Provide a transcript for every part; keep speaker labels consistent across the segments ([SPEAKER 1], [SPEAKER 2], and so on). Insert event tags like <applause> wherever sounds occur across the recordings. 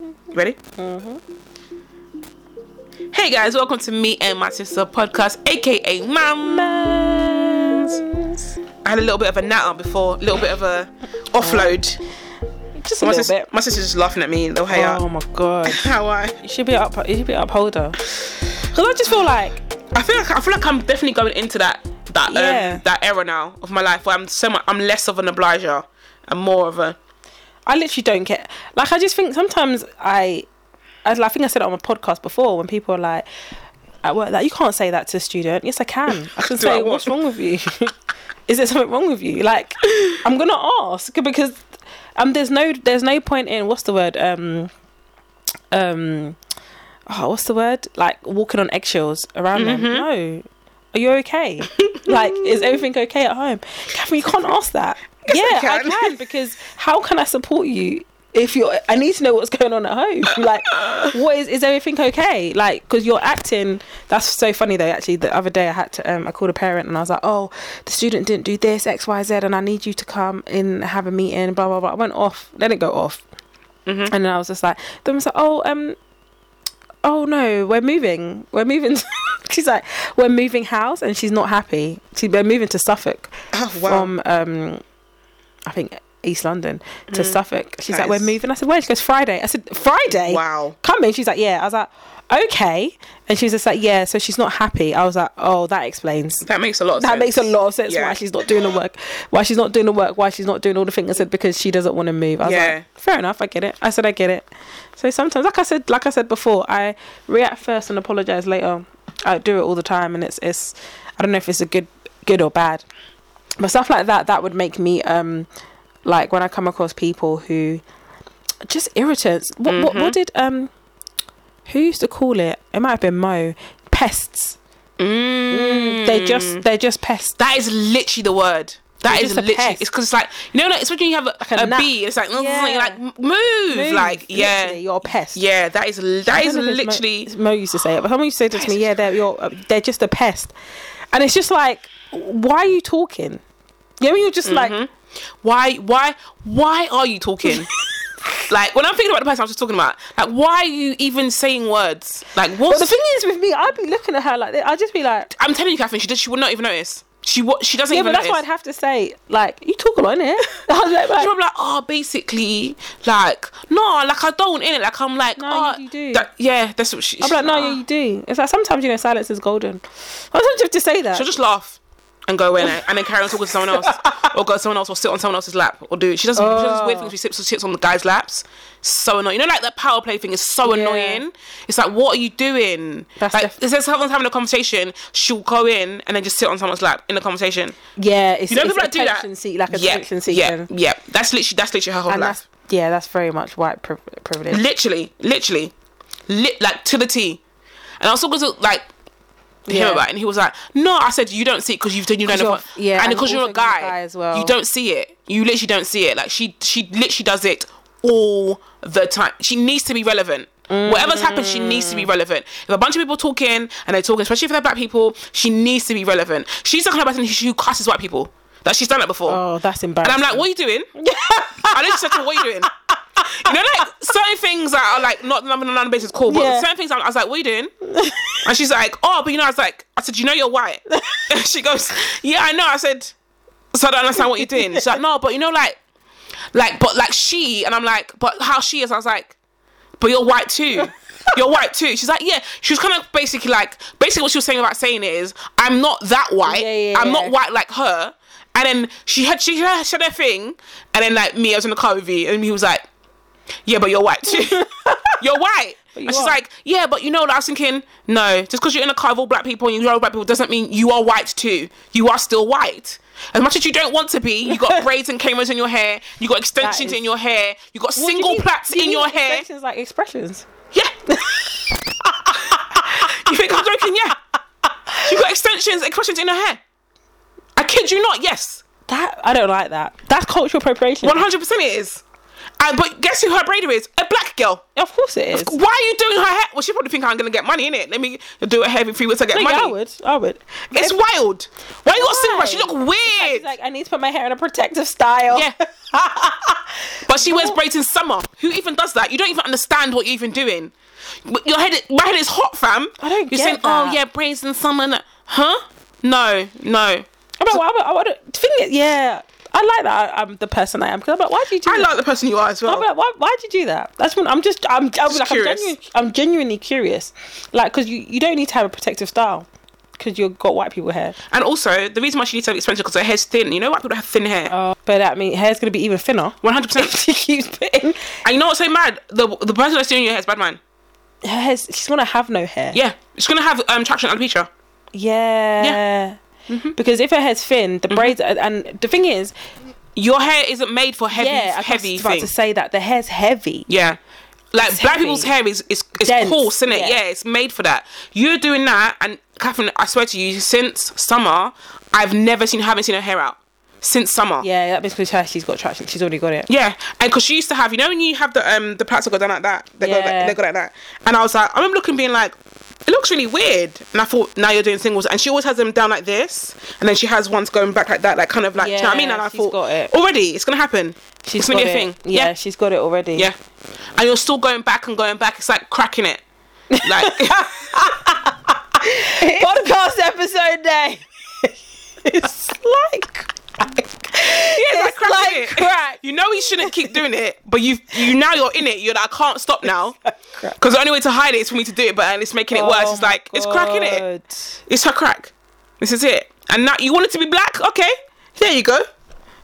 [SPEAKER 1] You ready?
[SPEAKER 2] Mm-hmm.
[SPEAKER 1] Hey guys, welcome to me and my sister podcast, aka Mamas. I had a little bit of a natter before, a little bit of
[SPEAKER 2] <laughs>
[SPEAKER 1] a offload.
[SPEAKER 2] Just a
[SPEAKER 1] My,
[SPEAKER 2] little
[SPEAKER 1] sis-
[SPEAKER 2] bit.
[SPEAKER 1] my sister's just laughing at me. Little hey,
[SPEAKER 2] Oh
[SPEAKER 1] oh.
[SPEAKER 2] my god.
[SPEAKER 1] how I?
[SPEAKER 2] You should be up. You should be an upholder. Cause I just feel like
[SPEAKER 1] I feel like I feel like I'm definitely going into that that
[SPEAKER 2] Yeah.
[SPEAKER 1] um, that era now of my life where I'm so much, I'm less of an obliger and more of a
[SPEAKER 2] I literally don't care. Like I just think sometimes I, I, I think I said it on a podcast before when people are like, at work, like you can't say that to a student. Yes, I can. I
[SPEAKER 1] <laughs> Do I
[SPEAKER 2] can say
[SPEAKER 1] want-
[SPEAKER 2] what's wrong with you. <laughs> Is there something wrong with you? Like I'm gonna ask because um there's no there's no point in what's the word um um oh what's the word like walking on eggshells around
[SPEAKER 1] Mm-hmm.
[SPEAKER 2] them. No. Are you
[SPEAKER 1] <laughs>
[SPEAKER 2] okay? like, is everything okay at home? Catherine, you can't ask that. yeah,
[SPEAKER 1] I
[SPEAKER 2] I
[SPEAKER 1] can.
[SPEAKER 2] can because how can I support you if you're? I need to know what's going on at home. <laughs> Like, what is is everything okay? Like, because you're acting. That's so funny though. Actually, the other day I had to. Um, I called a parent and I was like, oh, the student didn't do this X Y Z, and I need you to come and have a meeting. Blah blah blah. I went off. Let it go off.
[SPEAKER 1] Mm-hmm.
[SPEAKER 2] And then I was just like, then I was like, oh um, oh no, we're moving. We're moving. <laughs> she's like, we're moving house, and she's not happy. She, we're moving to Suffolk
[SPEAKER 1] oh, wow.
[SPEAKER 2] from um, I think East London to
[SPEAKER 1] Mm.
[SPEAKER 2] Suffolk. She's
[SPEAKER 1] That is-
[SPEAKER 2] like, we're moving. I said, when? She goes, Friday. I said, Friday.
[SPEAKER 1] wow.
[SPEAKER 2] Coming. She's like, yeah. I was like, okay. And she was just like, yeah. So she's not happy. I was like, oh, that explains.
[SPEAKER 1] That makes a lot. Of
[SPEAKER 2] That
[SPEAKER 1] sense.
[SPEAKER 2] makes a lot of sense
[SPEAKER 1] Yeah.
[SPEAKER 2] why she's not doing the work, why she's not doing the work, why she's not doing all the things. I said because she doesn't want to move. I was
[SPEAKER 1] Mm. Yeah.
[SPEAKER 2] like, fair enough, I get it. I said I get it. So sometimes, like I said, like I said before, I react first and apologize later. I do it all the time, and it's it's I don't know if it's a good good or bad, but stuff like that that would make me um like when I come across people who just irritants. What what,
[SPEAKER 1] Mm-hmm.
[SPEAKER 2] what did um who used to call it? It might have been Mo pests.
[SPEAKER 1] Mm.
[SPEAKER 2] They're just they're just pests.
[SPEAKER 1] That is literally the word. That
[SPEAKER 2] You're
[SPEAKER 1] is
[SPEAKER 2] just a
[SPEAKER 1] literally.
[SPEAKER 2] pest.
[SPEAKER 1] It's because it's like you know, like, it's when you have a,
[SPEAKER 2] a
[SPEAKER 1] a,
[SPEAKER 2] gnat.
[SPEAKER 1] bee. It's like mm,
[SPEAKER 2] Yeah.
[SPEAKER 1] you're like m- move, like yeah,
[SPEAKER 2] literally, you're a pest.
[SPEAKER 1] yeah. That is
[SPEAKER 2] I
[SPEAKER 1] that
[SPEAKER 2] don't
[SPEAKER 1] is
[SPEAKER 2] know if it's
[SPEAKER 1] literally.
[SPEAKER 2] Mo, Mo used to say it, but someone used to say this to me, yeah, they're you're, uh, they're just a pest, and it's just like, why are you talking? You know, when you're just like,
[SPEAKER 1] Mm-hmm. Why why why are you talking? like when I'm thinking about the person I was just talking about, like why are you even saying words? Like
[SPEAKER 2] <laughs> but
[SPEAKER 1] what's
[SPEAKER 2] the thing is with me, I'd be looking at her like, this. I'd just be like,
[SPEAKER 1] I'm telling you, Catherine, she does. She would not even notice. She what? She doesn't
[SPEAKER 2] yeah,
[SPEAKER 1] even
[SPEAKER 2] but that's
[SPEAKER 1] notice.
[SPEAKER 2] what I'd have to say. Like, you talk a lot, innit? <laughs> I was like,
[SPEAKER 1] She's
[SPEAKER 2] like
[SPEAKER 1] probably like, oh, basically, like, no, like I don't in it. Like I'm like,
[SPEAKER 2] No,
[SPEAKER 1] oh,
[SPEAKER 2] you- you do.
[SPEAKER 1] that- yeah, that's what she.
[SPEAKER 2] I'm like, no,
[SPEAKER 1] ah.
[SPEAKER 2] yeah, you do. It's like sometimes you know, silence is golden. Sometimes you have to say that.
[SPEAKER 1] She'll just laugh and go away and, and then carry on talking to someone else, or go to someone else, or sit on someone else's lap, or do she doesn't? She does this weird
[SPEAKER 2] Oh.
[SPEAKER 1] things. She sits, sits on the guys' laps. So annoying. You know, like that power play thing is so
[SPEAKER 2] Yeah.
[SPEAKER 1] annoying. It's like, what are you doing?
[SPEAKER 2] That's
[SPEAKER 1] like,
[SPEAKER 2] def-
[SPEAKER 1] if there's someone's having a conversation, she'll go in and then just sit on someone's lap in the conversation.
[SPEAKER 2] yeah, it's,
[SPEAKER 1] You know,
[SPEAKER 2] it's
[SPEAKER 1] people that do
[SPEAKER 2] attention
[SPEAKER 1] that.
[SPEAKER 2] seek, like
[SPEAKER 1] yeah,
[SPEAKER 2] attention seeking,
[SPEAKER 1] yeah, yeah. That's literally that's literally her whole
[SPEAKER 2] and
[SPEAKER 1] life.
[SPEAKER 2] that's yeah, that's very much white priv- privilege.
[SPEAKER 1] Literally, literally, lit like to the T. And I was talking to like him
[SPEAKER 2] Yeah.
[SPEAKER 1] about it, and he was like, "No," I said, "You don't see it because you've done you don't
[SPEAKER 2] you're-
[SPEAKER 1] know, what-
[SPEAKER 2] yeah,
[SPEAKER 1] and
[SPEAKER 2] and
[SPEAKER 1] because you're a
[SPEAKER 2] also 'cause you're
[SPEAKER 1] guy,
[SPEAKER 2] a guy as well.
[SPEAKER 1] you don't see it. You literally don't see it. Like she, she literally does it all the time. She needs to be relevant." Whatever's happened, she needs
[SPEAKER 2] Mm.
[SPEAKER 1] to be relevant. If a bunch of people talking and they're talking, especially if they're black people, she needs to be relevant. She's talking about something who cusses white people that she's done that before.
[SPEAKER 2] Oh, that's embarrassing.
[SPEAKER 1] And I'm like, what are you doing? I literally said to her, what are you doing? You know, like certain things that are like not nothing on another basis cool, but
[SPEAKER 2] Yeah.
[SPEAKER 1] certain things I'm- I was like, what are you doing?
[SPEAKER 2] <laughs>
[SPEAKER 1] And she's like, oh, but you know, I was like, I said, you know, you're white. And she goes, yeah, I know. I said, so I don't understand what you're doing. She's like, no, but you know, like, like, but like she, and I'm like, but how she is, I was like, but you're white too. You're white too. She's like, yeah. She was kind of basically like, basically what she was saying about saying it is, I'm not that white.
[SPEAKER 2] Yeah, yeah,
[SPEAKER 1] I'm
[SPEAKER 2] yeah.
[SPEAKER 1] not white like her. And then she had she had, she had her thing, and then like me, I was in the car with you, and he was like, yeah, but you're white too.
[SPEAKER 2] <laughs>
[SPEAKER 1] you're white.
[SPEAKER 2] you
[SPEAKER 1] and she's
[SPEAKER 2] are.
[SPEAKER 1] like, yeah, but you know, like, I was thinking, no, just because you're in a car with all black people and you're all black people doesn't mean you are white too. You are still white. As much as you don't want to be, you
[SPEAKER 2] <laughs>
[SPEAKER 1] got braids and cameras in your hair, you got extensions
[SPEAKER 2] is-
[SPEAKER 1] in your hair, you got
[SPEAKER 2] What do you
[SPEAKER 1] single
[SPEAKER 2] mean-
[SPEAKER 1] plaits
[SPEAKER 2] do you
[SPEAKER 1] in
[SPEAKER 2] mean
[SPEAKER 1] your hair.
[SPEAKER 2] expressions like expressions.
[SPEAKER 1] Yeah. <laughs> you think I'm joking? Yeah. You got extensions, expressions in her hair. I kid you not. Yes,
[SPEAKER 2] That I don't like that. That's cultural appropriation.
[SPEAKER 1] one hundred percent it is. And but guess who her braider is? A black girl.
[SPEAKER 2] Of course it is.
[SPEAKER 1] Why are you doing her hair? Well, she probably think I'm gonna get money in it. Let me do her hair in three weeks. I get
[SPEAKER 2] Like,
[SPEAKER 1] money.
[SPEAKER 2] I would. I would.
[SPEAKER 1] It's
[SPEAKER 2] If-
[SPEAKER 1] wild. Why you got silver? She
[SPEAKER 2] Why?
[SPEAKER 1] look weird.
[SPEAKER 2] She's like, I need to put my hair in a protective style.
[SPEAKER 1] Yeah. <laughs> but she wears braids in summer. Who even does that? You don't even understand what you're even doing. But Your head, my head is hot, fam.
[SPEAKER 2] I don't
[SPEAKER 1] You're
[SPEAKER 2] get
[SPEAKER 1] saying, oh
[SPEAKER 2] that."
[SPEAKER 1] yeah, braids in summer, no." huh? No, no.
[SPEAKER 2] I'm like, well, I would, I would, thing is, yeah, I like that. I, am the person I am because I'm like, why do you do
[SPEAKER 1] I
[SPEAKER 2] that?
[SPEAKER 1] like the person you are as well.
[SPEAKER 2] I'm like, why, why'd you do that? That's when I'm just, I'm, I'm, like, I'm,
[SPEAKER 1] curious.
[SPEAKER 2] genuinely, I'm genuinely curious. Like, because you, you don't need to have a protective style because you've got white people hair.
[SPEAKER 1] and also, the reason why she needs to have expensive because her hair's thin. You know why people have thin hair?
[SPEAKER 2] Uh, but that means hair's going to be even thinner. <laughs>
[SPEAKER 1] One hundred percent.
[SPEAKER 2] She keeps putting
[SPEAKER 1] And you know what's so mad? The the person that's doing your hair is bad man.
[SPEAKER 2] her hair's, she's going to have no hair.
[SPEAKER 1] Yeah, she's gonna have um traction alopecia.
[SPEAKER 2] Yeah.
[SPEAKER 1] Mm-hmm.
[SPEAKER 2] Because if her hair's thin, the braids, are, and the thing is,
[SPEAKER 1] Your hair isn't made for heavy,
[SPEAKER 2] yeah, I
[SPEAKER 1] heavy
[SPEAKER 2] was about
[SPEAKER 1] things.
[SPEAKER 2] to say that the hair's heavy.
[SPEAKER 1] Yeah. Like black
[SPEAKER 2] heavy.
[SPEAKER 1] people's hair is is, is
[SPEAKER 2] Dense,
[SPEAKER 1] coarse, isn't it?
[SPEAKER 2] yeah.
[SPEAKER 1] Yeah. it's made for that. You're doing that, and Catherine, I swear to you, since summer, I've never seen, haven't seen her hair out since summer.
[SPEAKER 2] Yeah, that means because her, she's got traction. She's already got it.
[SPEAKER 1] Yeah, and because she used to have, you know, when you have the um the plaits that go down like that, they go
[SPEAKER 2] Yeah.
[SPEAKER 1] like, they go like that, and I was like, I remember looking, being like, it looks really weird, and I thought now you're doing singles, and she always has them down like this, and then she has ones going back like that, like kind of like, do you know what I mean?
[SPEAKER 2] Yeah,
[SPEAKER 1] And I
[SPEAKER 2] she's
[SPEAKER 1] thought
[SPEAKER 2] got it.
[SPEAKER 1] already, it's gonna happen.
[SPEAKER 2] She's
[SPEAKER 1] it's gonna
[SPEAKER 2] got
[SPEAKER 1] be a
[SPEAKER 2] it.
[SPEAKER 1] thing.
[SPEAKER 2] Yeah, she's got it already.
[SPEAKER 1] Yeah. And you're still going back and going back. It's like cracking it.
[SPEAKER 2] <laughs>
[SPEAKER 1] Like
[SPEAKER 2] <laughs>
[SPEAKER 1] <laughs>
[SPEAKER 2] Podcast episode day. <laughs> it's like crack.
[SPEAKER 1] like
[SPEAKER 2] it's
[SPEAKER 1] cracking
[SPEAKER 2] like
[SPEAKER 1] it.
[SPEAKER 2] crack.
[SPEAKER 1] You know you shouldn't keep doing it, but you you now you're in it. You're like I can't stop now.
[SPEAKER 2] crack.
[SPEAKER 1] Because the only way to hide it is for me to do it, but and it's making it
[SPEAKER 2] Oh
[SPEAKER 1] worse. It's like it's cracking it. It's her crack. This is it. And now you want it to be black? Okay. There you go.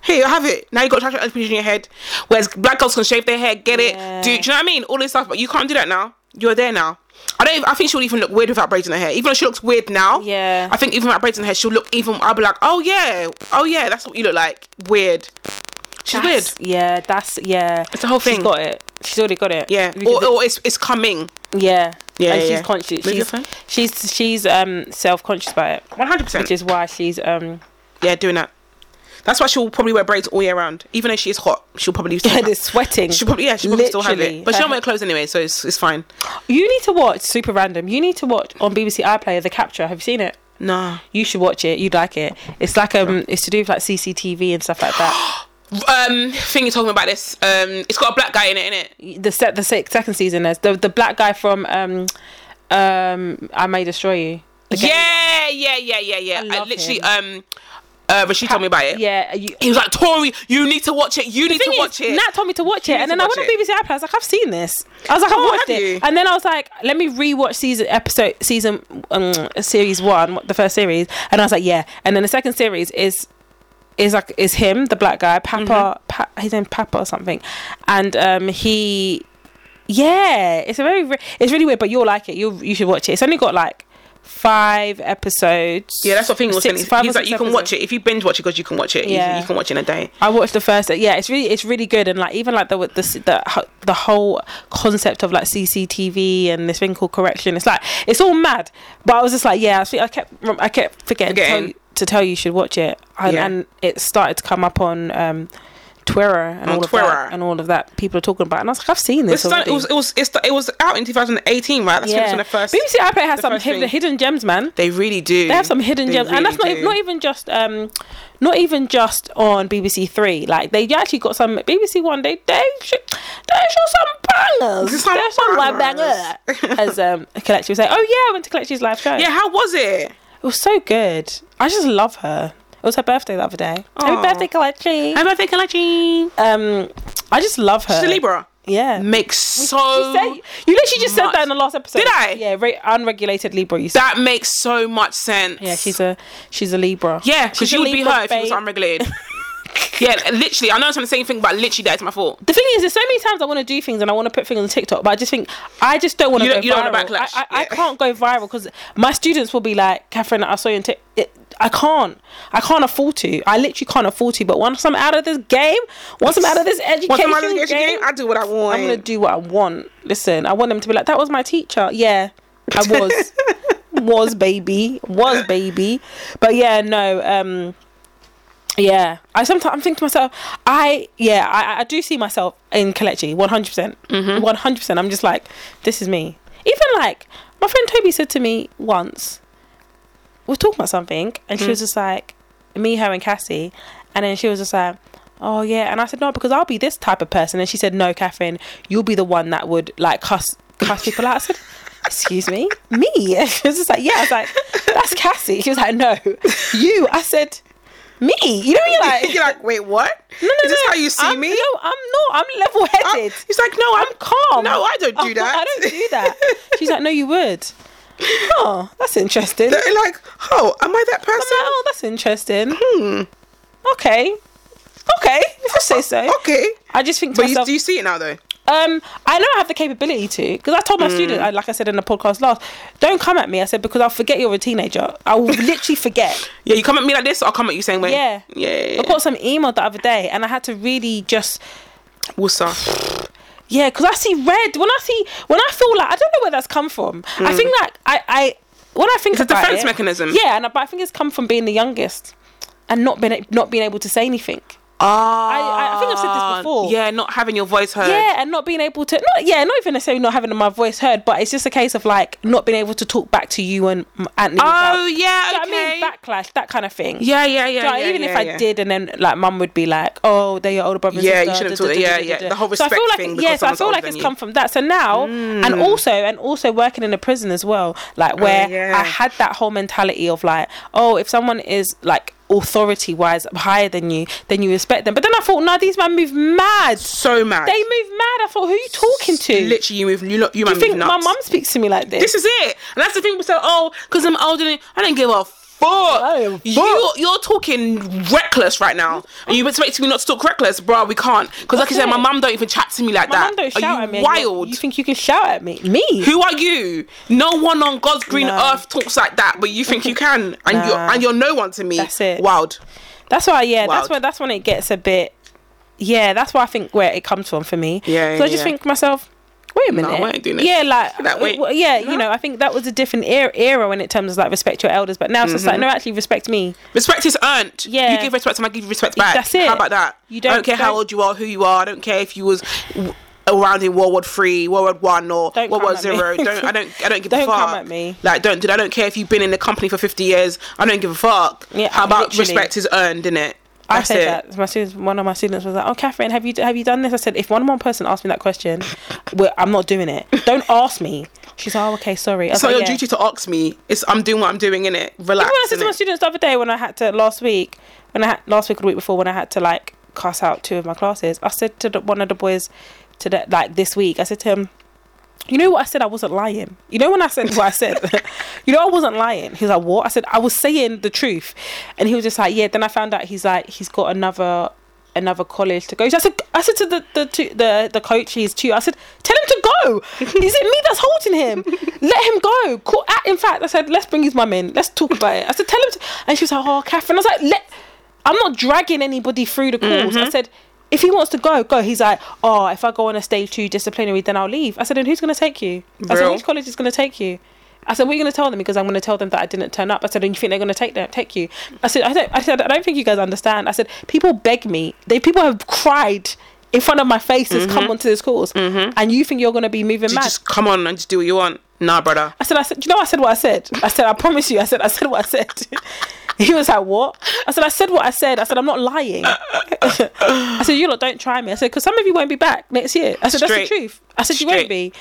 [SPEAKER 1] Here you have it. Now you got traction alopecia in your head. Whereas black girls can shave their hair, get it,
[SPEAKER 2] Yeah.
[SPEAKER 1] do, do you know what I mean? All this stuff, but you can't do that now. You're there now. I don't. Even, I think she'll even look weird without braids in her hair. Even though she looks weird now,
[SPEAKER 2] Yeah.
[SPEAKER 1] I think even without braids in her hair, she'll look even. I'll be like, oh yeah, oh yeah, that's what you look like. Weird. She's weird.
[SPEAKER 2] That's- Yeah, that's yeah.
[SPEAKER 1] It's the whole
[SPEAKER 2] She's
[SPEAKER 1] thing.
[SPEAKER 2] got it. She's already got it.
[SPEAKER 1] Yeah.
[SPEAKER 2] Because
[SPEAKER 1] Or, or it's it's coming.
[SPEAKER 2] it- yeah.
[SPEAKER 1] Yeah, yeah,
[SPEAKER 2] And she's
[SPEAKER 1] yeah.
[SPEAKER 2] conscious.
[SPEAKER 1] Move your
[SPEAKER 2] She's,
[SPEAKER 1] phone.
[SPEAKER 2] she's she's um self conscious about it,
[SPEAKER 1] One hundred
[SPEAKER 2] which
[SPEAKER 1] percent.
[SPEAKER 2] is why she's <laughs> um
[SPEAKER 1] Yeah, doing that. That's why she'll probably wear braids all year round. Even though she is hot, she'll probably still
[SPEAKER 2] is sweating.
[SPEAKER 1] She probably yeah, she probably still have
[SPEAKER 2] Literally.
[SPEAKER 1] it. But she
[SPEAKER 2] Her
[SPEAKER 1] don't wear clothes anyway, so it's it's fine.
[SPEAKER 2] You need to watch super random. You need to watch on BBC iPlayer The Capture. Have you seen it?
[SPEAKER 1] Nah.
[SPEAKER 2] You should watch it. You'd like it. It's like um, it's to do with like CCTV and stuff like <gasps> that.
[SPEAKER 1] Um thing you're talking about this. Um it's got a black guy in it, innit?
[SPEAKER 2] the set, the se- second season is the the black guy from um, um, I May Destroy You. The gay-
[SPEAKER 1] Yeah, yeah, yeah, yeah, yeah.
[SPEAKER 2] I
[SPEAKER 1] I,
[SPEAKER 2] love
[SPEAKER 1] literally
[SPEAKER 2] him.
[SPEAKER 1] um uh Rashid told me about it.
[SPEAKER 2] yeah. You,
[SPEAKER 1] He was like, Tori, you need to watch it. You need to
[SPEAKER 2] thing
[SPEAKER 1] watch
[SPEAKER 2] is,
[SPEAKER 1] it.
[SPEAKER 2] Nat told me to watch it, and
[SPEAKER 1] need
[SPEAKER 2] then
[SPEAKER 1] to
[SPEAKER 2] I
[SPEAKER 1] watch
[SPEAKER 2] went on
[SPEAKER 1] it.
[SPEAKER 2] BBC iPlayer. I was like, I've seen this. I was like,
[SPEAKER 1] Oh,
[SPEAKER 2] I've watched
[SPEAKER 1] have
[SPEAKER 2] it,
[SPEAKER 1] you?
[SPEAKER 2] and then I was like, let me rewatch season episode season um series one, what- the first series, and I was like, yeah, and then the second series is is like is him, the black guy, Papa,
[SPEAKER 1] Mm-hmm.
[SPEAKER 2] pa- his name Papa or something, and um he, yeah, it's a very re- it's really weird, but you'll like it. You will you should watch it. It's only got like five episodes.
[SPEAKER 1] yeah, that's what thing was saying.
[SPEAKER 2] six-
[SPEAKER 1] He's
[SPEAKER 2] five or
[SPEAKER 1] like,
[SPEAKER 2] six
[SPEAKER 1] you can
[SPEAKER 2] episodes.
[SPEAKER 1] watch it if you binge watch it because you can watch it. Yeah.
[SPEAKER 2] Yeah.
[SPEAKER 1] You, can watch it in a day.
[SPEAKER 2] I watched the first. Yeah, it's really it's really good, and like even like the the the, the whole concept of like CCTV and this thing called correction. It's like it's all mad. But I was just like, yeah, I, think I kept I kept forgetting to tell,
[SPEAKER 1] Forgetting.
[SPEAKER 2] you, to tell you you should watch it, and,
[SPEAKER 1] Yeah.
[SPEAKER 2] and it started to come up on um, Twitter and
[SPEAKER 1] On
[SPEAKER 2] all of
[SPEAKER 1] Twitter.
[SPEAKER 2] that, and all of that people are talking about, it. and I was like, I've seen this.
[SPEAKER 1] This is done,
[SPEAKER 2] already.
[SPEAKER 1] it was it was it's, it was out in 2018, right? That's when it's
[SPEAKER 2] yeah.
[SPEAKER 1] on the first.
[SPEAKER 2] BBC iPlayer has some
[SPEAKER 1] first
[SPEAKER 2] hidden,
[SPEAKER 1] thing.
[SPEAKER 2] hidden gems, man.
[SPEAKER 1] They really do.
[SPEAKER 2] They have some hidden gems, and that's not even, not even just um, not even just on BBC Three. Like they actually got some BBC One. They they show, they show some bangers.
[SPEAKER 1] Some
[SPEAKER 2] they show some like
[SPEAKER 1] bangers.
[SPEAKER 2] banger. <laughs> As um, Kelechi would say, "Oh yeah, I went to Kelechi's live show.
[SPEAKER 1] Yeah, how was it?
[SPEAKER 2] it was so good. I just love her. It was her birthday the other day.
[SPEAKER 1] Aw.
[SPEAKER 2] Happy birthday, Uh, Kelechi.
[SPEAKER 1] How about Kelechi?
[SPEAKER 2] Um, I just love her.
[SPEAKER 1] She's a Libra.
[SPEAKER 2] Yeah.
[SPEAKER 1] Makes so
[SPEAKER 2] you, said, you literally just said
[SPEAKER 1] much-
[SPEAKER 2] that in the last episode.
[SPEAKER 1] Did I?
[SPEAKER 2] Yeah, re- unregulated Libra. You said.
[SPEAKER 1] that makes so much sense.
[SPEAKER 2] yeah, she's a she's a Libra.
[SPEAKER 1] yeah, because
[SPEAKER 2] She's a
[SPEAKER 1] you would be
[SPEAKER 2] Libra,
[SPEAKER 1] her if you was
[SPEAKER 2] babe. <laughs>
[SPEAKER 1] unregulated. yeah, literally. I know it's not the same thing, but literally, that is my fault.
[SPEAKER 2] The thing is, there's so many times I want to do things and I want to put things on TikTok, but I just think I just don't want to
[SPEAKER 1] You
[SPEAKER 2] go
[SPEAKER 1] don't- you don't
[SPEAKER 2] viral.
[SPEAKER 1] wanna backlash,
[SPEAKER 2] I, I, I
[SPEAKER 1] yeah.
[SPEAKER 2] can't go viral because my students will be like, Catherine, I saw you on TikTok. I can't. I can't afford to. I literally can't afford to. But once I'm out of this game, once I'm out of this education,
[SPEAKER 1] Once I'm out of the
[SPEAKER 2] game,
[SPEAKER 1] game, I do what I want.
[SPEAKER 2] I'm gonna do what I want. Listen, I want them to be like, that was my teacher. Yeah, I was, was baby, was baby. But yeah, no. Um, Yeah, I sometimes I'm thinking to myself, I yeah, I, I do see myself in Kelechi, one hundred percent, one hundred percent. I'm just like, this is me. Even like my friend Toby said to me once, we are talking about something, and
[SPEAKER 1] Mm.
[SPEAKER 2] she was just like, me, her, and Cassie, and then she was just like, oh yeah, and I said no because I'll be this type of person, and she said no, Catherine, you'll be the one that would like cuss cuss people out. I said. Excuse me, me. <laughs> She was just like, yeah. I was like, that's Cassie. She was like, no, you. I said, me. You know, you're like,
[SPEAKER 1] You're like, wait, what?
[SPEAKER 2] <laughs> no, no,
[SPEAKER 1] Is this
[SPEAKER 2] no,
[SPEAKER 1] how you see
[SPEAKER 2] I'm-
[SPEAKER 1] me?
[SPEAKER 2] No, I'm not. I'm level
[SPEAKER 1] I'm-
[SPEAKER 2] headed.
[SPEAKER 1] he's like, no, I'm
[SPEAKER 2] Calm.
[SPEAKER 1] No, I don't do
[SPEAKER 2] I'm-
[SPEAKER 1] that.
[SPEAKER 2] I don't do that. She's like, no,
[SPEAKER 1] <laughs>
[SPEAKER 2] you would. Oh, that's interesting. I'm like,
[SPEAKER 1] They're like, oh, am I that person?
[SPEAKER 2] oh, that's interesting. Hmm. Okay. Okay. If you say so.
[SPEAKER 1] Okay.
[SPEAKER 2] I just think to
[SPEAKER 1] But you,
[SPEAKER 2] myself,
[SPEAKER 1] do you see it now though?
[SPEAKER 2] um, I know I have the capability to, because I told
[SPEAKER 1] Hmm.
[SPEAKER 2] my student, I, like I said in the podcast last, don't come at me. I said because I'll forget you're a teenager. I will
[SPEAKER 1] <laughs>
[SPEAKER 2] literally forget.
[SPEAKER 1] Yeah, you come at me like this, I'll come at you same way.
[SPEAKER 2] Yeah.
[SPEAKER 1] Yeah.
[SPEAKER 2] I got some email the other day, and I had to really just
[SPEAKER 1] What's up?
[SPEAKER 2] Yeah, because I see red. When I see, when I feel like I don't know where that's come from. I think like I, I when I think
[SPEAKER 1] Hmm. It's a
[SPEAKER 2] about
[SPEAKER 1] defense
[SPEAKER 2] it-
[SPEAKER 1] mechanism.
[SPEAKER 2] Yeah, and I, but I think it's come from being the youngest and not being not being able to say anything.
[SPEAKER 1] Ah,
[SPEAKER 2] I think I've said this before.
[SPEAKER 1] Yeah, not having your voice heard.
[SPEAKER 2] Yeah, and not being able to not yeah, not even necessarily not having my voice heard, but it's just a case of like not being able to talk back to you and Anthony.
[SPEAKER 1] Oh yeah, okay.
[SPEAKER 2] I mean backlash, that kind of thing.
[SPEAKER 1] yeah, yeah, yeah.
[SPEAKER 2] So
[SPEAKER 1] yeah,
[SPEAKER 2] even
[SPEAKER 1] yeah,
[SPEAKER 2] if I
[SPEAKER 1] yeah.
[SPEAKER 2] did, and then like mum would be like, "Oh, they're your older brother." and
[SPEAKER 1] Yeah, you
[SPEAKER 2] sister,
[SPEAKER 1] shouldn't
[SPEAKER 2] da,
[SPEAKER 1] talk-
[SPEAKER 2] da, da,
[SPEAKER 1] yeah,
[SPEAKER 2] da, da,
[SPEAKER 1] yeah,
[SPEAKER 2] da."
[SPEAKER 1] the whole
[SPEAKER 2] so I feel
[SPEAKER 1] respect
[SPEAKER 2] like,
[SPEAKER 1] thing
[SPEAKER 2] it-
[SPEAKER 1] because
[SPEAKER 2] Yeah, so I
[SPEAKER 1] someone's
[SPEAKER 2] feel
[SPEAKER 1] older
[SPEAKER 2] like
[SPEAKER 1] than
[SPEAKER 2] it's
[SPEAKER 1] you. Hmm.
[SPEAKER 2] come from that. So now, and also, and also working in a prison as well, like where
[SPEAKER 1] Oh, yeah.
[SPEAKER 2] I had that whole mentality of like, "Oh, if someone is like authority wise higher than you, then you respect them." But then I thought, no, these men move mad.
[SPEAKER 1] so mad.
[SPEAKER 2] They move mad. I thought, who are you talking to?
[SPEAKER 1] literally you move you look you might
[SPEAKER 2] you think
[SPEAKER 1] move
[SPEAKER 2] my
[SPEAKER 1] nuts.
[SPEAKER 2] mum speaks to me like this?
[SPEAKER 1] This is it, and that's the thing. We say, oh, because I'm older than you." I don't give a fuck.
[SPEAKER 2] don't give a fuck.
[SPEAKER 1] You you're talking reckless right now, and you expect me not to talk reckless, bro. We can't because like I
[SPEAKER 2] That's
[SPEAKER 1] said, my
[SPEAKER 2] it.
[SPEAKER 1] mum don't even chat to me like
[SPEAKER 2] my
[SPEAKER 1] that.
[SPEAKER 2] mum don't
[SPEAKER 1] Are
[SPEAKER 2] shout
[SPEAKER 1] you
[SPEAKER 2] at me. and you're-
[SPEAKER 1] Wild.
[SPEAKER 2] You think you can shout at me? Me?
[SPEAKER 1] who are you? No one on God's green
[SPEAKER 2] No.
[SPEAKER 1] earth talks like that, but you think you can, and you're
[SPEAKER 2] Nah.
[SPEAKER 1] and you're no one to me.
[SPEAKER 2] That's it.
[SPEAKER 1] Wild.
[SPEAKER 2] That's why, yeah,
[SPEAKER 1] Wild.
[SPEAKER 2] that's when that's when it gets a bit. Yeah, that's why I think where it comes from for me.
[SPEAKER 1] Yeah,
[SPEAKER 2] So I
[SPEAKER 1] yeah,
[SPEAKER 2] just
[SPEAKER 1] yeah.
[SPEAKER 2] think to myself, wait a
[SPEAKER 1] No, I
[SPEAKER 2] minute.
[SPEAKER 1] ain't doing this.
[SPEAKER 2] Yeah, like
[SPEAKER 1] That way.
[SPEAKER 2] well, yeah,
[SPEAKER 1] No.
[SPEAKER 2] you know, I think that was a different era, era when it terms of like respect your elders, but now it's
[SPEAKER 1] Mm-hmm.
[SPEAKER 2] just like no, actually respect me.
[SPEAKER 1] Respect is earned.
[SPEAKER 2] Yeah.
[SPEAKER 1] You give respect and I give you respect back.
[SPEAKER 2] That's it.
[SPEAKER 1] How about that?
[SPEAKER 2] You
[SPEAKER 1] I don't
[SPEAKER 2] don't-
[SPEAKER 1] care how
[SPEAKER 2] don't-
[SPEAKER 1] old you are, who you are. I don't care if you was w- around in World War Three, World War One, or
[SPEAKER 2] Don't
[SPEAKER 1] World
[SPEAKER 2] come
[SPEAKER 1] War
[SPEAKER 2] at me.
[SPEAKER 1] Zero. Don't I don't I don't give a
[SPEAKER 2] <laughs> Don't
[SPEAKER 1] fuck.
[SPEAKER 2] come at me.
[SPEAKER 1] Like don't dude, I don't care if you've been in the company for fifty years. I don't give a fuck.
[SPEAKER 2] Yeah,
[SPEAKER 1] How about
[SPEAKER 2] literally.
[SPEAKER 1] respect is earned, innit?
[SPEAKER 2] I
[SPEAKER 1] That's
[SPEAKER 2] said
[SPEAKER 1] it.
[SPEAKER 2] that. My students, one of my students was like, "Oh, Catherine, have you have you done this?" I said, "If one more person asked me that question, well, I'm not doing it.
[SPEAKER 1] <laughs>
[SPEAKER 2] Don't ask me." She's like, "Oh, okay, sorry." I was
[SPEAKER 1] It's not
[SPEAKER 2] like,
[SPEAKER 1] your
[SPEAKER 2] "Yeah."
[SPEAKER 1] duty to ask me. It's I'm doing what I'm doing, innit? Relax.
[SPEAKER 2] Even when I said to my
[SPEAKER 1] innit?
[SPEAKER 2] students the other day when I had to last week, when I had last week or the week before when I had to like cuss out two of my classes, I said to the, one of the boys to the, like this week, I said to him, "You know what I said? I wasn't lying. You know when I said what I said, <laughs> you know I wasn't lying." He was like, "What?" I said, "I was saying the truth," and he was just like, "Yeah." Then I found out he's like he's got another. Another college to go. So I said, I said to the the tu- the, the coach, he's two. I said, tell him to go. Is it me that's holding him? Let him go. Call, a- in fact, I said, let's bring his mum in. Let's talk about it. I said, tell him to. And she was like, oh, Catherine. I was like, let. I'm not dragging anybody through the calls.
[SPEAKER 1] Mm-hmm.
[SPEAKER 2] I said, if he wants to go, go. He's like, oh, if I go on a stage two disciplinary, then I'll leave. I said, and who's going to take you? I said,
[SPEAKER 1] Real.
[SPEAKER 2] which college is going to take you? I said, what are you going to tell them? Because I'm going to tell them that I didn't turn up. I said, and you think they're going to take them, take you? I said, I don't, I said, I don't think you guys understand. I said, people beg me. They people have cried in front of my faces, come onto this course, and you think you're going to be moving
[SPEAKER 1] Mm-hmm. You
[SPEAKER 2] mad?
[SPEAKER 1] just come on and just do what you want. Nah, brother.
[SPEAKER 2] I said, I said, do you know, what I said what I said. I said, I promise you, I said, I said what I said. <laughs> he was like, what? I said, I said what I said. I said, I'm not lying. <laughs> I said, you lot don't try me. I said, because some of you won't be back next year. I said,
[SPEAKER 1] Straight.
[SPEAKER 2] that's the truth. I said, you
[SPEAKER 1] Straight.
[SPEAKER 2] won't be.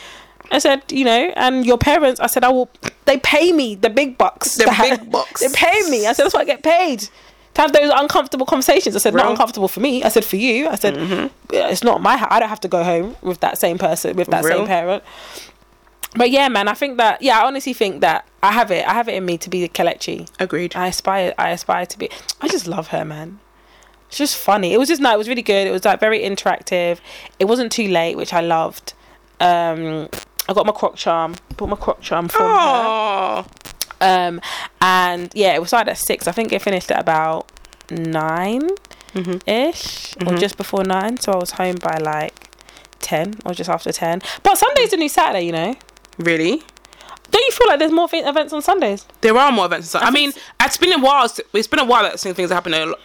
[SPEAKER 2] I said, you know, and your parents, I said, I will, they pay me the big bucks. <laughs>
[SPEAKER 1] The
[SPEAKER 2] to ha-
[SPEAKER 1] big bucks.
[SPEAKER 2] They pay me. I said, that's what I get paid. To have those uncomfortable conversations. I said,
[SPEAKER 1] Real. Mm-hmm.
[SPEAKER 2] not uncomfortable for me. I said, for you. I said, "Yeah, it's not my, ha- I don't have to go home with that same person, with that
[SPEAKER 1] Real.
[SPEAKER 2] same parent. But yeah, man, I think that yeah, I honestly think that I have it. I have it in me to be the Kelechi.
[SPEAKER 1] Agreed.
[SPEAKER 2] I aspire. I aspire to be. I just love her, man. It's just funny. It was just no. It was really good. It was like very interactive. It wasn't too late, which I loved. Um, I got my croc charm. Bought my croc charm from her.
[SPEAKER 1] Oh,
[SPEAKER 2] Um, and yeah, it was started at six. I think it finished at about nine
[SPEAKER 1] Mm-hmm.
[SPEAKER 2] ish or just before nine. So I was home by like ten or just after ten. But Sunday's the new Saturday, you know.
[SPEAKER 1] really?
[SPEAKER 2] Don't you feel like there's more thi- events on Sundays?
[SPEAKER 1] There are more events. And stuff. I, mean, it's been a while. s- It's been a while that same things are happening. a lot.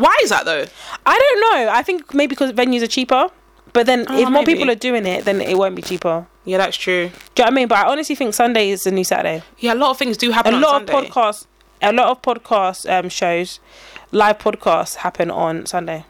[SPEAKER 1] Why is that though?
[SPEAKER 2] I don't know. I think maybe because venues are cheaper. But then if more
[SPEAKER 1] Ah, maybe.
[SPEAKER 2] people are doing it, then it won't be cheaper.
[SPEAKER 1] Yeah, that's true.
[SPEAKER 2] Do you know what I mean? But I honestly think Sunday is the new Saturday.
[SPEAKER 1] Yeah, a lot of things do
[SPEAKER 2] A
[SPEAKER 1] happen. on
[SPEAKER 2] lot
[SPEAKER 1] Sunday.
[SPEAKER 2] of podcasts, a lot of podcast um, shows, live podcasts happen on Sunday.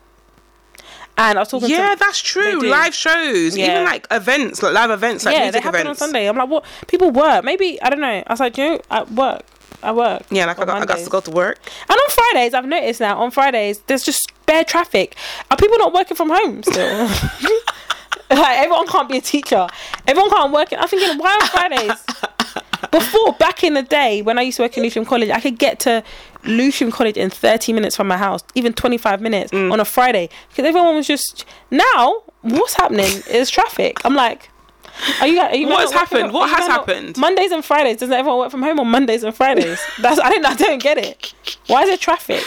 [SPEAKER 2] And I was talking
[SPEAKER 1] Yeah,
[SPEAKER 2] to
[SPEAKER 1] that's true.
[SPEAKER 2] do.
[SPEAKER 1] Live shows,
[SPEAKER 2] Yeah.
[SPEAKER 1] even like events, like live events, like
[SPEAKER 2] yeah, they
[SPEAKER 1] music
[SPEAKER 2] happen on
[SPEAKER 1] events.
[SPEAKER 2] Sunday. I'm like, what? People work. Maybe I don't know. I was like, you know, I work. I work.
[SPEAKER 1] Yeah, like I
[SPEAKER 2] on
[SPEAKER 1] got, I got
[SPEAKER 2] Mondays.
[SPEAKER 1] to go to work.
[SPEAKER 2] And on Fridays, I've noticed now on Fridays there's just bare traffic. Are people not working from
[SPEAKER 1] <laughs>
[SPEAKER 2] home still? <laughs> like everyone can't be a teacher. Everyone can't work. in- I'm thinking why
[SPEAKER 1] <laughs>
[SPEAKER 2] on Fridays? Before back in the day when I used to work in Lewisham College, I could get to Lewisham College in 30 minutes from my house, even 25 minutes
[SPEAKER 1] Mm.
[SPEAKER 2] on a Friday because everyone was just now. What's happening is traffic. I'm like. Are you, are you
[SPEAKER 1] What
[SPEAKER 2] not
[SPEAKER 1] has
[SPEAKER 2] working
[SPEAKER 1] happened?
[SPEAKER 2] from-
[SPEAKER 1] What
[SPEAKER 2] are you
[SPEAKER 1] has
[SPEAKER 2] not-
[SPEAKER 1] happened?
[SPEAKER 2] Mondays and Fridays. Doesn't everyone work from home on Mondays and
[SPEAKER 1] <laughs>
[SPEAKER 2] Fridays? That's I don't I don't get it. Why is there traffic?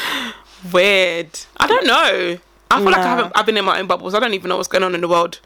[SPEAKER 1] Weird. I don't know. I feel like I
[SPEAKER 2] Nah.
[SPEAKER 1] haven't. I've been in my own bubbles. I don't even know what's going on in the world.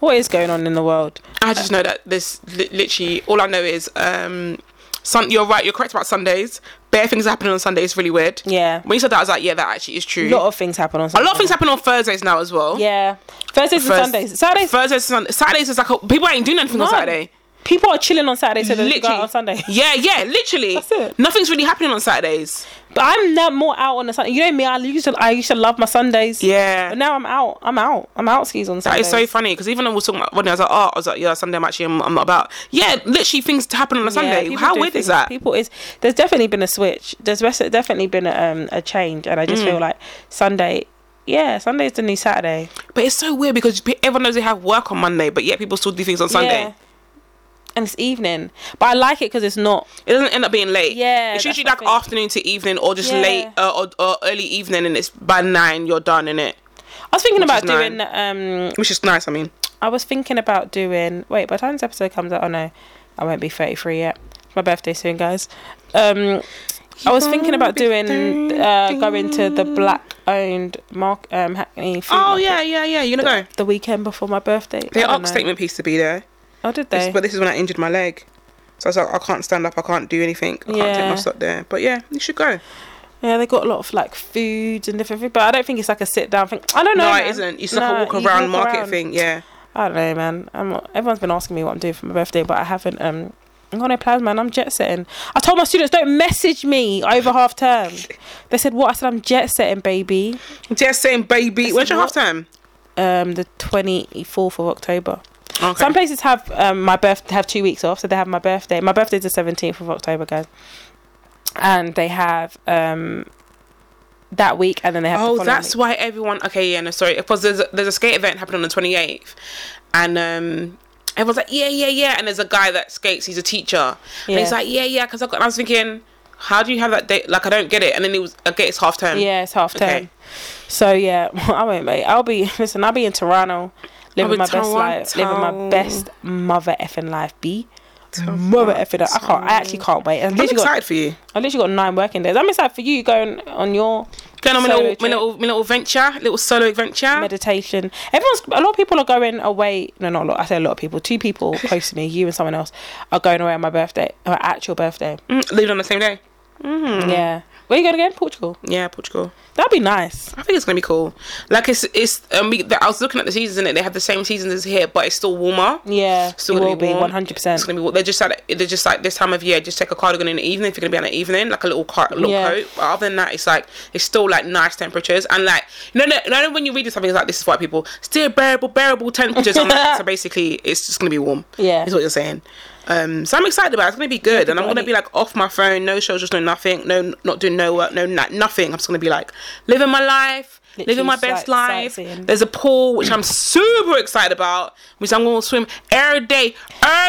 [SPEAKER 2] What is going on in the world?
[SPEAKER 1] I just know that this li- literally all I know is um, sun. You're right. You're correct about Sundays. Bare things happening on Sundays. Really weird.
[SPEAKER 2] Yeah.
[SPEAKER 1] When you said that, I was like, yeah, that actually is true.
[SPEAKER 2] A lot of things happen on
[SPEAKER 1] a
[SPEAKER 2] Sunday.
[SPEAKER 1] lot of things happen on Thursdays now as well.
[SPEAKER 2] Yeah. Thursdays
[SPEAKER 1] First-
[SPEAKER 2] and Sundays. Saturdays
[SPEAKER 1] Thursdays, Sundays. Saturdays is like a, people ain't doing anything on
[SPEAKER 2] No.
[SPEAKER 1] Saturday.
[SPEAKER 2] people are chilling on Saturday so they go out on Sunday.
[SPEAKER 1] <laughs> Yeah, yeah, literally.
[SPEAKER 2] That's it.
[SPEAKER 1] Nothing's really happening on Saturdays.
[SPEAKER 2] But I'm now more out on a Sunday. You know me, I used to I used to love my Sundays.
[SPEAKER 1] Yeah.
[SPEAKER 2] But now I'm out. I'm out. I'm out skis on
[SPEAKER 1] That
[SPEAKER 2] Saturdays.
[SPEAKER 1] is so funny because even when we were talking about when I was like, oh, I was like, yeah, Sunday I'm actually I'm, I'm not about. Yeah, literally things happen on a
[SPEAKER 2] Yeah,
[SPEAKER 1] Sunday.
[SPEAKER 2] people
[SPEAKER 1] How
[SPEAKER 2] do
[SPEAKER 1] weird
[SPEAKER 2] things-
[SPEAKER 1] is that?
[SPEAKER 2] People is there's definitely been a switch. There's res- definitely been a, um, a change, and I just
[SPEAKER 1] Mm.
[SPEAKER 2] feel like Sunday. Yeah, Sunday is the new Saturday.
[SPEAKER 1] But it's so weird because pe- everyone knows they have work on Monday, but yet people still do things on Sunday.
[SPEAKER 2] Yeah. And it's evening, but I like it because it's not.
[SPEAKER 1] It doesn't end up being late.
[SPEAKER 2] Yeah,
[SPEAKER 1] it's
[SPEAKER 2] that's
[SPEAKER 1] usually
[SPEAKER 2] the
[SPEAKER 1] like
[SPEAKER 2] thing.
[SPEAKER 1] afternoon to evening or just
[SPEAKER 2] Yeah.
[SPEAKER 1] late uh, or, or early evening, and it's by nine you're done in it,
[SPEAKER 2] I was thinking
[SPEAKER 1] Which is
[SPEAKER 2] about doing. Um,
[SPEAKER 1] which is nice. I mean,
[SPEAKER 2] I was thinking about doing. Wait, by the time this episode comes out, oh no, I won't be 33 yet. It's my birthday soon, guys. Um, I was thinking about doing uh, going to the black-owned mark um, Hackney. Food
[SPEAKER 1] oh
[SPEAKER 2] market
[SPEAKER 1] yeah, yeah, yeah. You know, go.
[SPEAKER 2] the weekend before my birthday.
[SPEAKER 1] They
[SPEAKER 2] I don't
[SPEAKER 1] asked
[SPEAKER 2] know.
[SPEAKER 1] statement piece to be there,
[SPEAKER 2] Oh, did
[SPEAKER 1] This-
[SPEAKER 2] they?
[SPEAKER 1] but this is when I injured my leg. So I was like, I can't stand up, I can't do anything, I can't take my
[SPEAKER 2] Yeah.
[SPEAKER 1] stuff there. But yeah, you should go.
[SPEAKER 2] Yeah, they got a lot of like foods and different things, but I don't think it's like a sit down thing. I don't know.
[SPEAKER 1] No, it
[SPEAKER 2] man.
[SPEAKER 1] isn't. It's like a
[SPEAKER 2] No,
[SPEAKER 1] walk
[SPEAKER 2] you
[SPEAKER 1] around market
[SPEAKER 2] around.
[SPEAKER 1] thing. Yeah.
[SPEAKER 2] I don't know, man. I'm not, everyone's been asking me what I'm doing for my birthday, but I haven't. Um, I've got no plans, man. I'm jet setting. I told my students don't message me over half term. They said what? I said I'm jet setting, baby.
[SPEAKER 1] Just saying, baby.
[SPEAKER 2] It's
[SPEAKER 1] When's your half
[SPEAKER 2] what-
[SPEAKER 1] time?
[SPEAKER 2] Um, the 24th of October.
[SPEAKER 1] Okay.
[SPEAKER 2] Some places have um, my birth have two weeks off, so they have my birthday. My birthday's the seventeenth of October, guys, and they have um that week, and then they have. the
[SPEAKER 1] oh,
[SPEAKER 2] following
[SPEAKER 1] that's
[SPEAKER 2] week.
[SPEAKER 1] why everyone. Okay, yeah, no, sorry. Because there's a, there's a skate event happening on the 28th, and um, everyone's like, yeah, yeah, yeah. And there's a guy that skates. He's a teacher, and he's
[SPEAKER 2] Yeah.
[SPEAKER 1] like, yeah, yeah. Because I got. And I was thinking, how do you have that date? Like, I don't get it. And then it was, okay, it's half term.
[SPEAKER 2] yeah, it's half term.
[SPEAKER 1] Okay.
[SPEAKER 2] So yeah, <laughs> I won't, mate. I'll be listen. I'll be in Toronto, living
[SPEAKER 1] I'll
[SPEAKER 2] my
[SPEAKER 1] be
[SPEAKER 2] best life, living
[SPEAKER 1] Toronto.
[SPEAKER 2] my best mother effing life. B. Mother effing. I can't. I actually can't wait. I've
[SPEAKER 1] I'm
[SPEAKER 2] literally, got,
[SPEAKER 1] excited for you.
[SPEAKER 2] I've literally got nine working days. I'm excited for you going on your
[SPEAKER 1] Going on my
[SPEAKER 2] Solo
[SPEAKER 1] little, my
[SPEAKER 2] trip.
[SPEAKER 1] little, my little venture, little solo adventure.
[SPEAKER 2] meditation. Everyone's a lot of people are going away. No, not a lot. I say a lot of people. Two
[SPEAKER 1] <laughs>
[SPEAKER 2] people close to me, you and someone else, are going away on my birthday, on my actual birthday.
[SPEAKER 1] Mm, leaving on the same day. Mm-hmm.
[SPEAKER 2] Yeah. Where you going again? Portugal.
[SPEAKER 1] Yeah, Portugal.
[SPEAKER 2] That'd be nice.
[SPEAKER 1] I think it's gonna be cool. Like it's it's um, we, I was looking at the seasons and they have the same seasons as here, but it's still warmer.
[SPEAKER 2] Yeah.
[SPEAKER 1] Still
[SPEAKER 2] it
[SPEAKER 1] gonna
[SPEAKER 2] will be
[SPEAKER 1] warm.
[SPEAKER 2] one hundred percent.
[SPEAKER 1] It's gonna be warm. They're just like they're just like this time of year. Just take a cardigan in the evening if you're gonna be on the evening, like a little car, little
[SPEAKER 2] Yeah.
[SPEAKER 1] coat. But other than that, it's like it's still like nice temperatures and like no no no. When you read something it's like this is why people still bearable bearable temperatures. I'm
[SPEAKER 2] <laughs>
[SPEAKER 1] like, so basically, it's just gonna be warm.
[SPEAKER 2] Yeah.
[SPEAKER 1] is what you're saying. Um, so I'm excited about it. It's gonna be good, and I'm
[SPEAKER 2] got
[SPEAKER 1] gonna
[SPEAKER 2] any-
[SPEAKER 1] be like off my phone, no shows, just no nothing, no not doing no work, no na- nothing. I'm just gonna be like living my life, living
[SPEAKER 2] Literally
[SPEAKER 1] my best
[SPEAKER 2] sight-
[SPEAKER 1] life.
[SPEAKER 2] sightseeing.
[SPEAKER 1] There's a pool which I'm super excited about, which I'm gonna swim every day.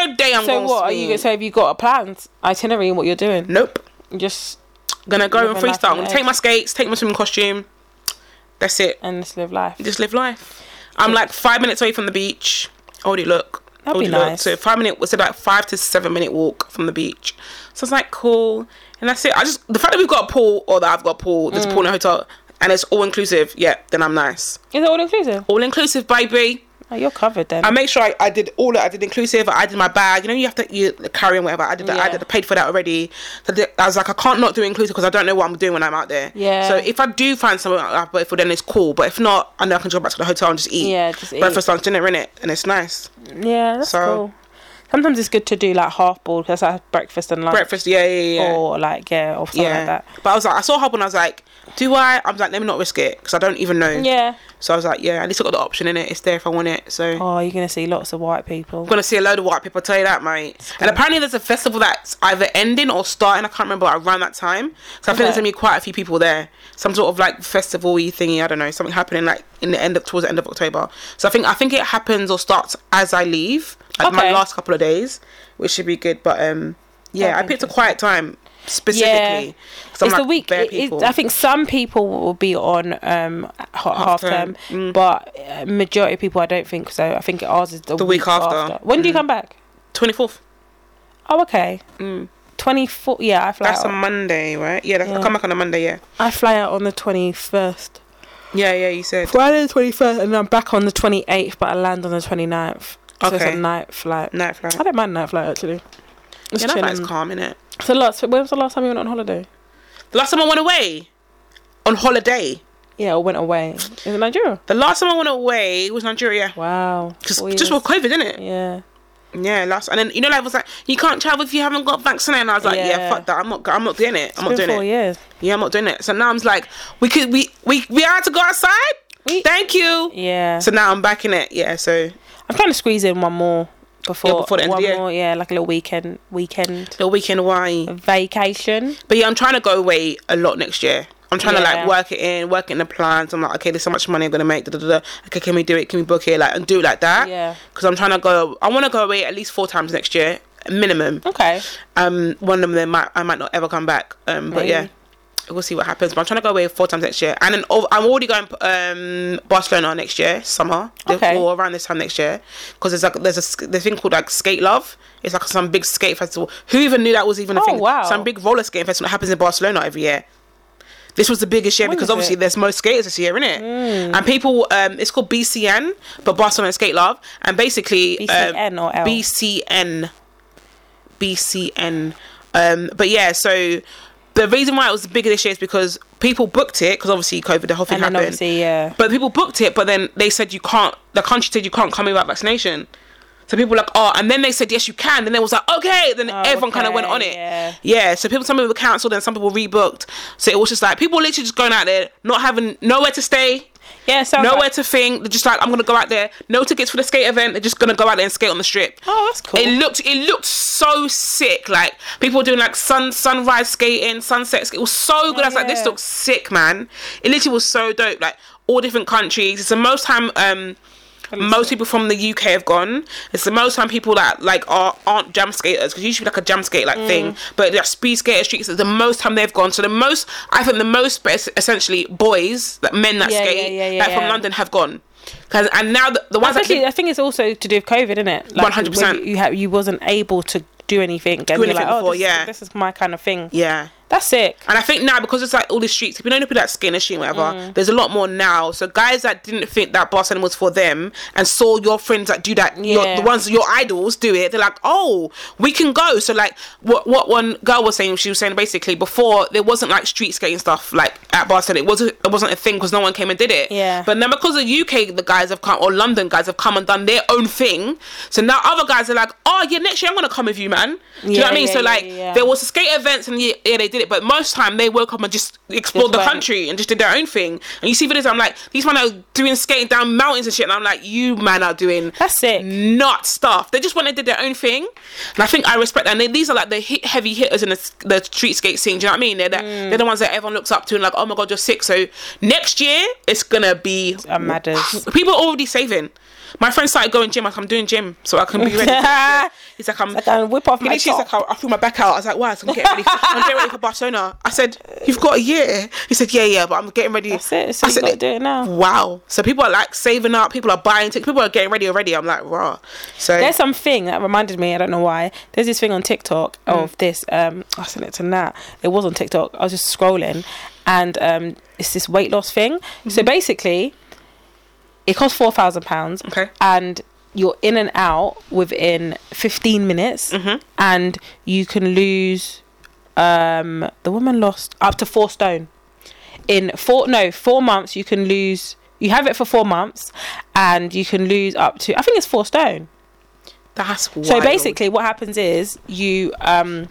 [SPEAKER 1] Every day I'm
[SPEAKER 2] So
[SPEAKER 1] gonna
[SPEAKER 2] what are
[SPEAKER 1] swim.
[SPEAKER 2] you? So have you got a planned itinerary and what you're doing?
[SPEAKER 1] Nope.
[SPEAKER 2] Just
[SPEAKER 1] Gonna go
[SPEAKER 2] Live
[SPEAKER 1] and
[SPEAKER 2] a life
[SPEAKER 1] freestyle. I'm
[SPEAKER 2] on
[SPEAKER 1] gonna
[SPEAKER 2] the
[SPEAKER 1] take
[SPEAKER 2] edge.
[SPEAKER 1] my skates, take my swimming costume. That's it.
[SPEAKER 2] and just live life.
[SPEAKER 1] Just live life. I'm like five minutes away from the beach. Already look.
[SPEAKER 2] That'd
[SPEAKER 1] Already
[SPEAKER 2] be
[SPEAKER 1] look.
[SPEAKER 2] nice.
[SPEAKER 1] So five minute was it like five to seven minute walk from the beach. So it's like cool. And that's it. I just the fact that we've got a pool or that I've got a pool, there's a
[SPEAKER 2] Mm.
[SPEAKER 1] pool in a hotel and it's all inclusive, yeah, then I'm nice.
[SPEAKER 2] Is it all inclusive?
[SPEAKER 1] All inclusive, baby.
[SPEAKER 2] Oh, you're covered then.
[SPEAKER 1] I make sure I, I did all that. I did inclusive. I did my bag. You know, you have to you carry on whatever. I did that. I
[SPEAKER 2] Yeah.
[SPEAKER 1] did I paid for that already. So the- I was like, I can't not do inclusive because I don't know what I'm doing when I'm out there.
[SPEAKER 2] Yeah.
[SPEAKER 1] So if I do find somewhere I've paid for, then it's cool. But if not, I know I can go back to the hotel and just eat.
[SPEAKER 2] Yeah, just eat.
[SPEAKER 1] breakfast, lunch, dinner in it, and it's nice.
[SPEAKER 2] yeah, that's
[SPEAKER 1] So-
[SPEAKER 2] cool. Sometimes it's good to do like half board because I have breakfast and lunch.
[SPEAKER 1] Breakfast, yeah, yeah, yeah.
[SPEAKER 2] Or Oh, like yeah, or something
[SPEAKER 1] yeah.
[SPEAKER 2] like that.
[SPEAKER 1] But I was like, I saw Hub and I was like, do I? I'm like, let me not risk it because I don't even know.
[SPEAKER 2] Yeah.
[SPEAKER 1] So I was like, yeah, at least I got the option in it. It's there if I want it. So.
[SPEAKER 2] Oh, you're gonna see lots of white people.
[SPEAKER 1] I'm gonna see a load of white people. Tell you that, mate. And apparently, there's a festival that's either ending or starting. I can't remember around that time. So I think there's gonna be quite a few people there. Some sort of like festival-y thingy. I don't know. Something happening like in the end of towards the end of October. So I think I think it happens or starts as I leave. Like my
[SPEAKER 2] Okay.
[SPEAKER 1] last couple of days, which should be good. But um, yeah,
[SPEAKER 2] That'd
[SPEAKER 1] I
[SPEAKER 2] be
[SPEAKER 1] picked a quiet time specifically. So
[SPEAKER 2] it's the week.
[SPEAKER 1] bare
[SPEAKER 2] it- it- I think some people will be on um ha- half
[SPEAKER 1] term. Mm.
[SPEAKER 2] term, but uh, majority of people I don't think so. I think ours is the,
[SPEAKER 1] The week after. Mm.
[SPEAKER 2] When do you come back?
[SPEAKER 1] 24th.
[SPEAKER 2] Oh, okay.
[SPEAKER 1] Mm.
[SPEAKER 2] Twenty four. Yeah, I fly.
[SPEAKER 1] That's a
[SPEAKER 2] Out.
[SPEAKER 1] Monday, right? Yeah, that's, I
[SPEAKER 2] Yeah.
[SPEAKER 1] come back on a Monday. Yeah.
[SPEAKER 2] I fly out on the twenty first.
[SPEAKER 1] Yeah, yeah. You said.
[SPEAKER 2] Friday the twenty first, and I'm back on the twenty eighth. But I land on the 29th. So it's
[SPEAKER 1] Okay.
[SPEAKER 2] a night flight.
[SPEAKER 1] Night flight.
[SPEAKER 2] I don't mind night flight actually. It's
[SPEAKER 1] Yeah, night flight's
[SPEAKER 2] chilling.
[SPEAKER 1] calm, innit?
[SPEAKER 2] So last, when was the last time you went on holiday?
[SPEAKER 1] The last time I went away on holiday.
[SPEAKER 2] Yeah, or went away. In Nigeria.
[SPEAKER 1] The last time I went away was Nigeria.
[SPEAKER 2] Wow.
[SPEAKER 1] Just,
[SPEAKER 2] Four
[SPEAKER 1] just
[SPEAKER 2] years.
[SPEAKER 1] with COVID, didn't it?
[SPEAKER 2] Oh, Yeah.
[SPEAKER 1] Yeah, last and then you know, like it was like you can't travel if you haven't got vaccinated. And I was like, yeah,
[SPEAKER 2] Yeah.
[SPEAKER 1] fuck that. I'm not. go- I'm not doing it. I'm not doing
[SPEAKER 2] Been four
[SPEAKER 1] it.
[SPEAKER 2] years.
[SPEAKER 1] Yeah, I'm not doing it. So now I'm just like, we could, we, we, we had to go outside.
[SPEAKER 2] We-
[SPEAKER 1] Thank you.
[SPEAKER 2] Yeah.
[SPEAKER 1] So now I'm back in it. Yeah. So
[SPEAKER 2] I'm trying to squeeze in one more before,
[SPEAKER 1] before the end of
[SPEAKER 2] one
[SPEAKER 1] the year.
[SPEAKER 2] more, yeah, like a little weekend weekend
[SPEAKER 1] the weekend why?
[SPEAKER 2] vacation.
[SPEAKER 1] But yeah, I'm trying to go away a lot next year. I'm trying to
[SPEAKER 2] Yeah.
[SPEAKER 1] like work it in, work it in the plans. I'm like, okay, there's so much money I'm gonna make. Da, da, da, da. Okay, can we do it? Can we book it? Like, and do it like that.
[SPEAKER 2] Yeah.
[SPEAKER 1] Because I'm trying to go. I want to go away at least four times next year, minimum.
[SPEAKER 2] Okay.
[SPEAKER 1] Um, one of them might I might not ever come back. Um, but yeah,
[SPEAKER 2] Really?
[SPEAKER 1] we'll see what happens. But I'm trying to go away four times next year, and then ov- I'm already going um Barcelona next year, summer,
[SPEAKER 2] Okay.
[SPEAKER 1] or around this time next year, because there's like there's a sk- there's a thing called like Skate Love. It's like some big skate festival. Who even knew that was even a
[SPEAKER 2] Oh,
[SPEAKER 1] thing?
[SPEAKER 2] wow.
[SPEAKER 1] Some big roller skating festival that happens in Barcelona every year. This was the biggest year
[SPEAKER 2] When
[SPEAKER 1] because
[SPEAKER 2] is
[SPEAKER 1] obviously
[SPEAKER 2] it? Hmm.
[SPEAKER 1] there's most skaters this year, innit? And people, um, it's called BCN, but Barcelona Skate Love, and basically um,
[SPEAKER 2] BCN or L?
[SPEAKER 1] BCN. BCN. Um, but yeah, so the reason why it was bigger this year is because people booked it because obviously COVID, the whole thing
[SPEAKER 2] And then
[SPEAKER 1] happened.
[SPEAKER 2] obviously, yeah.
[SPEAKER 1] But people booked it, but then they said you can't. The country said you can't come without vaccination. So people were like, oh, and then they said yes, you can. Then they was like, okay. Then everyone kind of went
[SPEAKER 2] Oh, okay,
[SPEAKER 1] on it.
[SPEAKER 2] yeah.
[SPEAKER 1] Yeah, So people, some people cancelled, and some people rebooked. So it was just like people literally just going out there, not having nowhere to stay,
[SPEAKER 2] Yeah, so
[SPEAKER 1] nowhere to think. They're just like, I'm gonna go out there. No tickets for the skate event. They're just gonna go out there and skate on the strip.
[SPEAKER 2] Oh, that's cool.
[SPEAKER 1] It looked it looked so sick. Like people were doing like sun sunrise skating, sunset skating. It was so good. I was like, this
[SPEAKER 2] yeah.
[SPEAKER 1] looks sick, man. It literally was so dope. Like all different countries. It's the most time um most people from the UK have gone. It's the most time people that like are aren't jam skaters because usually like a jam skate like
[SPEAKER 2] Mm.
[SPEAKER 1] thing, but like speed skater streets is the most time they've gone. So the most I think the most but es- essentially boys like men that
[SPEAKER 2] Yeah, yeah,
[SPEAKER 1] skate
[SPEAKER 2] yeah, yeah,
[SPEAKER 1] like from
[SPEAKER 2] yeah.
[SPEAKER 1] London have gone. 'Cause- and now the, the ones that
[SPEAKER 2] Especially,
[SPEAKER 1] did-
[SPEAKER 2] I think it's also to do with COVID, isn't it? Like,
[SPEAKER 1] 100%.
[SPEAKER 2] when You, you, ha- you wasn't able to do anything. And you're
[SPEAKER 1] anything
[SPEAKER 2] like, oh,
[SPEAKER 1] before,
[SPEAKER 2] this,
[SPEAKER 1] yeah.
[SPEAKER 2] is, this is my kind of thing.
[SPEAKER 1] yeah.
[SPEAKER 2] That's sick.
[SPEAKER 1] And I think now because it's like all these streets, people don't know people that skin and shit, and whatever.
[SPEAKER 2] Mm.
[SPEAKER 1] There's a lot more now. So guys that didn't think that Barcelona was for them and saw your friends that do that, your,
[SPEAKER 2] Yeah.
[SPEAKER 1] the ones your idols do it, they're like, oh, we can go. So like what what one girl was saying, she was saying basically before there wasn't like street skating stuff like at Barcelona, it wasn't it wasn't a thing because no one came and did it.
[SPEAKER 2] Yeah.
[SPEAKER 1] But now because the UK the guys have come or London guys have come and done their own thing, so now other guys are like, oh yeah, next year I'm gonna come with you, man. Do you know
[SPEAKER 2] Yeah,
[SPEAKER 1] what I mean?
[SPEAKER 2] yeah,
[SPEAKER 1] so
[SPEAKER 2] yeah,
[SPEAKER 1] like
[SPEAKER 2] yeah.
[SPEAKER 1] there was the skate events and yeah, yeah, they did it, but most time they woke up and just explored
[SPEAKER 2] Just
[SPEAKER 1] the
[SPEAKER 2] went.
[SPEAKER 1] country and just did their own thing. And you see videos, I'm like, these men are doing skating down mountains and shit, and I'm like, you man are doing
[SPEAKER 2] That's sick.
[SPEAKER 1] nut stuff. They just went and did their own thing, and I think I respect that. And they, these are like the hit, heavy hitters in the, s- the street skate scene. Do you know what I mean? They're the, they're the ones that everyone looks up to and like, oh my god, you're sick. So next year it's gonna be
[SPEAKER 2] That matters.
[SPEAKER 1] <laughs> people are already saving. My friend started going gym. Like I'm doing gym, so I can be ready. He's like, I'm.
[SPEAKER 2] I can whip off
[SPEAKER 1] He
[SPEAKER 2] my
[SPEAKER 1] literally
[SPEAKER 2] top.
[SPEAKER 1] was like, I, I threw my back out. I was like, wow, so I'm
[SPEAKER 2] <laughs>
[SPEAKER 1] getting ready. I'm getting ready for Barcelona. I said, you've got a year. He said, yeah, yeah, but I'm getting ready.
[SPEAKER 2] That's it. So
[SPEAKER 1] I
[SPEAKER 2] you got to
[SPEAKER 1] said,
[SPEAKER 2] do it now.
[SPEAKER 1] wow. So people are like saving up. People are buying tickets. People are getting ready already. I'm like, raw. So
[SPEAKER 2] There's something that reminded me. I don't know why. There's this thing on TikTok
[SPEAKER 1] Hmm.
[SPEAKER 2] of this. Um, I sent it to Nat. It was on TikTok. I was just
[SPEAKER 1] Mm-hmm.
[SPEAKER 2] scrolling, and um, it's this weight loss thing. So basically, It costs four thousand pounds.
[SPEAKER 1] Okay.
[SPEAKER 2] And you're in and out within fifteen minutes,
[SPEAKER 1] Mm-hmm.
[SPEAKER 2] and you can lose. Um, the woman lost up to four stone in four no four months. You can lose. You have it for four months, and you can lose up to I think it's four stone.
[SPEAKER 1] That's wild.
[SPEAKER 2] So basically, what happens is you um,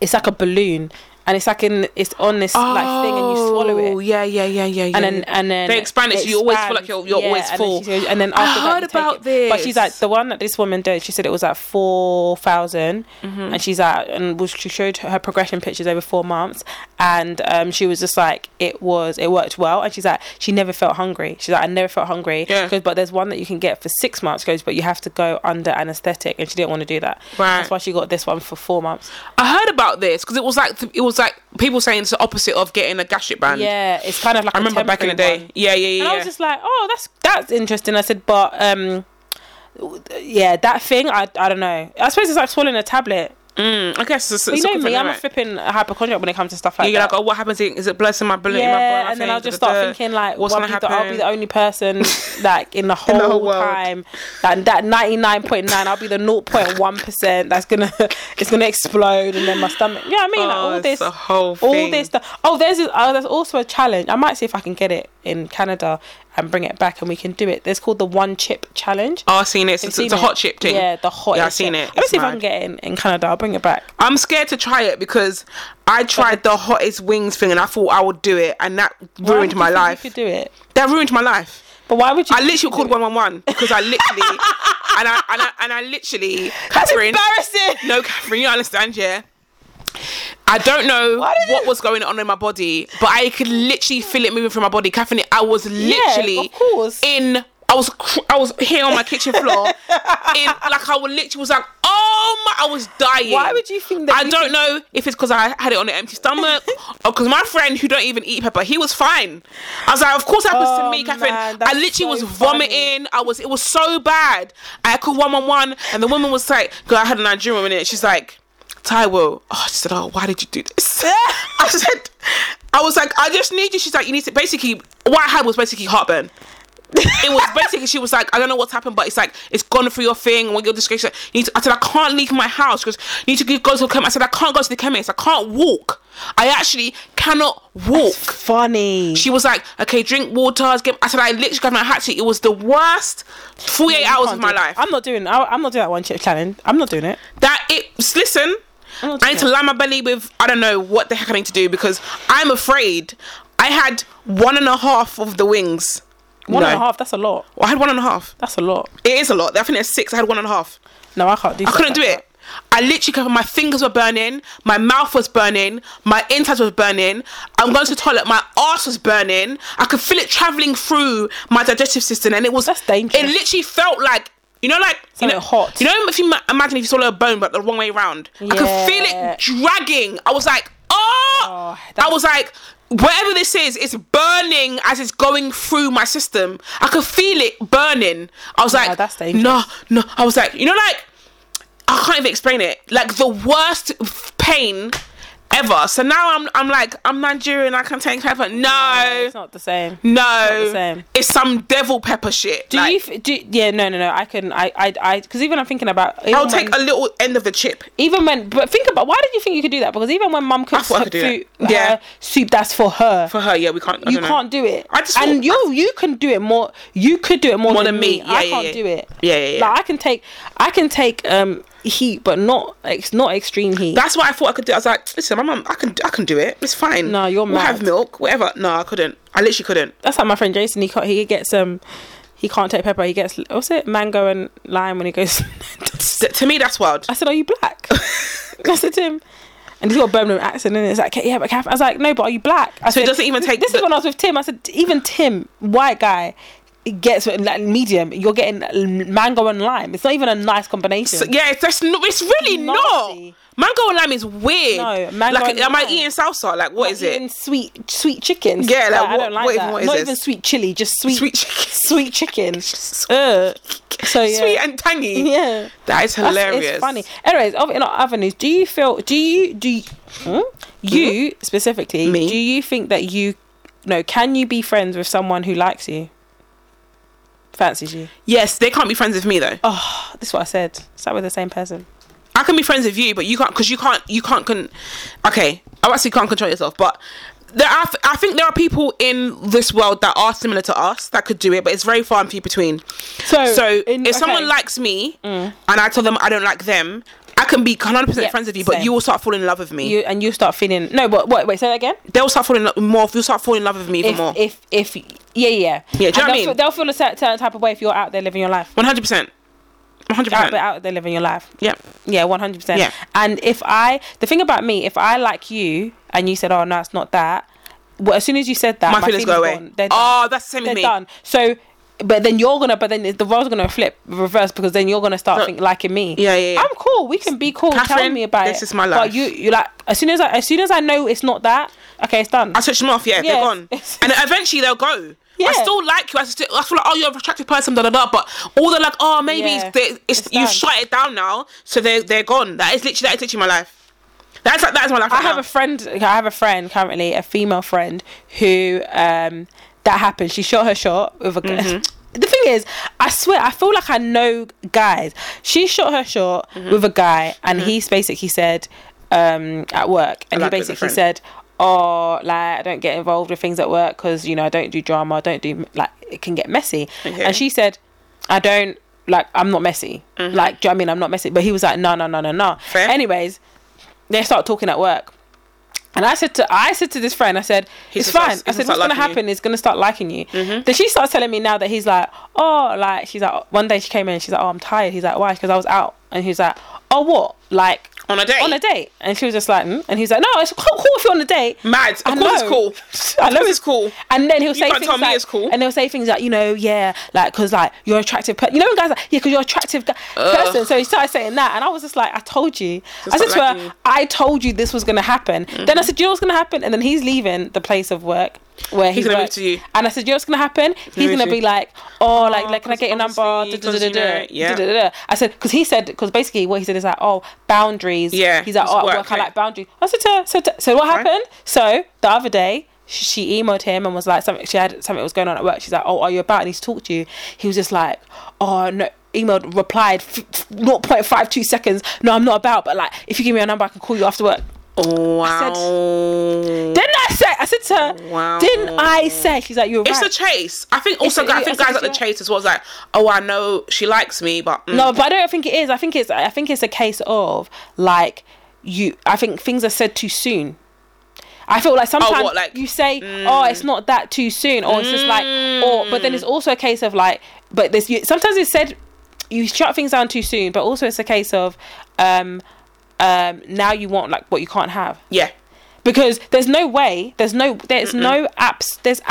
[SPEAKER 2] it's like a balloon, and it's like in it's on this like thing, and you swallow
[SPEAKER 1] Oh,
[SPEAKER 2] it,
[SPEAKER 1] Yeah, yeah, yeah, yeah, yeah.
[SPEAKER 2] and then and then
[SPEAKER 1] They expand it, so you always feel like you're- you're always
[SPEAKER 2] and then
[SPEAKER 1] full.
[SPEAKER 2] she said- and then
[SPEAKER 1] I
[SPEAKER 2] after that,
[SPEAKER 1] heard
[SPEAKER 2] you take
[SPEAKER 1] about
[SPEAKER 2] it. But she's like
[SPEAKER 1] this.
[SPEAKER 2] the one that this woman did. She said it was like four
[SPEAKER 1] Mm-hmm.
[SPEAKER 2] and she's like, and was, she showed her progression pictures over four months, and um, she was just like, it was it worked well, and she's like, she never felt hungry. She's like, I never felt hungry.
[SPEAKER 1] Yeah.
[SPEAKER 2] She goes, but there's one that you can get for six months. She goes, but you have to go under anesthetic, and she didn't want to do that.
[SPEAKER 1] Right.
[SPEAKER 2] That's why she got this one for four months.
[SPEAKER 1] I heard about this because it was like it was like people saying it's the opposite of getting a gastric band.
[SPEAKER 2] Yeah, it's kind of like
[SPEAKER 1] I remember back in the day. Yeah, yeah, yeah.
[SPEAKER 2] And I
[SPEAKER 1] yeah.
[SPEAKER 2] was just like, oh, that's that's interesting. I said, but um, yeah, that thing, I I don't know. I suppose it's like swallowing a tablet.
[SPEAKER 1] Mm, I guess it's,
[SPEAKER 2] But
[SPEAKER 1] it's
[SPEAKER 2] you know
[SPEAKER 1] something
[SPEAKER 2] me, I'm
[SPEAKER 1] like
[SPEAKER 2] a
[SPEAKER 1] that.
[SPEAKER 2] flipping hypochondriac when it comes to stuff like
[SPEAKER 1] You're
[SPEAKER 2] that.
[SPEAKER 1] like, oh, what happens? in- Is it blood in my bullet? in my brain?
[SPEAKER 2] yeah, and then I'll just start thinking like,
[SPEAKER 1] what's
[SPEAKER 2] well, I'll,
[SPEAKER 1] gonna
[SPEAKER 2] be the, I'll be
[SPEAKER 1] happen?
[SPEAKER 2] the
[SPEAKER 1] <laughs>
[SPEAKER 2] only person like in the whole,
[SPEAKER 1] the whole world.
[SPEAKER 2] time that that ninety nine point nine, I'll be the 0.1 percent that's gonna <laughs> it's gonna explode, and then my stomach. You know what I mean? like,
[SPEAKER 1] Oh,
[SPEAKER 2] all
[SPEAKER 1] it's
[SPEAKER 2] this,
[SPEAKER 1] the whole
[SPEAKER 2] all
[SPEAKER 1] thing.
[SPEAKER 2] this stuff. Oh, there's this, oh, there's also a challenge. I might see if I can get it in Canada and bring it back, and we can do it. There's called the one chip challenge.
[SPEAKER 1] Oh, I've seen it. It's,
[SPEAKER 2] You've
[SPEAKER 1] it's, it's
[SPEAKER 2] seen
[SPEAKER 1] a hot
[SPEAKER 2] it?
[SPEAKER 1] chip thing.
[SPEAKER 2] Yeah, the hot.
[SPEAKER 1] Yeah, I've seen it.
[SPEAKER 2] Let me
[SPEAKER 1] It's
[SPEAKER 2] see if I
[SPEAKER 1] mad.
[SPEAKER 2] can get it in, in Canada. I'll bring it back.
[SPEAKER 1] I'm scared to try it because I tried the hottest wings thing and I thought I would do it and that
[SPEAKER 2] Why would
[SPEAKER 1] ruined
[SPEAKER 2] you
[SPEAKER 1] my
[SPEAKER 2] think
[SPEAKER 1] life.
[SPEAKER 2] You could do it,
[SPEAKER 1] That ruined my life.
[SPEAKER 2] but why would you?
[SPEAKER 1] I literally called one one one because I
[SPEAKER 2] <laughs>
[SPEAKER 1] literally and I and I and I literally
[SPEAKER 2] That's
[SPEAKER 1] Catherine.
[SPEAKER 2] embarrassing.
[SPEAKER 1] No, Catherine, you understand, yeah. I don't know
[SPEAKER 2] Why did
[SPEAKER 1] what
[SPEAKER 2] it-
[SPEAKER 1] was going on in my body, but I could literally feel it moving from my body. Catherine, I was literally
[SPEAKER 2] of course.
[SPEAKER 1] in. I was cr- I was here on my kitchen
[SPEAKER 2] <laughs>
[SPEAKER 1] floor, in like I was literally was like, oh my, I was dying.
[SPEAKER 2] <laughs> Why would you think that
[SPEAKER 1] I
[SPEAKER 2] you
[SPEAKER 1] don't know if it's because I had it on an empty
[SPEAKER 2] <laughs>
[SPEAKER 1] stomach or because my friend who don't even eat pepper, he was fine. I was like, of course it happens to
[SPEAKER 2] Oh,
[SPEAKER 1] me, Catherine.
[SPEAKER 2] man,
[SPEAKER 1] I
[SPEAKER 2] that's
[SPEAKER 1] literally
[SPEAKER 2] so
[SPEAKER 1] was
[SPEAKER 2] funny.
[SPEAKER 1] vomiting. I was it was so bad. I called one on one and the woman was like, girl, I had a Nigerian woman in it. She's like, Taiwo. Oh, she said, Oh, why did you do
[SPEAKER 2] <laughs>
[SPEAKER 1] this? I said, I was like, I just need you. She's like, you need to basically what I had was basically heartburn. it was basically she was like, I don't know what's happened, but it's like it's gone through your thing. When your discretion, you need to, I said I can't leave my house because you need to go to the chemist. I said I can't go to the chemist. I can't walk. I actually cannot walk.
[SPEAKER 2] funny.
[SPEAKER 1] She was like, okay, drink water. Get, I said, I literally got my hatchet. It was the worst 48 hours of
[SPEAKER 2] can't
[SPEAKER 1] my
[SPEAKER 2] do it.
[SPEAKER 1] life.
[SPEAKER 2] I'm not doing. I, I'm not doing that one chip challenge. I'm not doing it.
[SPEAKER 1] that it, listen,
[SPEAKER 2] I'm not
[SPEAKER 1] I need to
[SPEAKER 2] doing
[SPEAKER 1] line my belly with, I don't know what the heck I need to do because I'm afraid I had one and a half of the wings.
[SPEAKER 2] it. One and a
[SPEAKER 1] No.
[SPEAKER 2] half, That's a lot.
[SPEAKER 1] I had one and a half.
[SPEAKER 2] That's a lot.
[SPEAKER 1] It is a lot. I think it's six. I had one and a half.
[SPEAKER 2] No, I can't do.
[SPEAKER 1] I couldn't do it. I literally could my fingers were burning, my mouth was burning, my insides was burning. I'm going to the toilet, my ass was burning. I could feel it traveling through my digestive system, and it was
[SPEAKER 2] That's dangerous.
[SPEAKER 1] It literally felt like you know, like you
[SPEAKER 2] Something
[SPEAKER 1] know,
[SPEAKER 2] hot.
[SPEAKER 1] You know, if you ma- imagine if you swallow a bone but the wrong way around, I could feel
[SPEAKER 2] Yeah.
[SPEAKER 1] it dragging. I was like, oh,
[SPEAKER 2] Oh, that-
[SPEAKER 1] I was like. Whatever this is, it's burning as it's going through my system. I could feel it burning. I was like,
[SPEAKER 2] that's dangerous.
[SPEAKER 1] no, no. I was like, you know, like I can't even explain it. Like the worst f- pain ever. So now I'm I'm like I'm Nigerian. I can take pepper. No,
[SPEAKER 2] It's not the same.
[SPEAKER 1] no,
[SPEAKER 2] the same.
[SPEAKER 1] it's some devil pepper shit.
[SPEAKER 2] Do
[SPEAKER 1] like,
[SPEAKER 2] you? F- do, yeah, no, no, no. I couldn't. I, I, I. Because even I'm thinking about. Even
[SPEAKER 1] I'll
[SPEAKER 2] when,
[SPEAKER 1] take a little end of the chip.
[SPEAKER 2] Even when, but think about why did you think you could do that? Because even when mum cooks
[SPEAKER 1] thought I
[SPEAKER 2] her
[SPEAKER 1] could do that.
[SPEAKER 2] food, her
[SPEAKER 1] Yeah.
[SPEAKER 2] soup that's for her,
[SPEAKER 1] For her, yeah, we can't. I
[SPEAKER 2] you
[SPEAKER 1] don't know.
[SPEAKER 2] can't do it.
[SPEAKER 1] I just thought-
[SPEAKER 2] and you you can do it more. You could do it more, than,
[SPEAKER 1] than me.
[SPEAKER 2] me.
[SPEAKER 1] Yeah,
[SPEAKER 2] I
[SPEAKER 1] yeah,
[SPEAKER 2] can't
[SPEAKER 1] yeah.
[SPEAKER 2] do it.
[SPEAKER 1] Yeah, yeah, yeah.
[SPEAKER 2] Like I can take I can take um heat, but not ex- not extreme heat.
[SPEAKER 1] That's what I thought I could do. I was like, listen, my mum, I can, I can do it. It's fine.
[SPEAKER 2] No, you're
[SPEAKER 1] we'll
[SPEAKER 2] mad.
[SPEAKER 1] have milk, whatever. No, I couldn't. I literally couldn't.
[SPEAKER 2] That's like my friend Jason. He can't, he gets um he can't take pepper. He gets what's it mango and lime when he goes. <laughs>
[SPEAKER 1] Th- to me, that's wild.
[SPEAKER 2] I said, "Are you black?" <laughs> I said to him. And he's got a Birmingham accent, and it's like, yeah, but Kath. I was like, no, but are you black? I
[SPEAKER 1] So it
[SPEAKER 2] said,
[SPEAKER 1] doesn't even take
[SPEAKER 2] This
[SPEAKER 1] the-
[SPEAKER 2] is when I was with Tim. I said, even Tim, white guy, gets like medium. You're getting mango and lime. It's not even a nice
[SPEAKER 1] <laughs>
[SPEAKER 2] combination.
[SPEAKER 1] So, yeah, it's- that's not. It's really
[SPEAKER 2] Nasty.
[SPEAKER 1] not. Mango and lime is weird.
[SPEAKER 2] No, mango
[SPEAKER 1] like,
[SPEAKER 2] and
[SPEAKER 1] am I
[SPEAKER 2] lime.
[SPEAKER 1] eating salsa? Like, what is it?
[SPEAKER 2] Even sweet sweet chicken.
[SPEAKER 1] Yeah, like,
[SPEAKER 2] I
[SPEAKER 1] what-
[SPEAKER 2] don't like
[SPEAKER 1] what
[SPEAKER 2] that.
[SPEAKER 1] even- what is
[SPEAKER 2] Not
[SPEAKER 1] this?
[SPEAKER 2] even sweet chili, just sweet
[SPEAKER 1] Sweet chicken.
[SPEAKER 2] sweet chicken.
[SPEAKER 1] <laughs>
[SPEAKER 2] Ugh. So yeah,
[SPEAKER 1] Sweet and tangy.
[SPEAKER 2] yeah.
[SPEAKER 1] That is
[SPEAKER 2] That's-
[SPEAKER 1] hilarious.
[SPEAKER 2] It's funny. Anyways, other- in our avenues, do you feel? Do you do you, hmm? you specifically?
[SPEAKER 1] Mm-hmm. Me?
[SPEAKER 2] Do you think that you no? Can you be friends with someone who likes you? fancies you.
[SPEAKER 1] Yes, they can't be friends with me though.
[SPEAKER 2] Oh, this is what I said. It's like we're the same person.
[SPEAKER 1] I can be friends with you, but you can't because you can't you can't con. Okay, I actually can't control yourself, but there are I think there are people in this world that are similar to us that could do it, but it's very far and few between.
[SPEAKER 2] So,
[SPEAKER 1] So
[SPEAKER 2] Oh, in-
[SPEAKER 1] if someone
[SPEAKER 2] okay. Mm.
[SPEAKER 1] likes me and I tell them I don't like them, I can be 100 percent
[SPEAKER 2] Yeah,
[SPEAKER 1] friends with you, but
[SPEAKER 2] same.
[SPEAKER 1] you will start falling in love with me.
[SPEAKER 2] you and you start feeling no, but wait, wait, say that again.
[SPEAKER 1] They'll start falling in love more. You'll start falling in love with me even
[SPEAKER 2] If,
[SPEAKER 1] more.
[SPEAKER 2] if if yeah yeah
[SPEAKER 1] Yeah, do you know what I
[SPEAKER 2] And they'll
[SPEAKER 1] mean?
[SPEAKER 2] Feel, they'll feel a certain certain type of way if you're out there living your life.
[SPEAKER 1] 100 percent. 100
[SPEAKER 2] Out,
[SPEAKER 1] percent.
[SPEAKER 2] out there living your life.
[SPEAKER 1] Yeah.
[SPEAKER 2] Yeah, one hundred
[SPEAKER 1] Yeah.
[SPEAKER 2] percent. And if I, the thing about me, if I like you and you said, "Oh no, it's not that," well, as soon as you said that,
[SPEAKER 1] My, feelings go away.
[SPEAKER 2] gone. They're done.
[SPEAKER 1] oh, that's the same
[SPEAKER 2] They're
[SPEAKER 1] with me.
[SPEAKER 2] done. So, but then you're gonna, but then the role's gonna flip reverse because then you're gonna start
[SPEAKER 1] No.
[SPEAKER 2] think, liking me.
[SPEAKER 1] Yeah, yeah, yeah.
[SPEAKER 2] I'm cool. We can be cool. Tell
[SPEAKER 1] Catherine,
[SPEAKER 2] me about
[SPEAKER 1] this
[SPEAKER 2] it.
[SPEAKER 1] is my life.
[SPEAKER 2] But you, you like as soon as I, as soon as I know it's not that, okay, it's done.
[SPEAKER 1] I switched them off. Yeah,
[SPEAKER 2] Yeah.
[SPEAKER 1] they're
[SPEAKER 2] <laughs>
[SPEAKER 1] gone, and eventually they'll go.
[SPEAKER 2] Yeah.
[SPEAKER 1] I still like you. I still I feel like oh you're an attractive person. Da da da. But all the like oh maybe
[SPEAKER 2] Yeah.
[SPEAKER 1] it's, they, it's,
[SPEAKER 2] It's
[SPEAKER 1] you've
[SPEAKER 2] done.
[SPEAKER 1] shut it down now, so they they're gone. That is literally that is literally my life. That's like that is my life.
[SPEAKER 2] I
[SPEAKER 1] right
[SPEAKER 2] have
[SPEAKER 1] now.
[SPEAKER 2] a friend. I have a friend currently, a female friend who um that happened. She shot her shot with a. gu-
[SPEAKER 1] Mm-hmm.
[SPEAKER 2] <laughs> the thing is, I swear, I feel like I know guys. She shot her shot
[SPEAKER 1] Mm-hmm.
[SPEAKER 2] with a guy, and he basically said um at work, and
[SPEAKER 1] like it
[SPEAKER 2] he
[SPEAKER 1] as a
[SPEAKER 2] basically
[SPEAKER 1] friend.
[SPEAKER 2] said. Oh, like I don't get involved with things at work because you know I don't do drama. I don't do like it can get messy.
[SPEAKER 1] Okay.
[SPEAKER 2] And she said, I don't like I'm not messy. Like do you know what I mean I'm not messy? But he was like, no, no, no, no, no.
[SPEAKER 1] Mm-hmm. Fair.
[SPEAKER 2] Anyways, they start talking at work. And I said to I said to this friend, I said,
[SPEAKER 1] He's
[SPEAKER 2] it's
[SPEAKER 1] gonna
[SPEAKER 2] fine.
[SPEAKER 1] start-
[SPEAKER 2] I
[SPEAKER 1] he's
[SPEAKER 2] said,
[SPEAKER 1] gonna
[SPEAKER 2] what's
[SPEAKER 1] start
[SPEAKER 2] gonna
[SPEAKER 1] liking you." Mm-hmm.
[SPEAKER 2] happen is gonna start liking you. Then she starts telling me now that he's like, oh, like she's like one day she came in, she's like, oh, I'm tired. He's like, why? Because I was out. And he's like, oh, what? Like
[SPEAKER 1] On a date?
[SPEAKER 2] On a date. And she was just like, mm. and he's like, no, it's cool, cool if you're on a date.
[SPEAKER 1] mad. Of
[SPEAKER 2] I
[SPEAKER 1] course it's
[SPEAKER 2] know.
[SPEAKER 1] cool.
[SPEAKER 2] <laughs> I know
[SPEAKER 1] course
[SPEAKER 2] it's
[SPEAKER 1] it's cool.
[SPEAKER 2] And then he'll say
[SPEAKER 1] can't
[SPEAKER 2] things
[SPEAKER 1] tell me
[SPEAKER 2] like,
[SPEAKER 1] it's cool.
[SPEAKER 2] and they'll say things like, you know, yeah, like, cause like you're an attractive. Per-. You know, when guys, are like, yeah, cause you're an attractive gu- person. So he started saying that, and I was just like, I told you. I said
[SPEAKER 1] not
[SPEAKER 2] to
[SPEAKER 1] like
[SPEAKER 2] her,
[SPEAKER 1] you. Mm-hmm.
[SPEAKER 2] I told you this was gonna happen. Then I said, you know what's gonna happen? And then he's leaving the place of work. Where
[SPEAKER 1] He's
[SPEAKER 2] he
[SPEAKER 1] gonna move
[SPEAKER 2] works.
[SPEAKER 1] to you.
[SPEAKER 2] and I said, "You know what's gonna happen? He's
[SPEAKER 1] move
[SPEAKER 2] gonna
[SPEAKER 1] to you.
[SPEAKER 2] be like, oh, like,
[SPEAKER 1] Oh,
[SPEAKER 2] like, can I
[SPEAKER 1] 'cause
[SPEAKER 2] get your number?
[SPEAKER 1] obviously, 'cause you know,
[SPEAKER 2] Da-da-da-da,
[SPEAKER 1] yeah.
[SPEAKER 2] da-da-da-da." I said, because he said, because basically what he said is like, oh, boundaries.
[SPEAKER 1] Yeah,
[SPEAKER 2] He's like,
[SPEAKER 1] it's
[SPEAKER 2] oh, at
[SPEAKER 1] work,
[SPEAKER 2] work, I
[SPEAKER 1] yeah.
[SPEAKER 2] like boundary. I said to her, so, so what happened? So the other day, she, she emailed him and was like, something, she had something was going on at work. She's like, oh, are you about? I need to talk to you. He was just like, oh, no. Emailed, replied, f- f- 0.52 seconds. No, I'm not about, but like, if you give me a number, I can call you after work.
[SPEAKER 1] Wow.
[SPEAKER 2] Didn't I say? I said to her,
[SPEAKER 1] Wow.
[SPEAKER 2] didn't I say? She's like, you're
[SPEAKER 1] it's
[SPEAKER 2] right.
[SPEAKER 1] the chase. I think also
[SPEAKER 2] it-
[SPEAKER 1] guys- I
[SPEAKER 2] it's
[SPEAKER 1] think
[SPEAKER 2] the
[SPEAKER 1] guys like the
[SPEAKER 2] situation.
[SPEAKER 1] chase as well. It's like oh I know she likes me, but mm,
[SPEAKER 2] No, but I don't think it is. I think it's I think it's a case of like you I think things are said too soon. I feel like sometimes
[SPEAKER 1] Oh, what, like- mm.
[SPEAKER 2] you say, "Oh, it's not that too soon," or it's just like, or but then
[SPEAKER 1] Mm.
[SPEAKER 2] it's also a case of like, but this you, sometimes it's said you shut things down too soon, but also it's a case of um, um, now you want like what you can't have
[SPEAKER 1] yeah.
[SPEAKER 2] because there's no way there's no there's no apps there's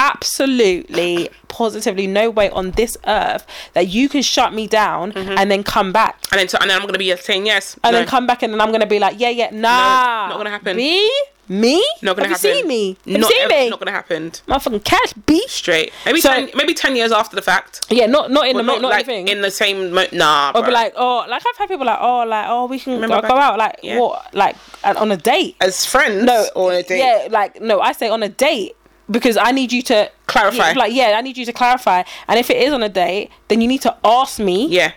[SPEAKER 2] absolutely positively no way on this earth that you can shut me down and then come back
[SPEAKER 1] And then, t- and then I'm gonna be saying yes.
[SPEAKER 2] and
[SPEAKER 1] Mm-hmm. no.
[SPEAKER 2] then come back and then i'm gonna be like yeah yeah nah
[SPEAKER 1] No, not gonna happen.
[SPEAKER 2] me me
[SPEAKER 1] not gonna
[SPEAKER 2] have
[SPEAKER 1] happen.
[SPEAKER 2] you seen me have
[SPEAKER 1] Not
[SPEAKER 2] you seen
[SPEAKER 1] ev-
[SPEAKER 2] me
[SPEAKER 1] Not gonna happen.
[SPEAKER 2] motherfucking cash beach
[SPEAKER 1] Straight. Maybe
[SPEAKER 2] So-
[SPEAKER 1] ten. Maybe ten years after the fact.
[SPEAKER 2] yeah not not in the
[SPEAKER 1] But not,
[SPEAKER 2] not, not
[SPEAKER 1] like
[SPEAKER 2] anything.
[SPEAKER 1] in the same mo- nah.
[SPEAKER 2] or be like oh like i've had people like oh like oh we can go,
[SPEAKER 1] Remember back-
[SPEAKER 2] go out like
[SPEAKER 1] Yeah.
[SPEAKER 2] what like and on a date
[SPEAKER 1] as friends
[SPEAKER 2] no,
[SPEAKER 1] or a date.
[SPEAKER 2] Yeah, like no, I say on a date because I need you to
[SPEAKER 1] Clarify.
[SPEAKER 2] Yeah, like yeah, I need you to clarify. And if it is on a date, then you need to ask me.
[SPEAKER 1] yeah,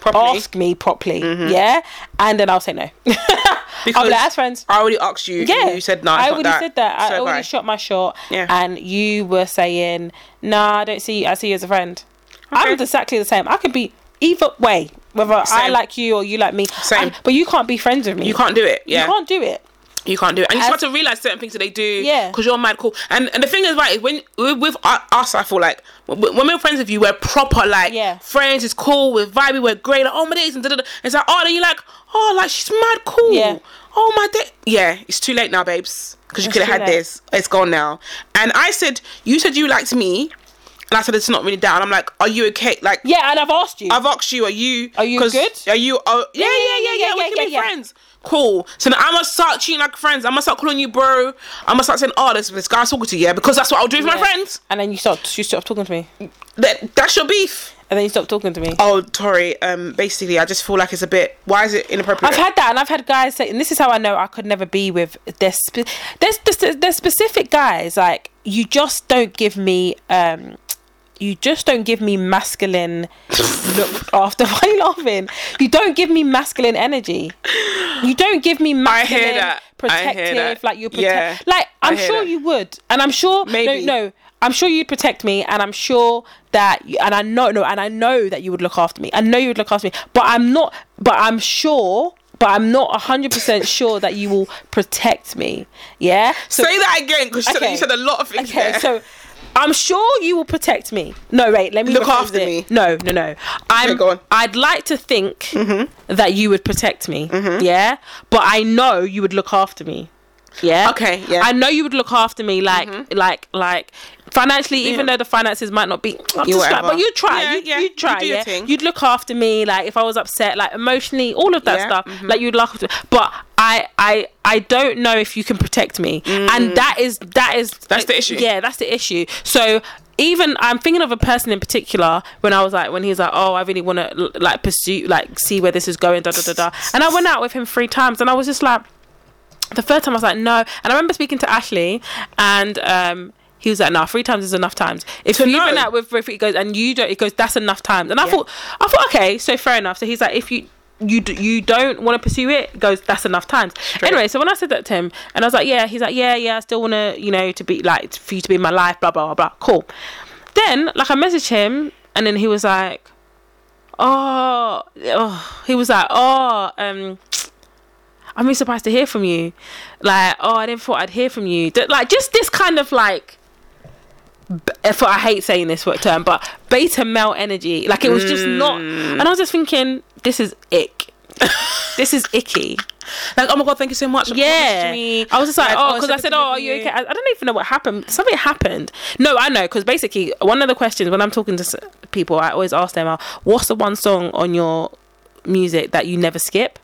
[SPEAKER 1] properly. Mm-hmm.
[SPEAKER 2] Ask me properly, yeah, and then I'll say no. <laughs> I'll
[SPEAKER 1] Because
[SPEAKER 2] be like, as friends,
[SPEAKER 1] I already asked you.
[SPEAKER 2] yeah,
[SPEAKER 1] you said no. it's
[SPEAKER 2] I
[SPEAKER 1] not
[SPEAKER 2] already said that. I
[SPEAKER 1] So
[SPEAKER 2] already
[SPEAKER 1] bye.
[SPEAKER 2] shot my shot,
[SPEAKER 1] Yeah.
[SPEAKER 2] and you were saying, "Nah, I don't see. you. I see you as a friend." I'm
[SPEAKER 1] Okay.
[SPEAKER 2] exactly the same. I could be either way, whether I
[SPEAKER 1] Same.
[SPEAKER 2] like you or you like me.
[SPEAKER 1] Same.
[SPEAKER 2] I- but you can't be friends with me.
[SPEAKER 1] You can't do it. Yeah,
[SPEAKER 2] You can't do it.
[SPEAKER 1] You can't do it, and you
[SPEAKER 2] As-
[SPEAKER 1] start to realize certain things that they do.
[SPEAKER 2] Yeah.
[SPEAKER 1] because you're mad cool. And and the thing is, right, is when with, with u- us, I feel like w- when we're friends with you, we're proper like
[SPEAKER 2] Yeah.
[SPEAKER 1] friends. It's cool. We're vibey. We're great. Like, oh my days, and da da da. It's like oh, then you're like oh, like she's mad cool.
[SPEAKER 2] Yeah.
[SPEAKER 1] Oh my day. Yeah, it's too late now, babes. Because you
[SPEAKER 2] It's
[SPEAKER 1] could have
[SPEAKER 2] too
[SPEAKER 1] had
[SPEAKER 2] late.
[SPEAKER 1] this. It's gone now. And I said, you said you liked me, and I said it's not really down. I'm like, are you okay? Like,
[SPEAKER 2] Yeah, and I've asked you.
[SPEAKER 1] I've asked you, are you
[SPEAKER 2] Are you
[SPEAKER 1] 'cause-
[SPEAKER 2] good?
[SPEAKER 1] Are you? Oh, yeah, yeah, yeah, yeah.
[SPEAKER 2] yeah,
[SPEAKER 1] we
[SPEAKER 2] yeah,
[SPEAKER 1] can
[SPEAKER 2] yeah,
[SPEAKER 1] be
[SPEAKER 2] yeah.
[SPEAKER 1] friends. Cool. So now I'm gonna start cheating like friends. I'm gonna start calling you bro. I'm gonna start saying, oh, this this guy's talking to you, yeah, because that's what I'll do with my
[SPEAKER 2] Yeah.
[SPEAKER 1] friends.
[SPEAKER 2] And then you stop. You stop talking to me.
[SPEAKER 1] Mm.
[SPEAKER 2] And
[SPEAKER 1] That that's your beef.
[SPEAKER 2] then you stop talking to me.
[SPEAKER 1] Oh, Tori. Um, basically, I just feel like it's a bit. Why is it inappropriate?
[SPEAKER 2] I've had that, and I've had guys say, and this is how I know I could never be with there's spe- there's, there's, there's specific guys like you just don't give me um you just don't give me
[SPEAKER 1] <laughs>
[SPEAKER 2] masculine look after. <laughs> Why are you laughing? You don't give me masculine energy. You don't give me
[SPEAKER 1] I
[SPEAKER 2] masculine
[SPEAKER 1] hear that. I hear
[SPEAKER 2] protective.
[SPEAKER 1] that.
[SPEAKER 2] Like you protect.
[SPEAKER 1] Yeah.
[SPEAKER 2] Like I'm
[SPEAKER 1] hear
[SPEAKER 2] sure
[SPEAKER 1] that.
[SPEAKER 2] you would, and I'm sure
[SPEAKER 1] Maybe.
[SPEAKER 2] no, no. I'm sure you'd protect me, and I'm sure that, you, and I know, no, and I know that you would look after me. I know you would look after me, but I'm not. But I'm sure. But I'm not 100% sure that you will protect me. Yeah. So
[SPEAKER 1] Say that again because you, said-
[SPEAKER 2] Okay.
[SPEAKER 1] you said a lot of things
[SPEAKER 2] Okay,
[SPEAKER 1] there.
[SPEAKER 2] so I'm sure you will protect me. No, wait, let me
[SPEAKER 1] Look
[SPEAKER 2] rephrase
[SPEAKER 1] after
[SPEAKER 2] it.
[SPEAKER 1] me.
[SPEAKER 2] No, no, no. I'm.
[SPEAKER 1] Okay, go on. Mm-hmm.
[SPEAKER 2] I'd like to think that you would protect me. Yeah, but I know you would look after me. Yeah.
[SPEAKER 1] Okay, yeah. Mm-hmm.
[SPEAKER 2] I know you would look after me, like, like, like. Financially, even though the finances might not be, I'm just like,
[SPEAKER 1] whatever.
[SPEAKER 2] but you try,
[SPEAKER 1] Yeah,
[SPEAKER 2] you,
[SPEAKER 1] yeah,
[SPEAKER 2] you
[SPEAKER 1] you
[SPEAKER 2] try,
[SPEAKER 1] do your
[SPEAKER 2] yeah.
[SPEAKER 1] thing.
[SPEAKER 2] You'd look after me, like if I was upset, like emotionally, all of that
[SPEAKER 1] Yeah, mm-hmm.
[SPEAKER 2] stuff. Like you'd look after, but I, I, I don't know if you can protect me, and that is that is
[SPEAKER 1] Mm. That's the issue.
[SPEAKER 2] yeah, that's the issue. So even I'm thinking of a person in particular when I was like when he was like, oh, I really want to like pursue, like see where this is going, da da da da. And I went out with him three times, and I was just like, the third time I was like, no. And I remember speaking to Ashley, and um. He was like, "Nah, three times is enough times. If you've
[SPEAKER 1] know.
[SPEAKER 2] been out with Riff, he goes, and you don't. He goes, that's enough times. And I thought, I thought, okay, so fair enough. So he's like, if you you d- you don't want to pursue it, goes, that's enough times. Anyway, so when I said that to him, and I was like, yeah, he's like, yeah, yeah, I still want to, you know, to be like for you to be in my life, blah blah blah. blah. Cool. Then like I messaged him, and then he was like, oh, oh he was like, oh, um. I'm really surprised to hear from you. Like, oh, I never thought I'd hear from you. D- Like, just this kind of like, b- if I hate saying this word term, but beta male energy. Like, it was just not.
[SPEAKER 1] Mm.
[SPEAKER 2] And I was just thinking, this is
[SPEAKER 1] <laughs>
[SPEAKER 2] ick. this is icky.
[SPEAKER 1] like, oh my god, thank you so much. for
[SPEAKER 2] Yeah,
[SPEAKER 1] messaging me.
[SPEAKER 2] I was just like,
[SPEAKER 1] Like,
[SPEAKER 2] oh,
[SPEAKER 1] oh,
[SPEAKER 2] because
[SPEAKER 1] so
[SPEAKER 2] I said,
[SPEAKER 1] good to hear
[SPEAKER 2] oh, are
[SPEAKER 1] from
[SPEAKER 2] you
[SPEAKER 1] you."
[SPEAKER 2] okay? I, I don't even know what happened. Something happened. No, I know, because basically, one of the questions when I'm talking to s- people, I always ask them, uh, what's the one song on your music that you never skip?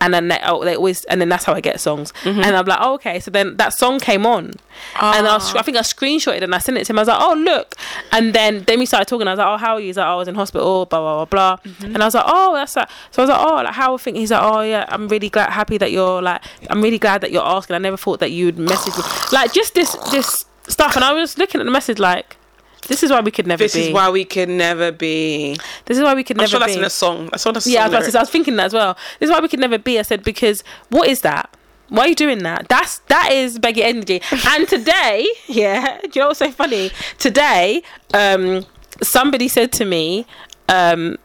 [SPEAKER 2] And then they, oh, they always, and then that's how I get songs.
[SPEAKER 1] Mm-hmm.
[SPEAKER 2] And I'm like, oh, okay. So then that song came on, and I, was, I think I screenshotted and I sent it to him. I was like, oh, look. And then then we started talking. I was like, oh, how are you? He's like, oh, I was in hospital, blah blah blah blah.
[SPEAKER 1] Mm-hmm.
[SPEAKER 2] And I was like, oh, that's that. So I was like, oh, like how are things? He's like, oh yeah, I'm really glad, happy that you're like, I'm really glad that you're asking. I never thought that
[SPEAKER 1] <sighs>
[SPEAKER 2] you'd message me, like just this this stuff. And I was looking at the message like, this is why we could never
[SPEAKER 1] This
[SPEAKER 2] be.
[SPEAKER 1] is why we can never be.
[SPEAKER 2] this is why we could
[SPEAKER 1] I'm
[SPEAKER 2] never
[SPEAKER 1] sure that's
[SPEAKER 2] be.
[SPEAKER 1] in a song. That's on a song.
[SPEAKER 2] Yeah, I was, about to
[SPEAKER 1] lyric.
[SPEAKER 2] say, I was thinking that as well. This is why we could never be. I said because what is that? Why are you doing that? That's that is Becky energy. And today, yeah, do you know what's so funny? Today, um, somebody said to me um,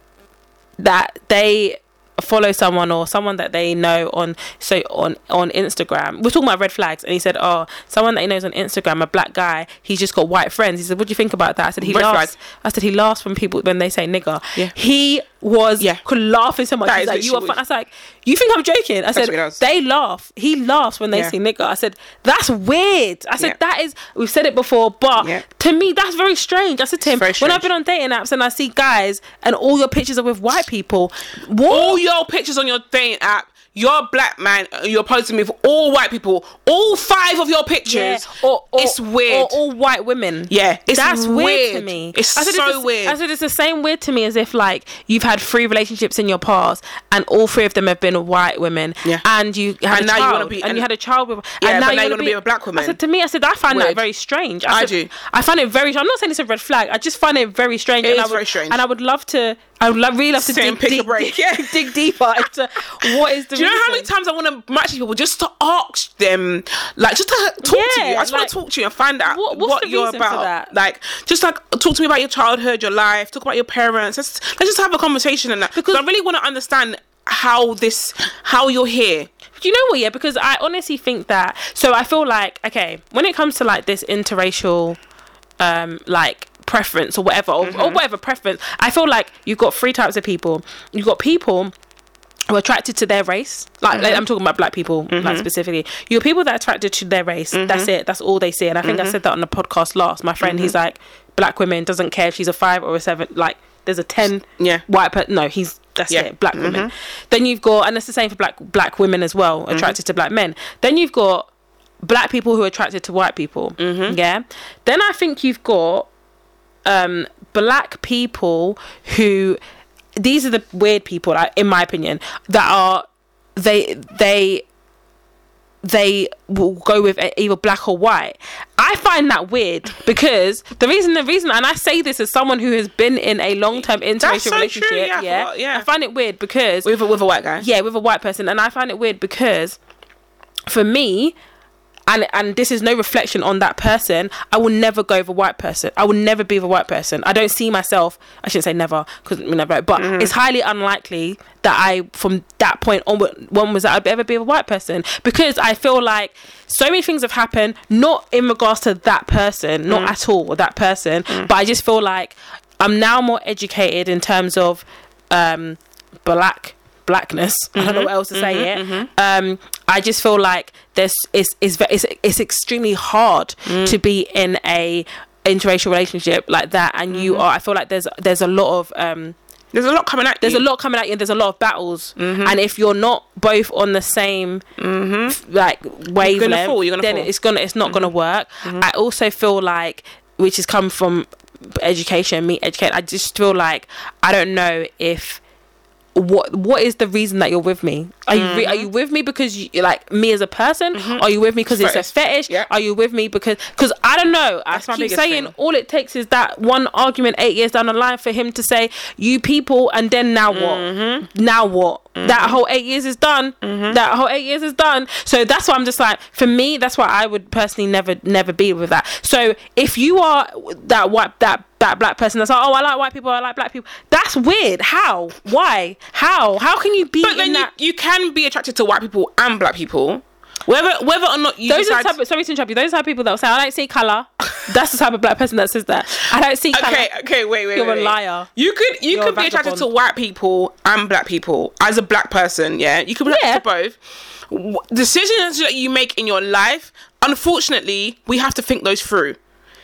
[SPEAKER 2] that they follow someone or someone that they know on so on on Instagram. We're talking about red flags, and he said, "Oh, someone that he knows on Instagram, a black guy, he's just got white friends." He said, "What do you think about that?" I said, "He
[SPEAKER 1] Red
[SPEAKER 2] laughs."
[SPEAKER 1] flag.
[SPEAKER 2] I said, "He laughs when people when they say nigger."
[SPEAKER 1] Yeah.
[SPEAKER 2] He was
[SPEAKER 1] Yeah.
[SPEAKER 2] could laughing so much.
[SPEAKER 1] That
[SPEAKER 2] He's
[SPEAKER 1] is
[SPEAKER 2] like, "You are
[SPEAKER 1] literally
[SPEAKER 2] fun."
[SPEAKER 1] what-
[SPEAKER 2] I was like, "You think I'm joking?" I
[SPEAKER 1] what it
[SPEAKER 2] said,
[SPEAKER 1] is.
[SPEAKER 2] "They laugh. He laughs when they
[SPEAKER 1] Yeah.
[SPEAKER 2] say nigger." I said, "That's weird." I said,
[SPEAKER 1] Yeah.
[SPEAKER 2] "That is." We've said it before, but
[SPEAKER 1] Yeah.
[SPEAKER 2] to me, that's very strange. I said to him,
[SPEAKER 1] very
[SPEAKER 2] "When
[SPEAKER 1] strange.
[SPEAKER 2] I've been on dating apps and I see guys and all your pictures are with white people, what?"
[SPEAKER 1] all your pictures on your dating app. You're a black man. uh, You're posing with all white people. All five of your pictures.
[SPEAKER 2] or, or-
[SPEAKER 1] it's weird.
[SPEAKER 2] Or all white women.
[SPEAKER 1] Yeah, it's
[SPEAKER 2] that's weird. to
[SPEAKER 1] weird.
[SPEAKER 2] me.
[SPEAKER 1] It's
[SPEAKER 2] I said
[SPEAKER 1] so
[SPEAKER 2] the-
[SPEAKER 1] weird.
[SPEAKER 2] I said it's the same weird to me as if like you've had three relationships in your past, and all three of them have been white women.
[SPEAKER 1] Yeah.
[SPEAKER 2] and you had
[SPEAKER 1] And
[SPEAKER 2] a
[SPEAKER 1] now you
[SPEAKER 2] child,
[SPEAKER 1] wanna be-
[SPEAKER 2] and,
[SPEAKER 1] and-
[SPEAKER 2] you had a child with,
[SPEAKER 1] Yeah,
[SPEAKER 2] and
[SPEAKER 1] but now you
[SPEAKER 2] wanna
[SPEAKER 1] wanna be a black woman.
[SPEAKER 2] I said to me, I said I find that
[SPEAKER 1] Weird.
[SPEAKER 2] very strange.
[SPEAKER 1] I
[SPEAKER 2] said,
[SPEAKER 1] do.
[SPEAKER 2] I find it very. I'm not saying it's a red flag. I just find it very strange.
[SPEAKER 1] It
[SPEAKER 2] and
[SPEAKER 1] is
[SPEAKER 2] I would,
[SPEAKER 1] very strange.
[SPEAKER 2] and I would love to. I would love, really love to
[SPEAKER 1] Sit and
[SPEAKER 2] dig,
[SPEAKER 1] pick a
[SPEAKER 2] deep-
[SPEAKER 1] break. Yeah.
[SPEAKER 2] <laughs> dig deeper into what is
[SPEAKER 1] <laughs>
[SPEAKER 2] the.
[SPEAKER 1] Do you know how many
[SPEAKER 2] reason?
[SPEAKER 1] times I want to match people just to ask them, like, just to talk to you?
[SPEAKER 2] Yeah,
[SPEAKER 1] I just
[SPEAKER 2] like,
[SPEAKER 1] want to talk to you and find out
[SPEAKER 2] what-
[SPEAKER 1] what,
[SPEAKER 2] what's the
[SPEAKER 1] you're
[SPEAKER 2] reason for
[SPEAKER 1] about.
[SPEAKER 2] that?
[SPEAKER 1] Like, just like talk to me about your childhood, your life, talk about your parents. Let's let's just have a conversation and that because I really want to understand how this, how you're here.
[SPEAKER 2] Do you know what? Yeah, because I honestly think that. So I feel like okay, when it comes to like this interracial, um, like preference or whatever, or, or whatever preference, I feel like you've got three types of people. You've got people who are attracted to their race. Like, like, I'm talking about black people, like specifically. You're people that are attracted to their race. That's it. That's all they see. And I think I said that on the podcast last. My friend, he's like, black women doesn't care if she's a five or a seven. Like, there's a ten.
[SPEAKER 1] Yeah.
[SPEAKER 2] White, but no, he's that's
[SPEAKER 1] Yeah.
[SPEAKER 2] it. Black women. Then you've got, and it's the same for black black women as well, attracted to black men. Then you've got black people who are attracted to white people. Yeah. Then I think you've got um, black people who these are the weird people, like, in my opinion, that are they they they will go with e- either black or white. I find that
[SPEAKER 1] <laughs>
[SPEAKER 2] weird because the reason, the reason, and I say this as someone who has been in a long term interracial
[SPEAKER 1] so true,
[SPEAKER 2] relationship.
[SPEAKER 1] yeah, I
[SPEAKER 2] Yeah,
[SPEAKER 1] forgot, yeah.
[SPEAKER 2] I find it weird because
[SPEAKER 1] with a, with a white guy.
[SPEAKER 2] yeah, with a white person, and I find it weird because for me. And, and this is no reflection on that person. I will never go with a white person. I will never be with a white person. I don't see myself. I shouldn't say never because you know, but but it's highly unlikely that I, from that point onward, one was that I'd ever be with a white person because I feel like so many things have happened, not in regards to that person, not at all that person, but I just feel like I'm now more educated in terms of um, black blackness. <laughs> I don't know what else to say it. Um, I just feel like there's it's it's ve- it's, it's extremely hard to be in a interracial relationship like that, and you are. I feel like there's there's a lot of um,
[SPEAKER 1] There's a lot coming at
[SPEAKER 2] there's
[SPEAKER 1] you.
[SPEAKER 2] a lot coming at you. and There's a lot of battles, and if you're not both on the same
[SPEAKER 1] Mm-hmm.
[SPEAKER 2] f- like wavelength,
[SPEAKER 1] fall, you're gonna
[SPEAKER 2] then
[SPEAKER 1] fall. Mm-hmm.
[SPEAKER 2] it's gonna it's not gonna work. I also feel like, which has come from education, me educate. I just feel like I don't know if what what is the reason that you're with me? Are you re- are
[SPEAKER 1] Mm-hmm.
[SPEAKER 2] you with me because you like me as a person? Are you with me because it's a fetish?
[SPEAKER 1] Yeah.
[SPEAKER 2] Are you with me because because I don't know.
[SPEAKER 1] That's
[SPEAKER 2] I
[SPEAKER 1] my
[SPEAKER 2] keep
[SPEAKER 1] biggest
[SPEAKER 2] saying
[SPEAKER 1] thing.
[SPEAKER 2] all it takes is that one argument eight years down the line for him to say you people and then now what?
[SPEAKER 1] Mm-hmm.
[SPEAKER 2] Now what? That whole eight years is done. That whole eight years is done. So that's why I'm just like for me that's why I would personally never never be with that. So if you are that white that that black person that's like oh I like white people I like black people that's weird. How? Why? How? How can you be
[SPEAKER 1] but then
[SPEAKER 2] in
[SPEAKER 1] you,
[SPEAKER 2] that?
[SPEAKER 1] you can be attracted to white people and black people, whether whether or not you
[SPEAKER 2] Those
[SPEAKER 1] decide.
[SPEAKER 2] are the type of, sorry to interrupt you. Those are the type of people that will say, "I don't
[SPEAKER 1] <laughs>
[SPEAKER 2] see color." That's the type of black person that says that. I don't see color.
[SPEAKER 1] Okay, okay, wait, wait.
[SPEAKER 2] You're
[SPEAKER 1] wait,
[SPEAKER 2] a
[SPEAKER 1] wait.
[SPEAKER 2] liar.
[SPEAKER 1] You could you
[SPEAKER 2] You're
[SPEAKER 1] could
[SPEAKER 2] a
[SPEAKER 1] be attracted to
[SPEAKER 2] vagabond.
[SPEAKER 1] white people and black people as a black person. Yeah, you could be attracted to both. W- Decisions that you make in your life, unfortunately, we have to think those through.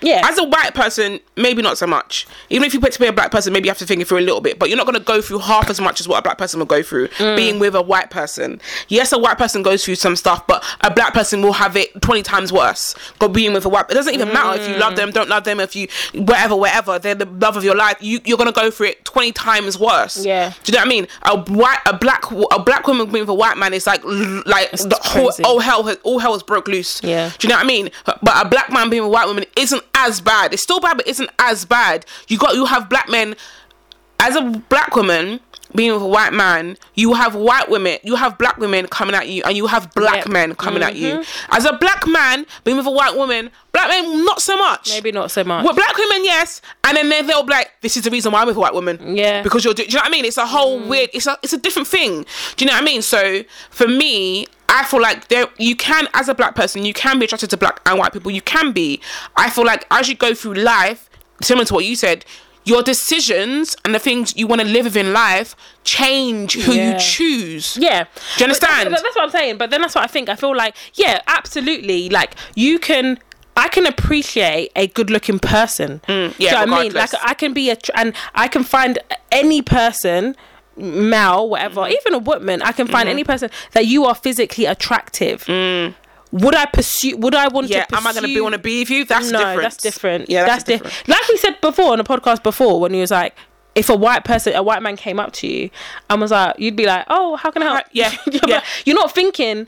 [SPEAKER 2] Yeah.
[SPEAKER 1] As a white person, maybe not so much. Even if you put to be a black person, maybe you have to think it through a little bit. But you're not going to go through half as much as what a black person will go through
[SPEAKER 2] Mm.
[SPEAKER 1] being with a white person. Yes, a white person goes through some stuff, but a black person will have it twenty times worse. Go being with a white. It doesn't even matter if you
[SPEAKER 2] Mm.
[SPEAKER 1] love them, don't love them, if you whatever, whatever. They're the love of your life. You, you're going to go through it twenty times worse.
[SPEAKER 2] Yeah.
[SPEAKER 1] Do you know what I mean? A white, a black, w- a black woman being with a white man is like, l- like the whole,
[SPEAKER 2] crazy.
[SPEAKER 1] all hell, has, all hell has broke loose.
[SPEAKER 2] Yeah.
[SPEAKER 1] Do you know what I mean? But a black man being with a white woman isn't as bad. It's still bad, but isn't as bad. You got you have black men as a black woman being with a white man, you have white women, you have black women coming at you, and you have black
[SPEAKER 2] Yep. Mm-hmm.
[SPEAKER 1] men coming at you. As a black man being with a white woman, black men not so much.
[SPEAKER 2] Maybe not so much.
[SPEAKER 1] Well, black women, yes, and then they- they'll be like, "This is the reason why I'm with a white woman."
[SPEAKER 2] Yeah. Mm.
[SPEAKER 1] because you're. Do, do you know what I mean? It's a whole weird. It's a it's a different thing. Do you know what I mean? So for me, I feel like there you can, as a black person, you can be attracted to black and white people. You can be. I feel like as you go through life, similar to what you said. Your decisions and the things you want to live with in life change who
[SPEAKER 2] Yeah.
[SPEAKER 1] you choose.
[SPEAKER 2] Yeah. Do
[SPEAKER 1] you understand?
[SPEAKER 2] That's, that's what I'm saying. But then that's what I think. I feel like, yeah, absolutely. Like, you can. I can appreciate a good-looking person.
[SPEAKER 1] Mm, yeah,
[SPEAKER 2] Do you know what I mean, like
[SPEAKER 1] regardless.
[SPEAKER 2] I can be a, tr- and I can find any person, male, whatever,
[SPEAKER 1] Mm.
[SPEAKER 2] even a woman. I can
[SPEAKER 1] Mm-hmm.
[SPEAKER 2] find any person that you are physically attractive. Would I pursue? Would I want
[SPEAKER 1] Mm. Yeah,
[SPEAKER 2] to?
[SPEAKER 1] am
[SPEAKER 2] Pursue,
[SPEAKER 1] I going to be want to be with you? That's
[SPEAKER 2] no,
[SPEAKER 1] different.
[SPEAKER 2] that's different.
[SPEAKER 1] Yeah, that's,
[SPEAKER 2] different.
[SPEAKER 1] different.
[SPEAKER 2] Like we said before on a podcast before, when he was like, if a white person, a white man came up to you and was like, you'd be like, oh, how can I help?
[SPEAKER 1] Yeah,
[SPEAKER 2] <laughs> You're
[SPEAKER 1] yeah.
[SPEAKER 2] like- you're not thinking,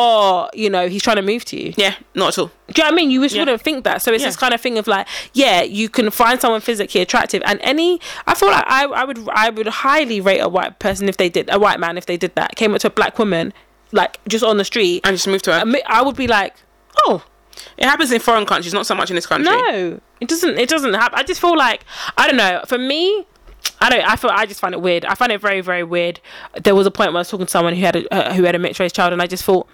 [SPEAKER 2] oh, you know, he's trying to move to you.
[SPEAKER 1] Yeah, not at all.
[SPEAKER 2] Do you know what I mean? You just wouldn't think that. So it's
[SPEAKER 1] Yeah.
[SPEAKER 2] this kind of thing of like, yeah, you can find someone physically attractive, and any, I feel like I, I would, I would highly rate a white person if they did, a white man if they did that, came up to a black woman, like just on the street.
[SPEAKER 1] And just move to her.
[SPEAKER 2] I mean, I would be like, oh,
[SPEAKER 1] It happens in foreign countries, not so much in this country.
[SPEAKER 2] no, it doesn't. It doesn't happen. I just feel like I don't know. For me, I don't. I feel I just find it weird. I find it very, very weird. There was a point where I was talking to someone who had a uh, who had a mixed race child, and I just thought,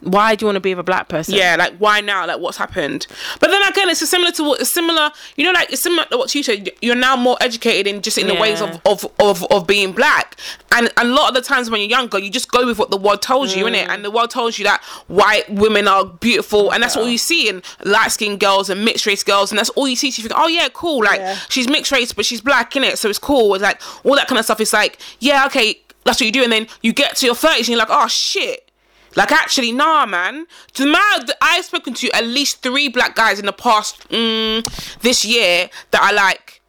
[SPEAKER 2] why do you want to be with a black person?
[SPEAKER 1] Yeah, like why now? Like what's happened? But then again, it's similar to what it's similar. You know, like it's similar to what you said. You're now more educated in just in the ways
[SPEAKER 2] Yeah.
[SPEAKER 1] of of, of of being black. And a lot of the times when you're younger, you just go with what the world tells you, innit? And the world tells you that white women are beautiful, and that's all you see in light skinned girls and mixed race girls, and that's all you see. So you think, oh yeah, cool. Like
[SPEAKER 2] Yeah.
[SPEAKER 1] she's mixed race, but she's black, innit? So it's cool. It's like all that kind of stuff. It's like yeah, okay. That's what you do, and then you get to your thirties, and you're like, oh shit. Like, actually, nah, man. To my, th- I've spoken to at least three black guys in the past mm, this year that are like,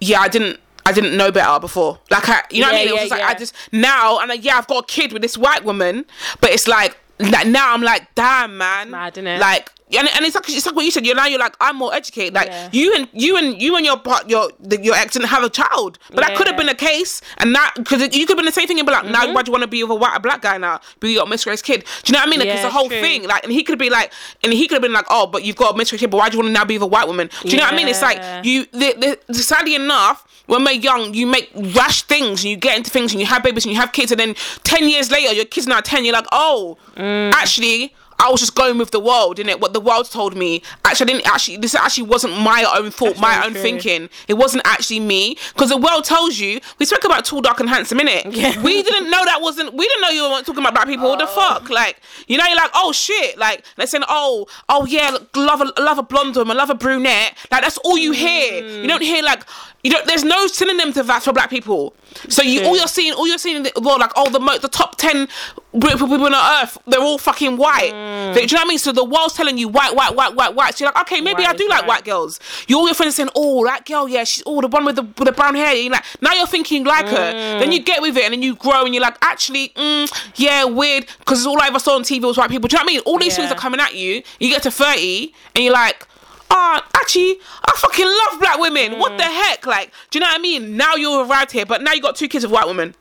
[SPEAKER 1] yeah, I didn't. I didn't know better before. Like I, you know what I
[SPEAKER 2] Yeah,
[SPEAKER 1] mean? It was
[SPEAKER 2] yeah,
[SPEAKER 1] just like
[SPEAKER 2] yeah.
[SPEAKER 1] I just now, and like, yeah, I've got a kid with this white woman, but it's like like now I'm like, damn, man.
[SPEAKER 2] Mad, innit?
[SPEAKER 1] Like, and, and it's like it's like what you said. You're now you're like, I'm more educated. Like
[SPEAKER 2] Yeah.
[SPEAKER 1] you and you and you and your part your the, your ex didn't have a child, but that could have
[SPEAKER 2] Yeah. Mm-hmm.
[SPEAKER 1] been a case, and that because you could have been the same thing and be like, now why do you want to be with a white a black guy now? But you got a miscarriage kid. Do you know what I mean? Like, it's
[SPEAKER 2] Yeah,
[SPEAKER 1] a whole
[SPEAKER 2] true.
[SPEAKER 1] thing. Like, and he could be like, and he could have been like, oh, but you've got a miscarriage kid, but why do you want to now be with a white woman? Do you know what I mean? It's
[SPEAKER 2] Yeah.
[SPEAKER 1] like you. The, the, sadly enough. When we're young, you make rash things and you get into things and you have babies and you have kids, and then 10 years later, your kid's now 10, you're like, oh,
[SPEAKER 2] Mm.
[SPEAKER 1] actually, I was just going with the world, innit? What the world told me. Actually, I didn't actually, this actually wasn't my own thought, my
[SPEAKER 2] very
[SPEAKER 1] own
[SPEAKER 2] true.
[SPEAKER 1] thinking. It wasn't actually me. Because the world tells you, we spoke about tall, dark, and handsome, innit?
[SPEAKER 2] <laughs> Yeah. Oh.
[SPEAKER 1] We didn't know that wasn't, we didn't know you weren't talking about black people. What the fuck? Like, you know, you're like, oh shit. Like, they're saying, oh, oh yeah, look, love a, love a blonde woman, love a brunette. Like, that's all you hear. You don't hear, like, you don't, there's no synonym to that for black people. So you,
[SPEAKER 2] True.
[SPEAKER 1] all you're seeing, all you're seeing in the world, like, oh, the, mo- the top 10 black people on earth, they're all fucking white.
[SPEAKER 2] Mm.
[SPEAKER 1] Do you know what I mean? So the world's telling you white, white, white, white, white. So you're like, okay, maybe
[SPEAKER 2] White
[SPEAKER 1] I do
[SPEAKER 2] is
[SPEAKER 1] like
[SPEAKER 2] right.
[SPEAKER 1] white girls. You all your friends are saying, oh, that girl, yeah, she's all the one with the with the brown hair. You're like, now you're thinking you like her. Then you get with it, and then you grow, and you're like, actually, mm, yeah, weird, because all I ever saw on TV was white people. Do you know what I mean? All these things
[SPEAKER 2] Yeah.
[SPEAKER 1] are coming at you. You get to thirty, and you're like. Ah, actually, I fucking love black women. What the
[SPEAKER 2] Mm.
[SPEAKER 1] heck? Like, do you know what I mean? Now you're arrived here, but now you got two kids with white women.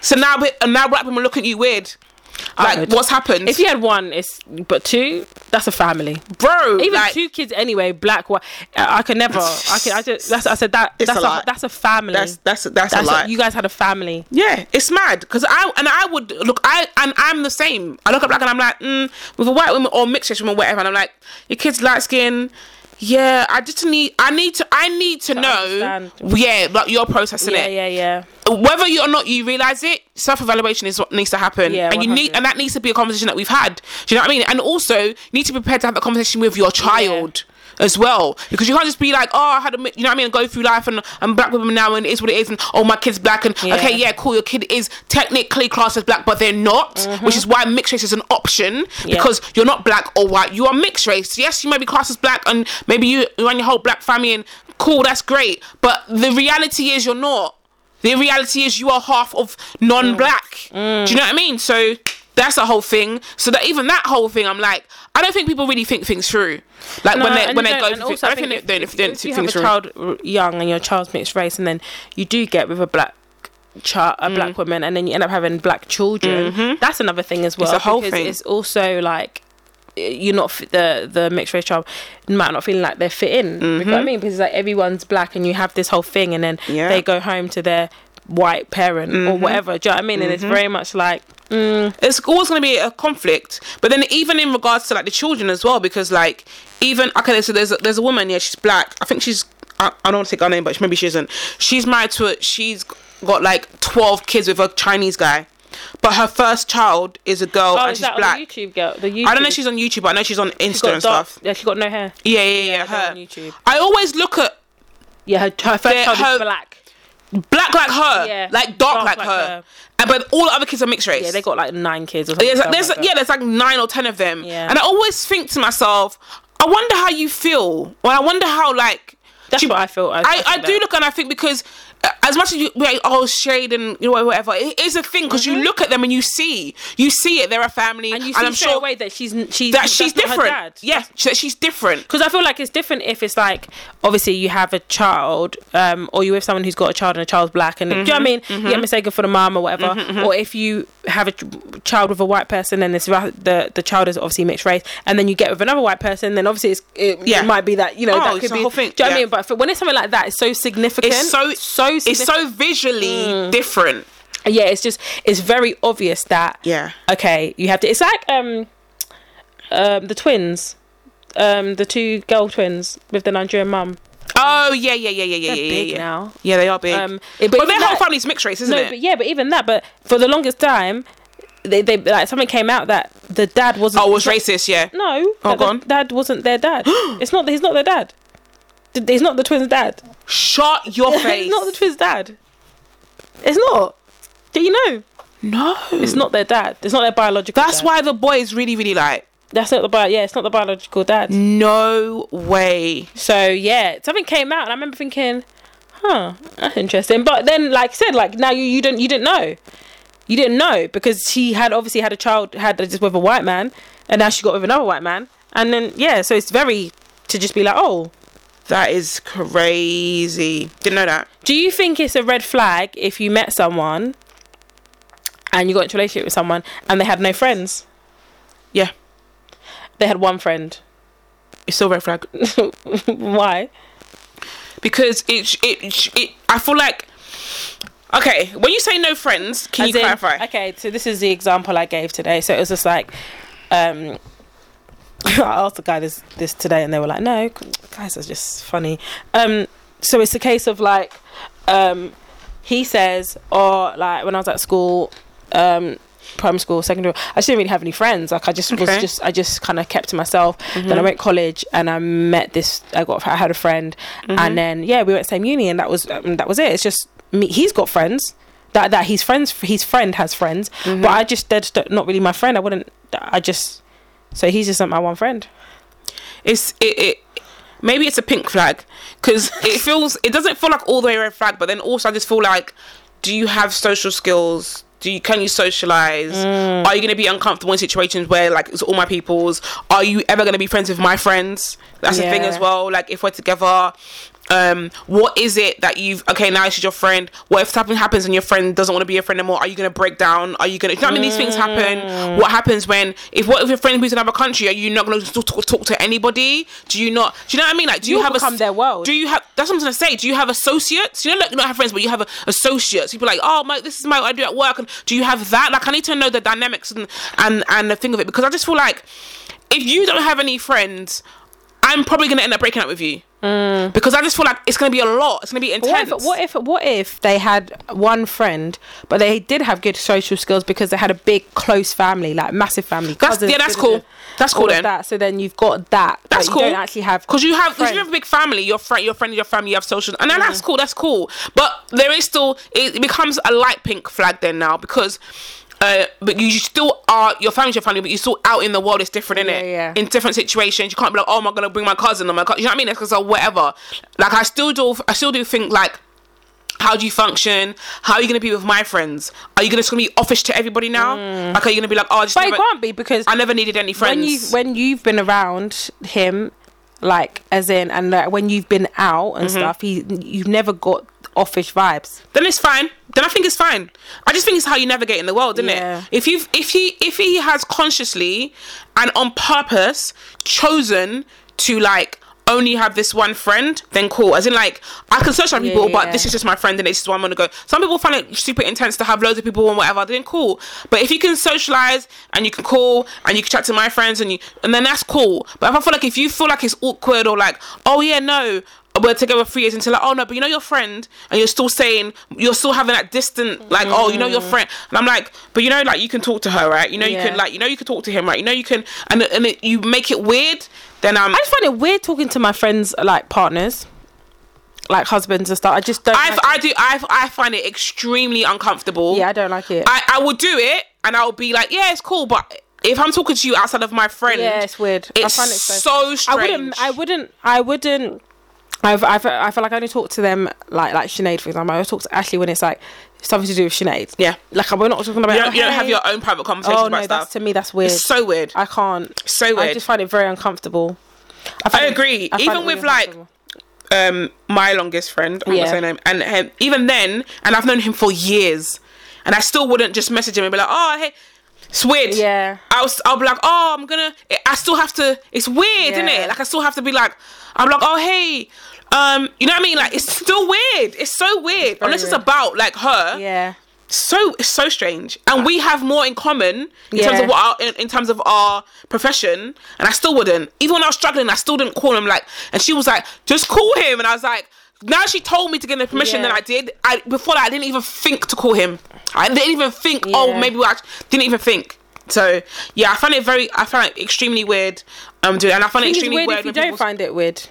[SPEAKER 1] So now, we- and now black women look at you weird. Like,
[SPEAKER 2] would.
[SPEAKER 1] what's happened?
[SPEAKER 2] If you had one, it's but two. That's a family.
[SPEAKER 1] bro,
[SPEAKER 2] Even
[SPEAKER 1] like,
[SPEAKER 2] two kids anyway. Black, white. I, I could never. I could. I just. That's. I said that.
[SPEAKER 1] It's
[SPEAKER 2] that's
[SPEAKER 1] a lot.
[SPEAKER 2] That's a family.
[SPEAKER 1] that's, that's that's
[SPEAKER 2] That's
[SPEAKER 1] a lie.
[SPEAKER 2] you guys had a family.
[SPEAKER 1] Yeah, it's mad because I and I would look. I and I'm the same. I look at black and I'm like, mm, with a white woman or mixed race woman, whatever. And I'm like, your kid's light skin. Yeah, I just need. I need to. I need to, know.
[SPEAKER 2] understand.
[SPEAKER 1] Yeah, like you're processing
[SPEAKER 2] Yeah,
[SPEAKER 1] it.
[SPEAKER 2] yeah, yeah.
[SPEAKER 1] Whether you or not you realize it, self evaluation is what needs to happen.
[SPEAKER 2] Yeah,
[SPEAKER 1] and you need
[SPEAKER 2] 100.
[SPEAKER 1] and that needs to be a conversation that we've had. Do you know what I mean? And also you need to be prepared to have that conversation with your child. As well, because you can't just be like, oh, I had a, mi-" you know what I mean, and go through life and I'm black woman now and it is what it is, and oh, my kid's black, and
[SPEAKER 2] Yeah.
[SPEAKER 1] okay, yeah, cool, your kid is technically classed as black, but they're not, which is why mixed race is an option
[SPEAKER 2] Mm-hmm. Yeah.
[SPEAKER 1] because you're not black or white, you are mixed race. Yes, you may be classed as black, and maybe you, you and your whole black family, and cool, that's great, but the reality is you're not. The reality is you are half of non-black.
[SPEAKER 2] Mm.
[SPEAKER 1] Do you know what I mean? So that's the whole thing. So that even that whole thing, I'm like, I don't think people really think things through. Like when
[SPEAKER 2] No,
[SPEAKER 1] they
[SPEAKER 2] and
[SPEAKER 1] when
[SPEAKER 2] you
[SPEAKER 1] they
[SPEAKER 2] don't-
[SPEAKER 1] go,
[SPEAKER 2] and
[SPEAKER 1] through,
[SPEAKER 2] also
[SPEAKER 1] I don't think they, they, they don't
[SPEAKER 2] if
[SPEAKER 1] think
[SPEAKER 2] you have a
[SPEAKER 1] things through.
[SPEAKER 2] child r- young and your child's mixed race, and then you do get with a black child, a
[SPEAKER 1] Mm.
[SPEAKER 2] black woman, and then you end up having black children. That's another thing as well.
[SPEAKER 1] Mm-hmm. a whole
[SPEAKER 2] because
[SPEAKER 1] thing.
[SPEAKER 2] It's also like eh, you're not fit, the the mixed race child might not feel like they're fit in. You know what I mean? Because like everyone's black, and you have this whole thing, and then
[SPEAKER 1] Mm-hmm. Yeah. Mm-hmm.
[SPEAKER 2] they go home to their white parent or whatever. Do you know what I mean? And it's very much like
[SPEAKER 1] it's always going to be a conflict. But then even in regards to like the children as well, because like even okay, so there's a, there's a woman yeah, she's black. I think she's I, I don't want to take her name, but maybe she isn't. She's married to a, she's got like twelve kids with a Chinese guy, but her first child is a girl
[SPEAKER 2] oh,
[SPEAKER 1] and
[SPEAKER 2] is
[SPEAKER 1] she's
[SPEAKER 2] that on
[SPEAKER 1] black.
[SPEAKER 2] the YouTube girl? The YouTube.
[SPEAKER 1] I don't know if she's on YouTube, but I know she's on Insta
[SPEAKER 2] She's got
[SPEAKER 1] and
[SPEAKER 2] dark-
[SPEAKER 1] stuff.
[SPEAKER 2] Yeah, she got no hair.
[SPEAKER 1] Yeah, yeah, yeah.
[SPEAKER 2] I know
[SPEAKER 1] her.
[SPEAKER 2] on YouTube.
[SPEAKER 1] I always look at
[SPEAKER 2] Yeah, her, her first
[SPEAKER 1] Yeah,
[SPEAKER 2] child
[SPEAKER 1] her-
[SPEAKER 2] is black.
[SPEAKER 1] black like her,
[SPEAKER 2] Yeah.
[SPEAKER 1] like dark,
[SPEAKER 2] Dark
[SPEAKER 1] like,
[SPEAKER 2] like
[SPEAKER 1] her,
[SPEAKER 2] her.
[SPEAKER 1] And, but all the other kids are mixed race.
[SPEAKER 2] Yeah, they got like nine kids or something.
[SPEAKER 1] there's,
[SPEAKER 2] something
[SPEAKER 1] there's
[SPEAKER 2] like that.
[SPEAKER 1] yeah, there's like nine or ten of them,
[SPEAKER 2] Yeah.
[SPEAKER 1] and I always think to myself, I wonder how you feel, or I wonder how like
[SPEAKER 2] That's
[SPEAKER 1] do-
[SPEAKER 2] what I feel. I,
[SPEAKER 1] I, I
[SPEAKER 2] feel
[SPEAKER 1] do
[SPEAKER 2] that.
[SPEAKER 1] look and I think because uh, as much as you like oh shade and you know whatever, it is a thing because you look at them and you see, you see it. They're a family,
[SPEAKER 2] Mm-hmm. and you see
[SPEAKER 1] I'm
[SPEAKER 2] straight
[SPEAKER 1] sure
[SPEAKER 2] away that she's n- she's
[SPEAKER 1] that she's different.
[SPEAKER 2] Yeah,
[SPEAKER 1] Yeah, that she's different.
[SPEAKER 2] because I feel like it's different if it's like obviously you have a child, um, or you're with someone who's got a child and a child's black, and do you know what I mean? You get mistaken for the mom or whatever, or if you have a ch- child with a white person and it's ra- the the child is obviously mixed race, and then you get with another white person, then obviously it's, it,
[SPEAKER 1] Yeah.
[SPEAKER 2] it might be that you know
[SPEAKER 1] Oh,
[SPEAKER 2] that
[SPEAKER 1] it's
[SPEAKER 2] could
[SPEAKER 1] the
[SPEAKER 2] be.
[SPEAKER 1] whole thing,
[SPEAKER 2] Do you know what
[SPEAKER 1] yeah.
[SPEAKER 2] I mean? But for, when it's something like that, it's so significant.
[SPEAKER 1] It's so
[SPEAKER 2] so
[SPEAKER 1] it's so visually
[SPEAKER 2] Mm.
[SPEAKER 1] different.
[SPEAKER 2] yeah it's just it's very obvious that
[SPEAKER 1] Yeah.
[SPEAKER 2] okay you have to it's like um um the twins um the two girl twins with the nigerian mum
[SPEAKER 1] Oh yeah, yeah, yeah, yeah, yeah, yeah, yeah.
[SPEAKER 2] big
[SPEAKER 1] yeah.
[SPEAKER 2] now.
[SPEAKER 1] Yeah, they are big.
[SPEAKER 2] um it-
[SPEAKER 1] but their
[SPEAKER 2] even
[SPEAKER 1] whole
[SPEAKER 2] that-
[SPEAKER 1] family's mixed race, isn't
[SPEAKER 2] no
[SPEAKER 1] it?
[SPEAKER 2] but yeah but even that but for the longest time they, they like something came out that the dad wasn't
[SPEAKER 1] oh, it was racist. Oh, Yeah.
[SPEAKER 2] no that
[SPEAKER 1] go
[SPEAKER 2] the
[SPEAKER 1] on.
[SPEAKER 2] dad wasn't
[SPEAKER 1] <gasps>
[SPEAKER 2] their dad it's not he's not their dad Th- he's not the twins dad
[SPEAKER 1] Shut your Oh, face.
[SPEAKER 2] <laughs> he's not the twins dad it's not do you know
[SPEAKER 1] no.
[SPEAKER 2] it's not their dad it's not their biological
[SPEAKER 1] Mm. That's
[SPEAKER 2] dad.
[SPEAKER 1] why the boy is really, really like,
[SPEAKER 2] That's not the bio. Yeah, it's not the biological
[SPEAKER 1] Mm.
[SPEAKER 2] dad.
[SPEAKER 1] no way.
[SPEAKER 2] So yeah, something came out, and I remember thinking, "Huh, that's interesting." But then, like I said, like now you you don't you didn't know. You didn't know because she had obviously had a child had just with a white man, and now she got with another white man, and then yeah, so it's very to just be like, oh,
[SPEAKER 1] That is crazy. Didn't know that.
[SPEAKER 2] Do you think it's a red flag if you met someone and you got into a relationship with someone and they had no friends?
[SPEAKER 1] Yeah.
[SPEAKER 2] They had one friend. <laughs>
[SPEAKER 1] It's still red flag
[SPEAKER 2] Why?
[SPEAKER 1] because it, it it I feel like okay when you say no friends, can
[SPEAKER 2] As
[SPEAKER 1] you
[SPEAKER 2] in-
[SPEAKER 1] clarify?
[SPEAKER 2] Okay, so this is the example I gave today. So it was just like, um, <laughs> I asked the guy this this today, and they were like, "No, guys are just funny." Um, so it's a case of like, um, he says, or like when I was at school, um, primary school, secondary, I just didn't really have any friends. Like I just was
[SPEAKER 1] Okay. Mm-hmm.
[SPEAKER 2] just I just kind of kept to myself. Then I went to college and I met this. I got I had a friend,
[SPEAKER 1] Mm-hmm.
[SPEAKER 2] and then yeah, we went to the same uni, and that was um, that was it. It's just me. He's got friends. That that he's friends. His friend has friends, but I just that's not really my friend. I wouldn't. I just so he's just not my one friend.
[SPEAKER 1] It's it, it maybe it's a pink flag because <laughs> it feels it doesn't feel like all the way red flag, but then also I just feel like do you have social skills? Do you can you socialize? Are you going to be uncomfortable in situations where like it's all my people's? Are you ever going to be friends with my friends? That's the thing
[SPEAKER 2] Yeah.
[SPEAKER 1] as well. Like if we're together. Um, what is it that you've okay now she's your friend what if something happens and your friend doesn't want to be your friend anymore are you gonna break down are you gonna you know what I mean these things
[SPEAKER 2] Mm.
[SPEAKER 1] happen what happens when if what if your friend moves to another country are you not gonna talk, talk, talk to anybody do you not do you know what I mean like do you
[SPEAKER 2] You'll
[SPEAKER 1] have
[SPEAKER 2] become
[SPEAKER 1] a,
[SPEAKER 2] their world.
[SPEAKER 1] do you have that's what I'm gonna say do you have associates you know like you don't have friends but you have a, associates people are like oh my this is my what I do at work and do you have that like I need to know the dynamics and and and the thing of it because I just feel like if you don't have any friends I'm probably gonna end up breaking up with you because I just feel like it's gonna be a lot. It's gonna be
[SPEAKER 2] Mm. What
[SPEAKER 1] intense.
[SPEAKER 2] if, what if what if they had one friend, but they did have good social skills because they had a big close family, like massive family.
[SPEAKER 1] That's-
[SPEAKER 2] cousins,
[SPEAKER 1] yeah, that's
[SPEAKER 2] da-
[SPEAKER 1] cool.
[SPEAKER 2] da- da-
[SPEAKER 1] That's
[SPEAKER 2] all
[SPEAKER 1] cool
[SPEAKER 2] of
[SPEAKER 1] then.
[SPEAKER 2] That. So then you've got that. but
[SPEAKER 1] That's
[SPEAKER 2] you
[SPEAKER 1] cool.
[SPEAKER 2] Don't actually have
[SPEAKER 1] because you have because you
[SPEAKER 2] friends. Mm.
[SPEAKER 1] have a big family. Your friend, your friend, and your family. You have social, and then that's cool. That's cool. But there is still it, it becomes a light pink flag then now because. Uh, but you still are your family's your family, but you're still out in the world. It's different, innit?
[SPEAKER 2] Yeah, yeah.
[SPEAKER 1] In different situations, you can't be like, "Oh, am I gonna bring my cousin?" Or my cousin, you know what I mean? Because or whatever. Like I still do, I still do think like how do you function? How are you going to be with my friends? Are you going to be offish to everybody now? Like, are you going to be like, oh, I just
[SPEAKER 2] Mm. But
[SPEAKER 1] never,
[SPEAKER 2] it can't be because
[SPEAKER 1] I never needed any friends.
[SPEAKER 2] when you when you've been around him, like as in, and like, when you've been out and stuff, he you've never got offish vibes.
[SPEAKER 1] then it's fine. Then I think it's fine. I just think it's how you navigate in the world, isn't
[SPEAKER 2] Yeah.
[SPEAKER 1] it? If you have if he if he has consciously and on purpose chosen to like only have this one friend, then cool. As in like I can search on people, but
[SPEAKER 2] yeah.
[SPEAKER 1] this is just my friend and this is where I'm gonna go. Some people find it super intense to have loads of people and whatever, then cool. But if you can socialise and you can call and you can chat to my friends and you and then that's cool. But if I feel like if you feel like it's awkward or like, oh yeah, no, we're together three years until like, oh no, but you know your friend, and you're still saying you're still having that distant, like, oh, you know your friend, and I'm like, but you know, like you can talk to her, right? You know, you
[SPEAKER 2] Mm. Yeah.
[SPEAKER 1] can like, you know, you can talk to him, right? You know, you can, and and it, you make it weird, then um,
[SPEAKER 2] I just find it weird talking to my friends like partners, like husbands and stuff. I just don't.
[SPEAKER 1] I
[SPEAKER 2] like
[SPEAKER 1] I do I I find it extremely uncomfortable.
[SPEAKER 2] it. yeah, I don't like it.
[SPEAKER 1] I I will do it, and I'll be like, yeah, it's cool, but if I'm talking to you outside of my friend,
[SPEAKER 2] yeah, it's weird.
[SPEAKER 1] it's so, strange.
[SPEAKER 2] I wouldn't. I wouldn't. I wouldn't. I've, I've, I feel like I only talk to them like like Sinead for example. I always talk to Ashley when it's like something to do with Sinead.
[SPEAKER 1] Yeah.
[SPEAKER 2] like we're not talking about.
[SPEAKER 1] you don't,
[SPEAKER 2] oh,
[SPEAKER 1] you don't have
[SPEAKER 2] hey.
[SPEAKER 1] your own private conversations
[SPEAKER 2] Oh
[SPEAKER 1] about
[SPEAKER 2] no, that's
[SPEAKER 1] stuff.
[SPEAKER 2] to me that's weird.
[SPEAKER 1] It's so weird.
[SPEAKER 2] I can't.
[SPEAKER 1] so weird.
[SPEAKER 2] I just find it very uncomfortable. find
[SPEAKER 1] I
[SPEAKER 2] it-
[SPEAKER 1] agree.
[SPEAKER 2] I find
[SPEAKER 1] Even
[SPEAKER 2] it
[SPEAKER 1] with
[SPEAKER 2] really
[SPEAKER 1] like
[SPEAKER 2] uncomfortable.
[SPEAKER 1] um my longest friend, I'm
[SPEAKER 2] Yeah.
[SPEAKER 1] not saying him, and um, even then, and I've known him for years, and I still wouldn't just message him and be like, oh hey, it's weird.
[SPEAKER 2] Yeah.
[SPEAKER 1] I'll s- I'll be like, oh, I'm gonna. I still have to. It's weird, isn't
[SPEAKER 2] Yeah.
[SPEAKER 1] it? Like I still have to be like, I'm like, oh hey, um, you know what I mean? Like it's still weird. It's so weird.
[SPEAKER 2] very
[SPEAKER 1] Unless
[SPEAKER 2] weird.
[SPEAKER 1] it's about like her.
[SPEAKER 2] yeah,
[SPEAKER 1] So it's so strange, and we have more in common in terms
[SPEAKER 2] Yeah.
[SPEAKER 1] of what our, in, in terms of our profession. And I still wouldn't. Even when I was struggling, I still didn't call him. Like, and she was like, "Just call him," and I was like. Now she told me to give him the permission,
[SPEAKER 2] Yeah.
[SPEAKER 1] then I did. I before that I didn't even think to call him. I didn't even think.
[SPEAKER 2] Yeah.
[SPEAKER 1] Oh, maybe we actually didn't even think. So yeah, I find it very. I find it extremely weird. Um, doing and I find it
[SPEAKER 2] I think it's
[SPEAKER 1] extremely
[SPEAKER 2] weird
[SPEAKER 1] weird
[SPEAKER 2] if you
[SPEAKER 1] when
[SPEAKER 2] don't
[SPEAKER 1] people-
[SPEAKER 2] find it weird.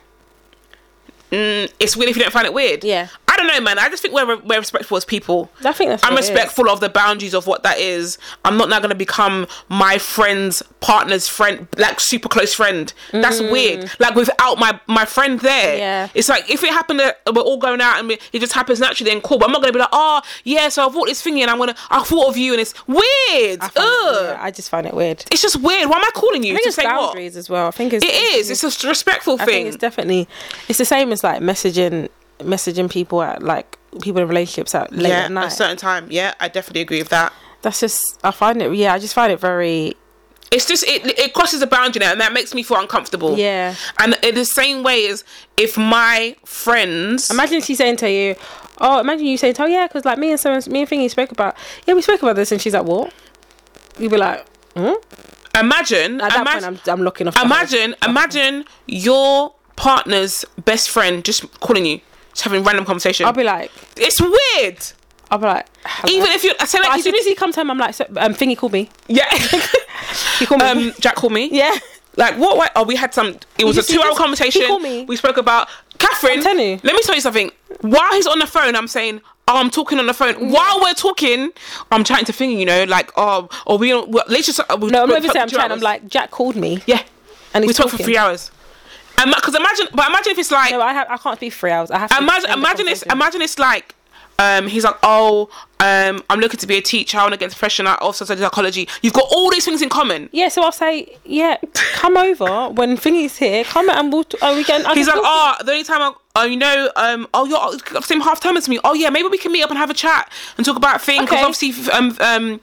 [SPEAKER 1] mm, it's weird if you don't find it weird.
[SPEAKER 2] Yeah.
[SPEAKER 1] I don't know, man. I just think we're, we're respectful as people.
[SPEAKER 2] I think that's
[SPEAKER 1] I'm
[SPEAKER 2] what it is.
[SPEAKER 1] respectful of the boundaries of what that is. I'm not now going to become my friend's partner's friend, like super close friend. That's weird. Like without my my friend there,
[SPEAKER 2] Mm. Yeah.
[SPEAKER 1] It's like if it happened that we're all going out and we, it just happens naturally, then cool. But I'm not going to be like, oh yeah, so I bought this thingy and I'm gonna I thought of you and it's weird.
[SPEAKER 2] I,
[SPEAKER 1] Ugh.
[SPEAKER 2] find it weird. I just find it weird.
[SPEAKER 1] It's just weird. Why am I calling you
[SPEAKER 2] I think
[SPEAKER 1] to
[SPEAKER 2] it's
[SPEAKER 1] say what?
[SPEAKER 2] boundaries as well. I think it's
[SPEAKER 1] It is. It's a respectful
[SPEAKER 2] I
[SPEAKER 1] thing.
[SPEAKER 2] think it's definitely it's the same as like messaging messaging people at like people in relationships at late
[SPEAKER 1] yeah,
[SPEAKER 2] at
[SPEAKER 1] a
[SPEAKER 2] night.
[SPEAKER 1] certain time. Yeah, I definitely agree with that.
[SPEAKER 2] That's just I find it yeah, I just find it very
[SPEAKER 1] It's just it it crosses a boundary now, and that makes me feel uncomfortable.
[SPEAKER 2] Yeah.
[SPEAKER 1] and in the same way as if my friends,
[SPEAKER 2] Imagine she's saying to you, "Oh, imagine you saying, to her, 'Oh yeah, because like me and someone, me and Thingy spoke about, yeah, we spoke about this," and she's like, "What?" You'd be like, "Hmm."
[SPEAKER 1] imagine,
[SPEAKER 2] At that
[SPEAKER 1] imagine,
[SPEAKER 2] point, I'm, I'm looking off. the
[SPEAKER 1] imagine, imagine your partner's best friend just calling you, just having random conversation.
[SPEAKER 2] I'll be like,
[SPEAKER 1] it's weird.
[SPEAKER 2] I'll be like,
[SPEAKER 1] Even if you, I say like,
[SPEAKER 2] as
[SPEAKER 1] you
[SPEAKER 2] soon as he comes home, I'm like, so, um, Thingy called me. <laughs>
[SPEAKER 1] yeah.
[SPEAKER 2] He called me.
[SPEAKER 1] um, Jack called me.
[SPEAKER 2] <laughs> yeah.
[SPEAKER 1] Like what? What? Oh, we had some. It was a
[SPEAKER 2] just- you
[SPEAKER 1] two-hour
[SPEAKER 2] just-
[SPEAKER 1] conversation.
[SPEAKER 2] he called me.
[SPEAKER 1] We spoke about Catherine.
[SPEAKER 2] I'm telling you.
[SPEAKER 1] Let me tell you something. While he's on the phone, I'm saying. Oh, I'm talking on the phone.
[SPEAKER 2] Mm.
[SPEAKER 1] While we're talking, I'm chatting to Thingy, you know, like, oh, or we don't, we're, let's just. uh, we-
[SPEAKER 2] No, I'm
[SPEAKER 1] we'll
[SPEAKER 2] not even
[SPEAKER 1] talk
[SPEAKER 2] saying I'm
[SPEAKER 1] for two
[SPEAKER 2] trying. I'm
[SPEAKER 1] hours.
[SPEAKER 2] like, Jack called me,
[SPEAKER 1] yeah.
[SPEAKER 2] and he's
[SPEAKER 1] We talk
[SPEAKER 2] talking.
[SPEAKER 1] for three hours. Because imagine, but imagine if it's like,
[SPEAKER 2] No, I have. I can't be three hours. I have. To
[SPEAKER 1] imagine,
[SPEAKER 2] end the
[SPEAKER 1] imagine it's,
[SPEAKER 2] conversation.
[SPEAKER 1] imagine it's like, um, he's like, oh, um, I'm looking to be a teacher, I want to get into profession, I also study psychology. You've got all these things in common.
[SPEAKER 2] Yeah, so I'll say, yeah, come over when Thingy's here. Come and we'll. T- oh, we can. I
[SPEAKER 1] He's
[SPEAKER 2] can <laughs>
[SPEAKER 1] like,
[SPEAKER 2] talk to
[SPEAKER 1] oh, the only time I, oh, you know, um, oh, you're got the same half term as me. Oh, yeah, maybe we can meet up and have a chat and talk about things. Because
[SPEAKER 2] Okay.
[SPEAKER 1] obviously, um, um,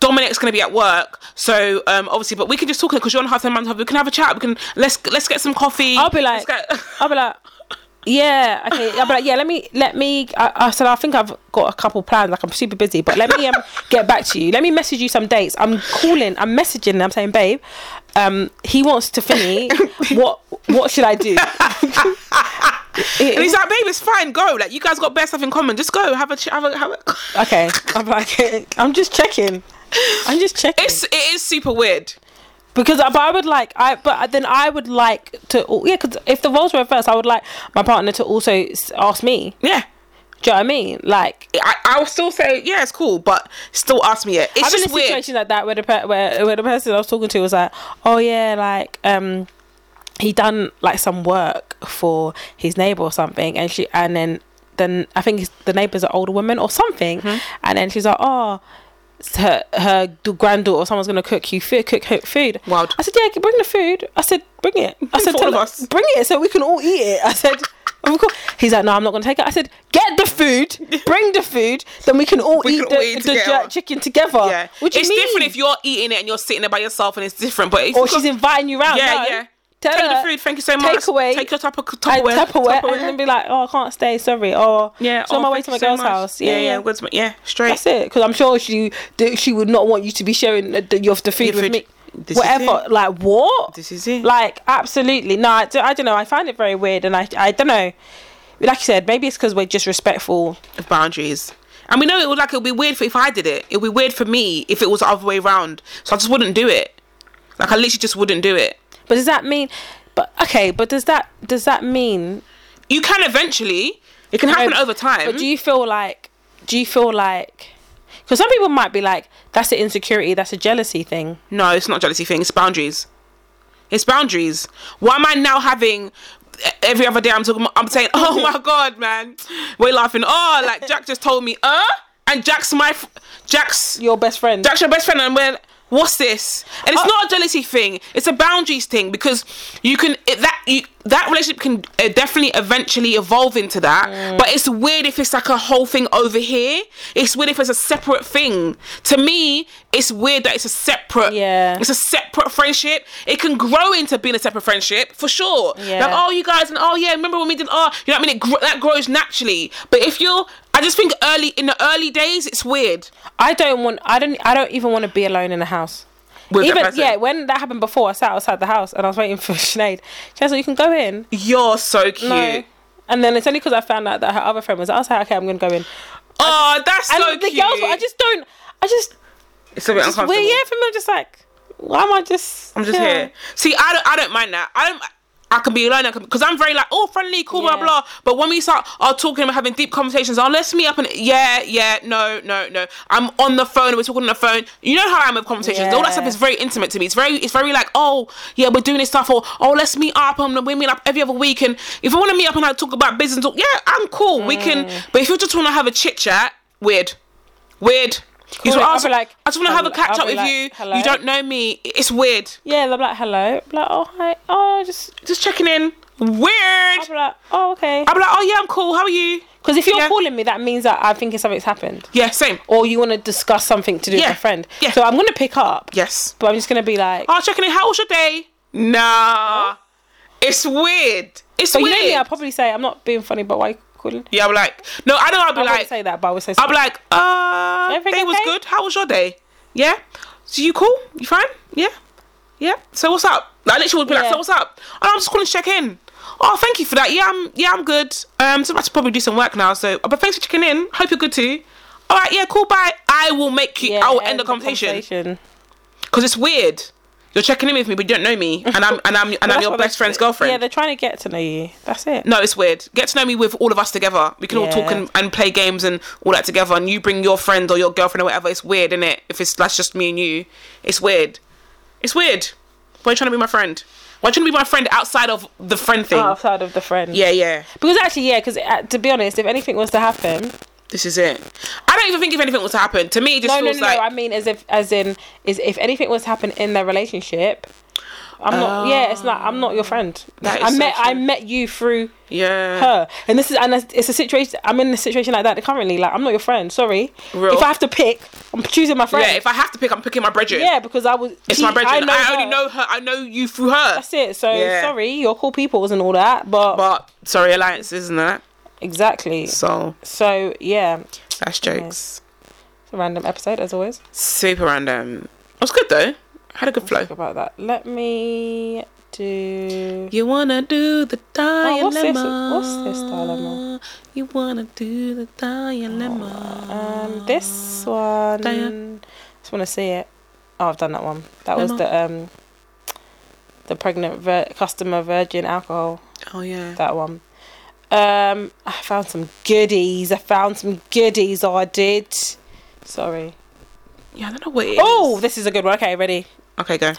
[SPEAKER 1] Dominic's gonna be at work, so um, obviously, but we can just talk because you're on half term, I'm half- we can have a chat. We can let's let's get some coffee.
[SPEAKER 2] I'll be like,
[SPEAKER 1] <laughs> Let's get-
[SPEAKER 2] I'll be like, yeah, okay. I'll be like, yeah. Let me, let me. I, I said, I think I've got a couple plans. Like I'm super busy, but let
[SPEAKER 1] <laughs>
[SPEAKER 2] me um, get back to you. Let me message you some dates. I'm calling. I'm messaging. I'm saying, babe, um, he wants
[SPEAKER 1] <laughs>
[SPEAKER 2] to thingy. what, what should I do? <laughs>
[SPEAKER 1] and he's like, babe, it's fine. Go. Like, you guys got better stuff in common. Just go. Have a ch- have a <laughs> have a.
[SPEAKER 2] okay. I'm like, I'm just checking. I'm just checking.
[SPEAKER 1] It's it is super weird.
[SPEAKER 2] Because I, but I would like I but uh, then I would like to al- yeah because if the roles were reversed I would like my partner to also s- ask me
[SPEAKER 1] Yeah.
[SPEAKER 2] do you know what I mean like
[SPEAKER 1] I, I will still say yeah it's cool but still ask me it it's
[SPEAKER 2] I've been in
[SPEAKER 1] just weird
[SPEAKER 2] situations like that where the per- where, where the person I was talking to was like, oh yeah, like um, he done like some work for his neighbor or something, and she and then then I think it's- the neighbor's an older woman or something,
[SPEAKER 1] Mm-hmm.
[SPEAKER 2] and then she's like, oh. it's Her her d- granddaughter or someone's gonna cook you food. Cook her food.
[SPEAKER 1] Wild.
[SPEAKER 2] I said, yeah, bring the food. I said, bring it. I said,
[SPEAKER 1] For all of
[SPEAKER 2] "Tell her-
[SPEAKER 1] us."
[SPEAKER 2] bring it so we can all eat it.
[SPEAKER 1] <laughs>
[SPEAKER 2] I said, of course. He's like, no, I'm not gonna take it. I said, get the
[SPEAKER 1] <laughs>
[SPEAKER 2] food. Bring the food. Then we can all
[SPEAKER 1] We
[SPEAKER 2] eat
[SPEAKER 1] can
[SPEAKER 2] the,
[SPEAKER 1] all eat
[SPEAKER 2] the
[SPEAKER 1] together.
[SPEAKER 2] jerk chicken together.
[SPEAKER 1] yeah
[SPEAKER 2] What do you
[SPEAKER 1] it's
[SPEAKER 2] mean?
[SPEAKER 1] different if you're eating it and you're sitting there by yourself and it's different but if
[SPEAKER 2] or
[SPEAKER 1] you've got-
[SPEAKER 2] she's inviting you round.
[SPEAKER 1] Yeah,
[SPEAKER 2] no.
[SPEAKER 1] yeah.
[SPEAKER 2] Tell
[SPEAKER 1] Take
[SPEAKER 2] her,
[SPEAKER 1] the food. Thank you so much.
[SPEAKER 2] Take away.
[SPEAKER 1] Take your top of
[SPEAKER 2] I
[SPEAKER 1] Tupperware.
[SPEAKER 2] <laughs> Tupperware,
[SPEAKER 1] Tupperware.
[SPEAKER 2] and then be like, oh, I can't stay, sorry. Or
[SPEAKER 1] yeah.
[SPEAKER 2] it's on
[SPEAKER 1] oh,
[SPEAKER 2] my way
[SPEAKER 1] thank
[SPEAKER 2] to
[SPEAKER 1] you
[SPEAKER 2] my
[SPEAKER 1] so
[SPEAKER 2] girl's
[SPEAKER 1] much.
[SPEAKER 2] house. Yeah, yeah.
[SPEAKER 1] yeah. Good, sm- yeah. Straight.
[SPEAKER 2] That's it. Because I'm sure she do, she would not want you to be sharing the, the, your, the food
[SPEAKER 1] Your
[SPEAKER 2] with
[SPEAKER 1] food.
[SPEAKER 2] me.
[SPEAKER 1] This is
[SPEAKER 2] Whatever. Like what?
[SPEAKER 1] This is it.
[SPEAKER 2] Like absolutely. No, I, do, I don't know. I find it very weird, and I I don't know. Like you said, maybe it's because we're just respectful.
[SPEAKER 1] Of boundaries. And we know it would like it would be weird for if I did it. It would be weird for me if it was the other way around. So I just wouldn't do it. Like I literally just wouldn't do it.
[SPEAKER 2] But does that mean? But okay. But does that does that mean
[SPEAKER 1] You can eventually. It can happen
[SPEAKER 2] No,
[SPEAKER 1] over time.
[SPEAKER 2] But do you feel like? Do you feel like? Because some people might be like, "That's an insecurity. That's a jealousy thing."
[SPEAKER 1] No, it's not jealousy thing. It's boundaries. It's boundaries. Why am I now having e, every other day? I'm talking. I'm saying, <laughs> oh my god, man, we're laughing. Oh, like Jack just told me, uh, and Jack's my f- Jack's
[SPEAKER 2] Your best friend.
[SPEAKER 1] Jack's your best friend, and we're what's this? And it's
[SPEAKER 2] Oh.
[SPEAKER 1] not a jealousy thing. It's a boundaries thing because you can it, that you that relationship can uh, definitely eventually evolve into that.
[SPEAKER 2] Mm.
[SPEAKER 1] But it's weird if it's like a whole thing over here. It's weird if it's a separate thing. To me, it's weird that it's a separate.
[SPEAKER 2] Yeah.
[SPEAKER 1] It's a separate friendship. It can grow into being a separate friendship for sure.
[SPEAKER 2] Yeah.
[SPEAKER 1] Like oh you guys and oh yeah remember when we did oh you know what I mean it gr- that grows naturally. But if you're I just think early in the early days it's weird.
[SPEAKER 2] I don't want. I don't. I don't even want to be alone in a house.
[SPEAKER 1] With that
[SPEAKER 2] even
[SPEAKER 1] person.
[SPEAKER 2] yeah, when that happened before, I sat outside the house and I was waiting <laughs> for Sinead. She was like, "You can go in."
[SPEAKER 1] You're so cute.
[SPEAKER 2] No. And then it's only because I found out that her other friend was. I was like, "Okay, I'm gonna go in."
[SPEAKER 1] Oh, that's
[SPEAKER 2] And
[SPEAKER 1] so
[SPEAKER 2] the
[SPEAKER 1] cute.
[SPEAKER 2] girls, were- I just don't. I just.
[SPEAKER 1] it's a bit uncomfortable.
[SPEAKER 2] Well, yeah, for me, I'm just like, why am I just?
[SPEAKER 1] I'm just
[SPEAKER 2] yeah.
[SPEAKER 1] here. See, I don't, I don't mind that. I don't. I can be alone. I can because I'm very like oh friendly, cool,
[SPEAKER 2] Yeah.
[SPEAKER 1] blah blah. But when we start are talking and having deep conversations, oh let's meet up and yeah yeah no no no. I'm on the phone. We're talking on the phone. You know how I am with conversations. All that stuff
[SPEAKER 2] Yeah.
[SPEAKER 1] is very intimate to me. It's very it's very like oh yeah we're doing this stuff or oh let's meet up and we meet up every other week. And if you want to meet up and like talk about business, talk, yeah I'm cool. We
[SPEAKER 2] Mm.
[SPEAKER 1] can. But if you just want to have a chit chat, weird, weird. You
[SPEAKER 2] Cool,
[SPEAKER 1] just
[SPEAKER 2] I'll
[SPEAKER 1] ask-
[SPEAKER 2] be like,
[SPEAKER 1] I just want to have a
[SPEAKER 2] hello- I'll
[SPEAKER 1] catch up
[SPEAKER 2] be
[SPEAKER 1] with
[SPEAKER 2] like,
[SPEAKER 1] you.
[SPEAKER 2] hello?
[SPEAKER 1] You don't know me. It's weird.
[SPEAKER 2] Yeah, they're like, hello. I'm like, oh, hi. Oh, just.
[SPEAKER 1] Just checking in.
[SPEAKER 2] I'm
[SPEAKER 1] Weird.
[SPEAKER 2] like, oh, okay.
[SPEAKER 1] I'm like, oh yeah, I'm cool. How are you?
[SPEAKER 2] Because if you're
[SPEAKER 1] Yeah.
[SPEAKER 2] calling me, that means that I'm thinking something's happened.
[SPEAKER 1] Yeah, same.
[SPEAKER 2] Or you want to discuss something to do
[SPEAKER 1] Yeah.
[SPEAKER 2] with a friend.
[SPEAKER 1] Yeah.
[SPEAKER 2] So I'm going to pick up,
[SPEAKER 1] Yes.
[SPEAKER 2] but I'm just going to be like,
[SPEAKER 1] Oh, checking in. How was your day? Nah. It's weird. It's
[SPEAKER 2] but you
[SPEAKER 1] weird.
[SPEAKER 2] know me, I'll probably say, I'm not being funny, but why you calling?
[SPEAKER 1] yeah, I'm like, no, I know. I'll be
[SPEAKER 2] I
[SPEAKER 1] like,
[SPEAKER 2] won't say that, but I would say
[SPEAKER 1] I'll be
[SPEAKER 2] something.
[SPEAKER 1] like, uh,
[SPEAKER 2] Everything
[SPEAKER 1] day was
[SPEAKER 2] okay?
[SPEAKER 1] good. How was your day? Yeah. So you cool? You fine? Yeah. Yeah. So what's up? Like, I literally would be like,
[SPEAKER 2] Yeah.
[SPEAKER 1] so what's up? And I'm just calling to check in. Oh, thank you for that. Yeah, I'm yeah, I'm good. Um, so I'm about to probably do some work now. So, uh, but thanks for checking in. Hope you're good too. All right, yeah, cool. Bye. I will make you. I will "Oh, end the conversation because it's weird. You're checking in with me, but you don't know me, and I'm and I'm and
[SPEAKER 2] <laughs>
[SPEAKER 1] I'm your best friend's girlfriend.
[SPEAKER 2] Yeah, they're trying to get to know you. That's it.
[SPEAKER 1] No, it's weird. Get to know me with all of us together. We can all talk
[SPEAKER 2] Yeah.
[SPEAKER 1] and, and play games and all that together. And you bring your friend or your girlfriend or whatever. It's weird, innit? If it's that's just me and you, it's weird. It's weird. Why are you trying to be my friend? Why are you trying to be my friend outside of the friend thing?
[SPEAKER 2] Outside of the friend.
[SPEAKER 1] yeah, yeah.
[SPEAKER 2] Because actually, yeah, because uh, to be honest, if anything was to happen,
[SPEAKER 1] This is it. I don't even think if anything was to happen to me, it just
[SPEAKER 2] no, no,
[SPEAKER 1] feels
[SPEAKER 2] no,
[SPEAKER 1] like
[SPEAKER 2] no. I mean, as if, as in, is if anything was to happen in their relationship, I'm not. Yeah, it's not. I'm not your friend.
[SPEAKER 1] Oh. That
[SPEAKER 2] I
[SPEAKER 1] is so
[SPEAKER 2] met. I
[SPEAKER 1] true.
[SPEAKER 2] met you through
[SPEAKER 1] yeah.
[SPEAKER 2] her, and this is, and it's- it's a situation. I'm in a situation like that currently. Like, I'm not your friend. Sorry.
[SPEAKER 1] Real.
[SPEAKER 2] If I have to pick, I'm choosing my friend.
[SPEAKER 1] Yeah, if I have to pick, I'm picking my brethren.
[SPEAKER 2] Yeah, because I was.
[SPEAKER 1] it's
[SPEAKER 2] she-
[SPEAKER 1] my brethren. I,
[SPEAKER 2] her.
[SPEAKER 1] only know her. I know you through her.
[SPEAKER 2] That's it. So
[SPEAKER 1] Yeah.
[SPEAKER 2] sorry, you're cool peoples and all that, but,
[SPEAKER 1] But sorry, alliance isn't that.
[SPEAKER 2] exactly.
[SPEAKER 1] So
[SPEAKER 2] So yeah, it's
[SPEAKER 1] that's jokes.
[SPEAKER 2] a random episode as always.
[SPEAKER 1] Super random. It was good though. Had a good flow.
[SPEAKER 2] Think about that. Let me do.
[SPEAKER 1] You wanna do the dilemma?
[SPEAKER 2] Oh, what's this- what's this dilemma?
[SPEAKER 1] You wanna do the dilemma?
[SPEAKER 2] Oh, Um, this one.
[SPEAKER 1] Diane.
[SPEAKER 2] just want to see it. Oh, I've done that one. That was
[SPEAKER 1] Lemon.
[SPEAKER 2] the um, the pregnant vir- customer virgin alcohol.
[SPEAKER 1] Oh yeah.
[SPEAKER 2] That one. Um, I found some goodies. I found some goodies. I did. Sorry.
[SPEAKER 1] Yeah, I don't know what it is.
[SPEAKER 2] Oh, this is a good one. Okay, ready.
[SPEAKER 1] Okay,
[SPEAKER 2] <gasps>
[SPEAKER 1] go.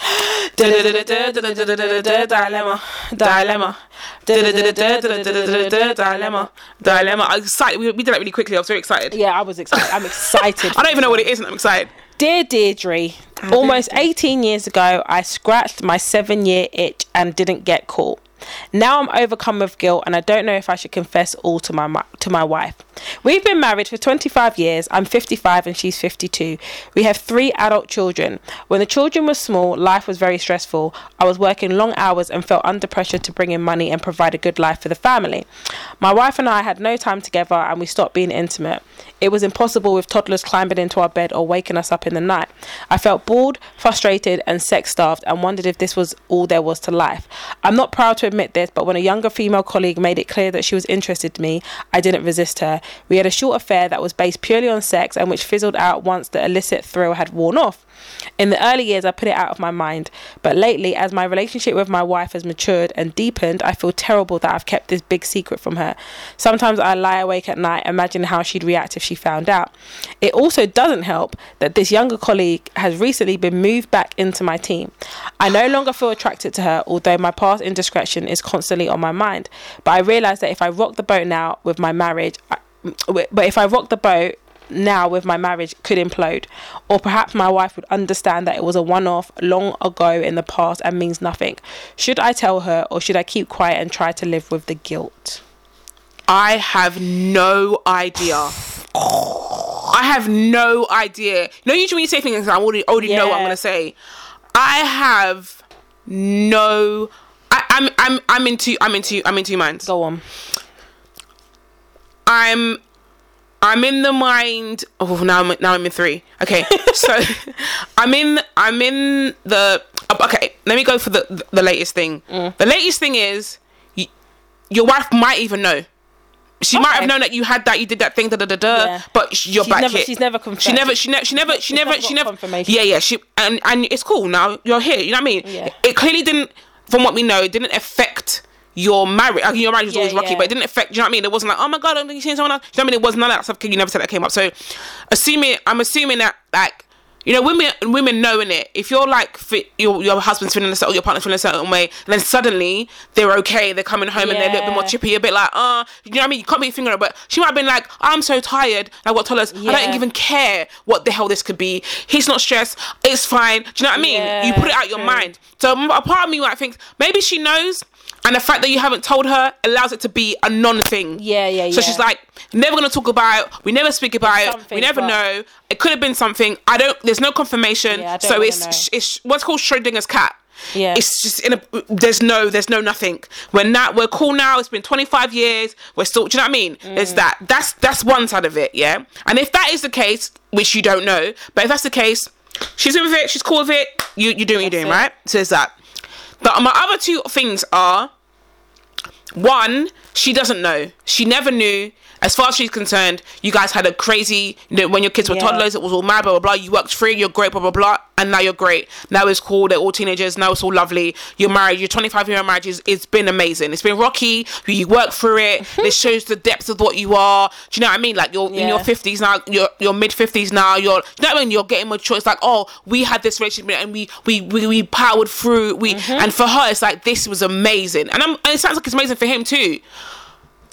[SPEAKER 2] Dilemma.
[SPEAKER 1] Dilemma. Dilemma. Dilemma. I'm excited. We, we did that really quickly. I was very excited.
[SPEAKER 2] Yeah, I was excited. <laughs> I'm excited.
[SPEAKER 1] I don't even know what it is, and I'm excited.
[SPEAKER 2] Dear Deirdre, almost 18 years ago, I scratched my seven year itch and didn't get caught. Now I'm overcome with guilt and I don't know if I should confess all to my mu- to my wife. We've been married for 25 years. I'm 55 and she's 52. We have three adult children. When the children were small, life was very stressful. I was working long hours and felt under pressure to bring in money and provide a good life for the family. My wife and I had no time together and we stopped being intimate. It was impossible with toddlers climbing into our bed or waking us up in the night. I felt bored, frustrated, and sex starved and wondered if this was all there was to life. I'm not proud to admit this, but when a younger female colleague made it clear that she was interested in me, I didn't resist her. We had a short affair that was based purely on sex and which fizzled out once the illicit thrill had worn off. In the early years, I put it out of my mind, but lately, as my relationship with my wife has matured and deepened, I feel terrible that I've kept this big secret from her. Sometimes I lie awake at night, imagining how she'd react if she found out. It also doesn't help that this younger colleague has recently been moved back into my team. I no longer feel attracted to her, although my past indiscretion is constantly on my mind. But I realize that if I rock the boat now with my marriage, I, but if I rock the boat, now with my marriage could implode or perhaps my wife would understand that it was a one-off long ago in the past and means nothing should i tell her or should i keep quiet and try to live with the guilt
[SPEAKER 1] I have no idea. I have no idea. You know, usually when you say things, I already already know what I'm
[SPEAKER 2] Yeah.
[SPEAKER 1] gonna say. I have no. I, I'm I'm I'm into I'm into I'm in two minds.
[SPEAKER 2] go on
[SPEAKER 1] I'm I'm in the mind. Oh, now I'm now I'm in three.
[SPEAKER 2] <laughs>
[SPEAKER 1] Okay, so I'm in I'm in the oh, okay. Let me go for the the latest thing.
[SPEAKER 2] Mm.
[SPEAKER 1] The latest thing is y- your wife might even know. She might
[SPEAKER 2] Okay.
[SPEAKER 1] have known that you had that, you did that thing, da da da da.
[SPEAKER 2] Yeah.
[SPEAKER 1] But sh- you're
[SPEAKER 2] She's
[SPEAKER 1] back
[SPEAKER 2] never-
[SPEAKER 1] here.
[SPEAKER 2] she's never
[SPEAKER 1] She
[SPEAKER 2] confessed.
[SPEAKER 1] never. She never. She never. She
[SPEAKER 2] She's
[SPEAKER 1] never. She
[SPEAKER 2] never got
[SPEAKER 1] never.
[SPEAKER 2] confirmation.
[SPEAKER 1] Yeah, yeah. She and and it's cool now. You're here. You know what I mean?
[SPEAKER 2] Yeah.
[SPEAKER 1] It clearly didn't. from what we know, it didn't affect your marriage. Like, your marriage was
[SPEAKER 2] Yeah,
[SPEAKER 1] always rocky,
[SPEAKER 2] yeah.
[SPEAKER 1] but it didn't affect. Do you know what I mean? It wasn't like, oh my god, I'm going to change someone else. Do you know what I mean? It was none of that stuff. 'cause You never said that came up. So, assuming I'm assuming that like. You know, women women knowing it. If you're like fit, your your husband's feeling a certain, your partner's feeling a certain way, then suddenly they're okay. They're coming home and they're a little bit more
[SPEAKER 2] Yeah.
[SPEAKER 1] chippy, a bit like, uh, you know what I mean? You can't be fingering it, but she might have been like, I'm so tired. Like what Tola's, I
[SPEAKER 2] Yeah.
[SPEAKER 1] don't even care what the hell this could be. He's not stressed. It's fine. Do you know what I mean? you
[SPEAKER 2] Yeah,
[SPEAKER 1] put it out your
[SPEAKER 2] true.
[SPEAKER 1] mind. So m- a part of me might think maybe she knows, and the fact that you haven't told her allows it to be a non-thing.
[SPEAKER 2] Yeah, yeah,
[SPEAKER 1] So
[SPEAKER 2] yeah.
[SPEAKER 1] she's like, never gonna talk about it. We never speak about it. We
[SPEAKER 2] something,
[SPEAKER 1] never
[SPEAKER 2] but-
[SPEAKER 1] know. It could have been something. I don't. There's no confirmation.
[SPEAKER 2] Yeah, I don't
[SPEAKER 1] so
[SPEAKER 2] wanna
[SPEAKER 1] it's
[SPEAKER 2] know.
[SPEAKER 1] sh- it's what's called Schrodinger's cat.
[SPEAKER 2] Yeah.
[SPEAKER 1] It's just in a. There's no. There's no nothing. We're not. We're cool now. It's been 25 years. We're still. Do you know what I mean? It's
[SPEAKER 2] Mm.
[SPEAKER 1] that. That's that's one side of it. Yeah. And if that is the case, which you don't know, but if that's the case, she's in with it. She's cool with it. You you doing what you're doing
[SPEAKER 2] That's it.
[SPEAKER 1] right. So it's that. But my other two things are one, she doesn't know. She never knew. As far as she's concerned, you guys had a crazy. You know, when your kids were
[SPEAKER 2] Yeah.
[SPEAKER 1] toddlers, it was all mad, blah blah blah. You worked free, you're great, blah blah blah, and now you're great. Now it's cool. They're all teenagers. Now it's all lovely. You're married. Your 25 year marriage is it's been amazing. It's been rocky. You work through it. this shows the depth of what you are. Do you know what I mean? Like you're in your
[SPEAKER 2] Yeah.
[SPEAKER 1] 50s now. You're your mid 50s now. You're you know what I mean. You're getting mature. It's like oh, we had this relationship and we we we, we powered through. We
[SPEAKER 2] Mm-hmm.
[SPEAKER 1] and for her, it's like this was amazing. And, I'm, and it sounds like it's amazing for him too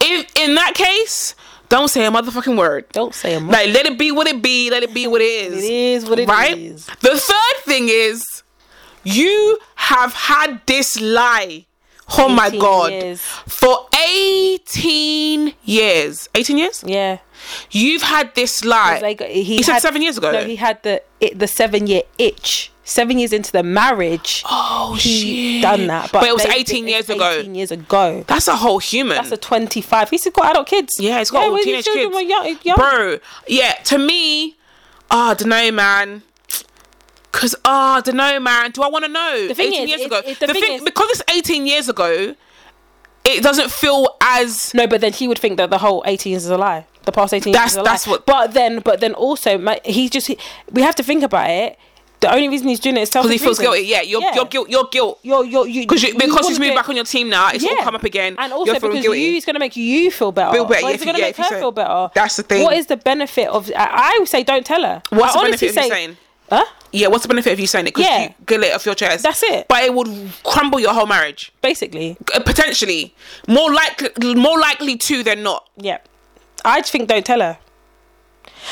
[SPEAKER 1] if in that case, don't say a motherfucking word.
[SPEAKER 2] Don't say a mother-
[SPEAKER 1] Like let it be what it be, let it be what it is.
[SPEAKER 2] It is what it
[SPEAKER 1] right?
[SPEAKER 2] is.
[SPEAKER 1] The third thing is you have had this lie. Oh my
[SPEAKER 2] 18
[SPEAKER 1] god.
[SPEAKER 2] years.
[SPEAKER 1] For 18 years. 18 years?
[SPEAKER 2] Yeah.
[SPEAKER 1] You've had this lie.
[SPEAKER 2] Like he,
[SPEAKER 1] said
[SPEAKER 2] had-
[SPEAKER 1] seven years ago.
[SPEAKER 2] No, he had the it, the seven year itch. Seven years into the marriage,
[SPEAKER 1] oh
[SPEAKER 2] he
[SPEAKER 1] shit.
[SPEAKER 2] done that.
[SPEAKER 1] But,
[SPEAKER 2] But,
[SPEAKER 1] it was
[SPEAKER 2] they did
[SPEAKER 1] 18
[SPEAKER 2] it
[SPEAKER 1] years ago.
[SPEAKER 2] Eighteen years ago.
[SPEAKER 1] That's a whole human.
[SPEAKER 2] That's a twenty-five. He's got adult kids.
[SPEAKER 1] Yeah, it's got all
[SPEAKER 2] when
[SPEAKER 1] teenage
[SPEAKER 2] his children
[SPEAKER 1] kids.
[SPEAKER 2] were young, young.
[SPEAKER 1] Bro, yeah, to me, ah, I don't know, man. Cause ah, I don't know, man. Do I want to know?
[SPEAKER 2] The thing
[SPEAKER 1] eighteen
[SPEAKER 2] is,
[SPEAKER 1] years
[SPEAKER 2] it-
[SPEAKER 1] ago,
[SPEAKER 2] it-
[SPEAKER 1] the,
[SPEAKER 2] the
[SPEAKER 1] thing,
[SPEAKER 2] thing is-
[SPEAKER 1] because it's eighteen years ago, it doesn't feel as
[SPEAKER 2] No, but then he would think that the whole 18 years is a lie. The past 18
[SPEAKER 1] That's-
[SPEAKER 2] years is a
[SPEAKER 1] that's
[SPEAKER 2] lie.
[SPEAKER 1] what-
[SPEAKER 2] But then, but then also, my, he just he, we have to think about it. The only reason he's doing it is because
[SPEAKER 1] because he feels guilty. Yeah, your your guilt, your guilt.
[SPEAKER 2] You're, you're, you,
[SPEAKER 1] Because you, because he's
[SPEAKER 2] wanna
[SPEAKER 1] moved
[SPEAKER 2] do
[SPEAKER 1] back
[SPEAKER 2] it-
[SPEAKER 1] on your team now, it's all
[SPEAKER 2] Yeah.
[SPEAKER 1] come up again.
[SPEAKER 2] And also
[SPEAKER 1] you're feeling
[SPEAKER 2] because
[SPEAKER 1] guilty.
[SPEAKER 2] you, it's going to make you feel better.
[SPEAKER 1] Feel better,
[SPEAKER 2] But
[SPEAKER 1] yeah,
[SPEAKER 2] it's
[SPEAKER 1] if you-
[SPEAKER 2] going to
[SPEAKER 1] yeah,
[SPEAKER 2] make
[SPEAKER 1] if you
[SPEAKER 2] her
[SPEAKER 1] say-
[SPEAKER 2] feel better.
[SPEAKER 1] That's the thing.
[SPEAKER 2] What is the benefit of? I, I would say don't tell her.
[SPEAKER 1] What's
[SPEAKER 2] I
[SPEAKER 1] the benefit
[SPEAKER 2] honestly
[SPEAKER 1] of you
[SPEAKER 2] say-
[SPEAKER 1] saying?
[SPEAKER 2] Huh?
[SPEAKER 1] Yeah, what's the benefit of you saying it? Because
[SPEAKER 2] Yeah.
[SPEAKER 1] you get it off your chest.
[SPEAKER 2] That's it.
[SPEAKER 1] But it would crumble your whole marriage.
[SPEAKER 2] Basically,
[SPEAKER 1] Uh, Potentially, more likely, more likely to than not.
[SPEAKER 2] yeah. I just think don't tell her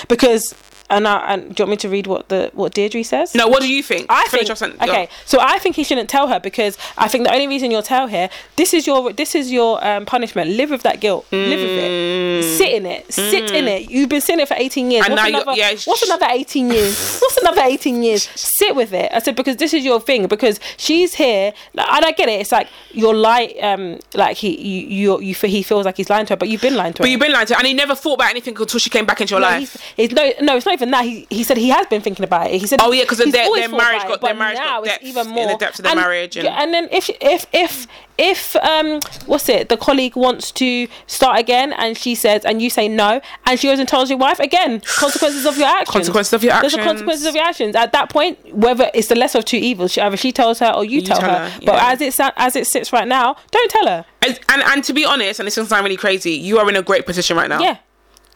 [SPEAKER 2] because. And, I, and do you want me to read what the what Deirdre says?
[SPEAKER 1] No, what do you think?
[SPEAKER 2] I
[SPEAKER 1] Finish
[SPEAKER 2] think
[SPEAKER 1] your sentence. Go.
[SPEAKER 2] okay, so I think he shouldn't tell her because I think the only reason you'll tell her this is your this is your um, punishment. Live with that guilt. Live with
[SPEAKER 1] Mm.
[SPEAKER 2] it. Sit in it. Sit in it. You've been sitting it for eighteen years.
[SPEAKER 1] And
[SPEAKER 2] what's
[SPEAKER 1] now you-
[SPEAKER 2] another,
[SPEAKER 1] yeah, sh-
[SPEAKER 2] what's another eighteen
[SPEAKER 1] <laughs>
[SPEAKER 2] years? what's another eighteen years? Sit with it. I said because this is your thing because she's here like, and I get it. It's like you're like um like he you you, you he feels like he's lying to her, but you've been lying to her.
[SPEAKER 1] But you've been lying to her, and he never thought about anything until she came back into your
[SPEAKER 2] No,
[SPEAKER 1] life.
[SPEAKER 2] he's, he's no, no, it's not even that. He, he said he has been thinking about it. He said,
[SPEAKER 1] Oh, yeah, 'cause
[SPEAKER 2] he's
[SPEAKER 1] their-
[SPEAKER 2] always
[SPEAKER 1] their
[SPEAKER 2] thought
[SPEAKER 1] marriage
[SPEAKER 2] about
[SPEAKER 1] got-
[SPEAKER 2] it,
[SPEAKER 1] their
[SPEAKER 2] but
[SPEAKER 1] marriage got
[SPEAKER 2] now it's
[SPEAKER 1] depth
[SPEAKER 2] even
[SPEAKER 1] in
[SPEAKER 2] more
[SPEAKER 1] the depths of their
[SPEAKER 2] and,
[SPEAKER 1] marriage and-
[SPEAKER 2] yeah, and then if if if if um what's it? The colleague wants to start again, and she says, and you say no, and she goes and tells your
[SPEAKER 1] <sighs>
[SPEAKER 2] wife again. Consequences of your actions.
[SPEAKER 1] Consequences of your
[SPEAKER 2] There's
[SPEAKER 1] actions.
[SPEAKER 2] a consequences of your actions. At that point, whether it's the lesser of two evils, she, either she tells her or you, tell,
[SPEAKER 1] tell
[SPEAKER 2] her.
[SPEAKER 1] her,
[SPEAKER 2] But
[SPEAKER 1] yeah.
[SPEAKER 2] as it sa- as it sits right now, don't tell her.
[SPEAKER 1] And, and and to be honest, and this sounds really crazy, you are in a great position right now.
[SPEAKER 2] Yeah,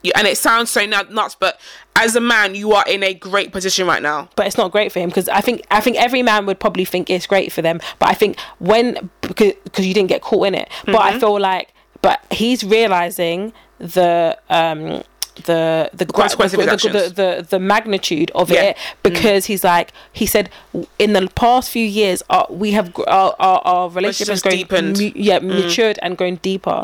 [SPEAKER 1] You- and it sounds so nu- nuts, but as a man, you are in a great position right now.
[SPEAKER 2] but it's not great for him because I think I think every man would probably think it's great for them. But I think when because because you didn't get caught in it. But
[SPEAKER 1] Mm-hmm.
[SPEAKER 2] I feel like but he's realizing the um the the gra-
[SPEAKER 1] consequence of his
[SPEAKER 2] the, the,
[SPEAKER 1] actions.
[SPEAKER 2] the the magnitude of
[SPEAKER 1] Yeah. Mm.
[SPEAKER 2] it because he's like he said in the past few years our, we have gr- our, our, our relationship has
[SPEAKER 1] Relationship's
[SPEAKER 2] grown
[SPEAKER 1] deepened. Mm.
[SPEAKER 2] mu- yeah matured and grown deeper.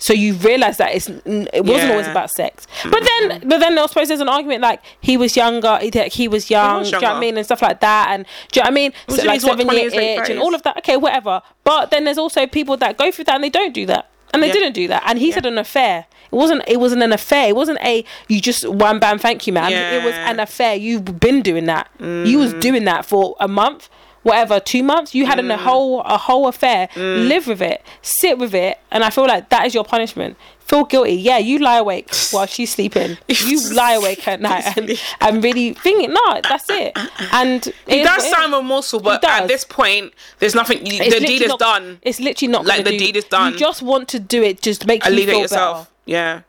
[SPEAKER 2] So you realize that it's n- it wasn't always
[SPEAKER 1] Yeah. Mm.
[SPEAKER 2] about sex, but then but then I suppose there's an argument like he was younger, he, he was young young,
[SPEAKER 1] was
[SPEAKER 2] do you know what I
[SPEAKER 1] younger.
[SPEAKER 2] mean, and stuff like that, and do you know what I mean?
[SPEAKER 1] do you
[SPEAKER 2] So,
[SPEAKER 1] mean
[SPEAKER 2] like
[SPEAKER 1] he's what,
[SPEAKER 2] seven
[SPEAKER 1] 20
[SPEAKER 2] year
[SPEAKER 1] years, late
[SPEAKER 2] itch and
[SPEAKER 1] 30s?
[SPEAKER 2] all of that. Okay, whatever. But then there's also people that go through that and they don't do that, and they
[SPEAKER 1] Yeah.
[SPEAKER 2] didn't do that. And he said an affair. It wasn't. It wasn't an affair. It wasn't a you just one bam, thank you, man. It was
[SPEAKER 1] Yeah. Mm.
[SPEAKER 2] an affair. You've been doing that. You was doing that for a month. whatever two months you had an, a
[SPEAKER 1] Mm.
[SPEAKER 2] whole a whole affair live with it sit with it and i feel like that is your punishment feel guilty yeah you lie awake while she's sleeping
[SPEAKER 1] <laughs>
[SPEAKER 2] you lie awake at night and, and really thinking no that's it and
[SPEAKER 1] <laughs> It does sound remorseful, but
[SPEAKER 2] It
[SPEAKER 1] at
[SPEAKER 2] does.
[SPEAKER 1] this point, there's nothing. You, the deed is done.
[SPEAKER 2] it's literally not
[SPEAKER 1] Like,
[SPEAKER 2] gonna
[SPEAKER 1] the
[SPEAKER 2] do-
[SPEAKER 1] deed is done.
[SPEAKER 2] you just want to do it just to make you
[SPEAKER 1] Alleviate
[SPEAKER 2] feel
[SPEAKER 1] yourself.
[SPEAKER 2] better.
[SPEAKER 1] Yeah.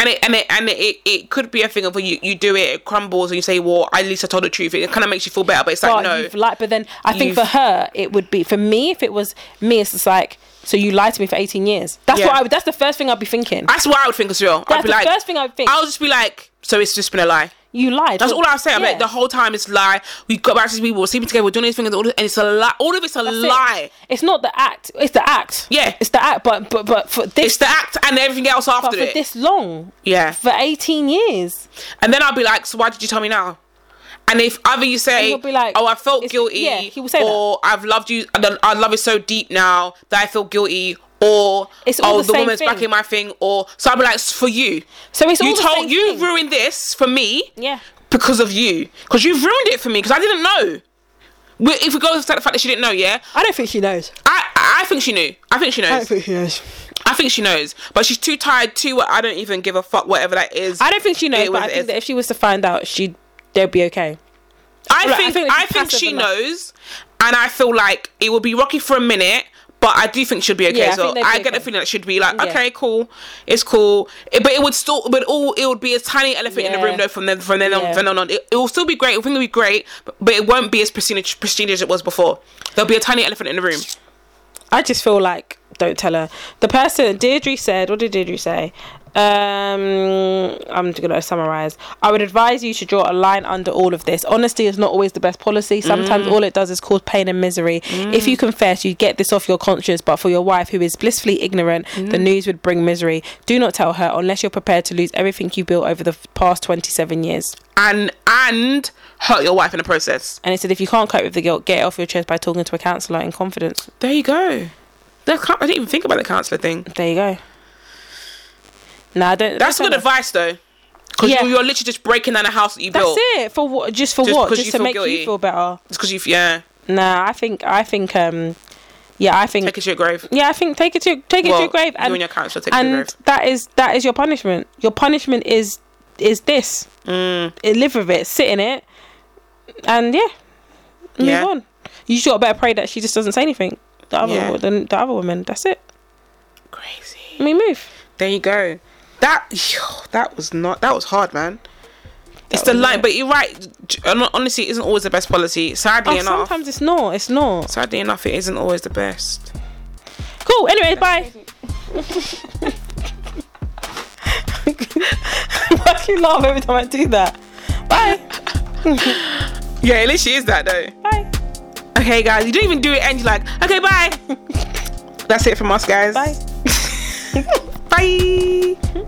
[SPEAKER 1] And it and it and it, it, it could be a thing of when you, you do it, it crumbles, and you say, "Well, at least I told the truth." It kind of makes you feel better, but it's like,
[SPEAKER 2] but
[SPEAKER 1] no,
[SPEAKER 2] you've lied. But then I think for
[SPEAKER 1] You've-
[SPEAKER 2] her, it would be for me. If it was me, it's just like so you lied to me for eighteen years. That's
[SPEAKER 1] Yeah.
[SPEAKER 2] what I. would- That's the first thing I'd be thinking.
[SPEAKER 1] that's what I would think as well. I'd
[SPEAKER 2] that's
[SPEAKER 1] be
[SPEAKER 2] the
[SPEAKER 1] like,
[SPEAKER 2] first thing I'd think.
[SPEAKER 1] I'll just be like, "So it's just been a lie."
[SPEAKER 2] you lied.
[SPEAKER 1] That's all I say. I'm
[SPEAKER 2] Yeah.
[SPEAKER 1] like, the whole time it's lie. We got back to these people, we were sleeping together, we we're doing these things, and all this- and it's a lie. All of it's a
[SPEAKER 2] That's it.
[SPEAKER 1] lie.
[SPEAKER 2] It's not the act. It's the act.
[SPEAKER 1] Yeah.
[SPEAKER 2] It's the act. But but but for this
[SPEAKER 1] It's the act and everything else
[SPEAKER 2] but
[SPEAKER 1] after
[SPEAKER 2] for
[SPEAKER 1] it.
[SPEAKER 2] this long,
[SPEAKER 1] yeah.
[SPEAKER 2] for eighteen years,
[SPEAKER 1] And then I'll be like, so why did you tell me now? And if either you say,
[SPEAKER 2] he'll be like,
[SPEAKER 1] oh, I felt
[SPEAKER 2] it's-
[SPEAKER 1] guilty,
[SPEAKER 2] yeah, he will say
[SPEAKER 1] or I've loved you, and I love is so deep now that I feel guilty, or
[SPEAKER 2] It's all
[SPEAKER 1] oh,
[SPEAKER 2] the
[SPEAKER 1] the,
[SPEAKER 2] same
[SPEAKER 1] woman's back
[SPEAKER 2] thing.
[SPEAKER 1] in my thing, or so I'll be like, "It's for you,
[SPEAKER 2] so it's
[SPEAKER 1] you
[SPEAKER 2] all the
[SPEAKER 1] told
[SPEAKER 2] same
[SPEAKER 1] you
[SPEAKER 2] thing.
[SPEAKER 1] ruined this for me,
[SPEAKER 2] Yeah.
[SPEAKER 1] because of you, because you've ruined it for me, because I didn't know. We- If we go to the fact that she didn't know, yeah,
[SPEAKER 2] I don't think she knows.
[SPEAKER 1] I I think she knew. I think she knows. I think,
[SPEAKER 2] think she knows.
[SPEAKER 1] she knows, but she's too tired to. I don't even give a fuck whatever that is.
[SPEAKER 2] I don't think she knows.
[SPEAKER 1] It
[SPEAKER 2] but
[SPEAKER 1] was-
[SPEAKER 2] I
[SPEAKER 1] it's-
[SPEAKER 2] think that if she was to find out, she'd they'd be okay.
[SPEAKER 1] I
[SPEAKER 2] Like, I
[SPEAKER 1] think I
[SPEAKER 2] feel
[SPEAKER 1] think,
[SPEAKER 2] like she's passive
[SPEAKER 1] she
[SPEAKER 2] enough.
[SPEAKER 1] knows, and I feel like it will be rocky for a minute. But I do think she'll be okay.
[SPEAKER 2] Yeah, I
[SPEAKER 1] so
[SPEAKER 2] think they'll
[SPEAKER 1] I
[SPEAKER 2] be
[SPEAKER 1] get the
[SPEAKER 2] okay.
[SPEAKER 1] feeling that she'd be like,
[SPEAKER 2] Yeah.
[SPEAKER 1] okay, cool, it's cool. It- but it would still, but all it would be a tiny elephant in the
[SPEAKER 2] Yeah.
[SPEAKER 1] room though. From then, from then on,
[SPEAKER 2] Yeah.
[SPEAKER 1] from then on, it, it will still be great. I think it'll be great, but, but it won't be as prestigious, prestigious as it was before. There'll be a tiny elephant in the room.
[SPEAKER 2] I just feel like don't tell her. The person Deirdre said, what did Deirdre say? Um, I'm gonna summarize. I would advise you to draw a line under all of this. Honesty is not always the best policy. Sometimes all it does is cause pain and misery. If you confess, you get this off your conscience. But for your wife, who is blissfully ignorant, the news would bring misery. Do not tell her unless you're prepared to lose everything you built over the f- past 27 years.
[SPEAKER 1] And and hurt your wife in the process.
[SPEAKER 2] And it said if you can't cope with the guilt, get it off your chest by talking to a counselor in confidence.
[SPEAKER 1] There you go. That coun- I didn't even think about the counselor thing.
[SPEAKER 2] There you go. No, I don't.
[SPEAKER 1] That's
[SPEAKER 2] don't
[SPEAKER 1] good
[SPEAKER 2] tell her.
[SPEAKER 1] advice though, because
[SPEAKER 2] Yeah.
[SPEAKER 1] you, you're literally just breaking down a house that you
[SPEAKER 2] That's
[SPEAKER 1] built.
[SPEAKER 2] it for what? Just for
[SPEAKER 1] Just
[SPEAKER 2] what?
[SPEAKER 1] 'cause
[SPEAKER 2] Just
[SPEAKER 1] you
[SPEAKER 2] to
[SPEAKER 1] feel
[SPEAKER 2] make
[SPEAKER 1] guilty.
[SPEAKER 2] you feel better.
[SPEAKER 1] It's because you've yeah.
[SPEAKER 2] Nah, I think I think um, yeah, I think
[SPEAKER 1] Take it to your grave.
[SPEAKER 2] yeah, I think take it to take it to your grave
[SPEAKER 1] you
[SPEAKER 2] and
[SPEAKER 1] and your counselor take it to your
[SPEAKER 2] and
[SPEAKER 1] grave.
[SPEAKER 2] that is that is your punishment. Your punishment is is this. Mm. Live with it, sit in it, and yeah, move
[SPEAKER 1] Yeah.
[SPEAKER 2] on. You just got better pray that she just doesn't say anything. The other
[SPEAKER 1] Yeah.
[SPEAKER 2] wo- the, the other woman. That's it.
[SPEAKER 1] Crazy.
[SPEAKER 2] We move.
[SPEAKER 1] There you go. That that was not that was hard, man. It's the
[SPEAKER 2] was
[SPEAKER 1] line,
[SPEAKER 2] it.
[SPEAKER 1] but you're right. J- hon- Honestly, it isn't always the best policy. Sadly
[SPEAKER 2] Oh,
[SPEAKER 1] enough,
[SPEAKER 2] sometimes it's not. It's not.
[SPEAKER 1] sadly enough, it isn't always the best.
[SPEAKER 2] Cool. Anyway, bye. <laughs> Why do you laugh every time I do that? Bye.
[SPEAKER 1] Yeah, at least she is that though.
[SPEAKER 2] Bye.
[SPEAKER 1] Okay, guys, you don't even do it, and you're like, okay,
[SPEAKER 2] <laughs>
[SPEAKER 1] bye. That's it from us, guys.
[SPEAKER 2] Bye.
[SPEAKER 1] Bye.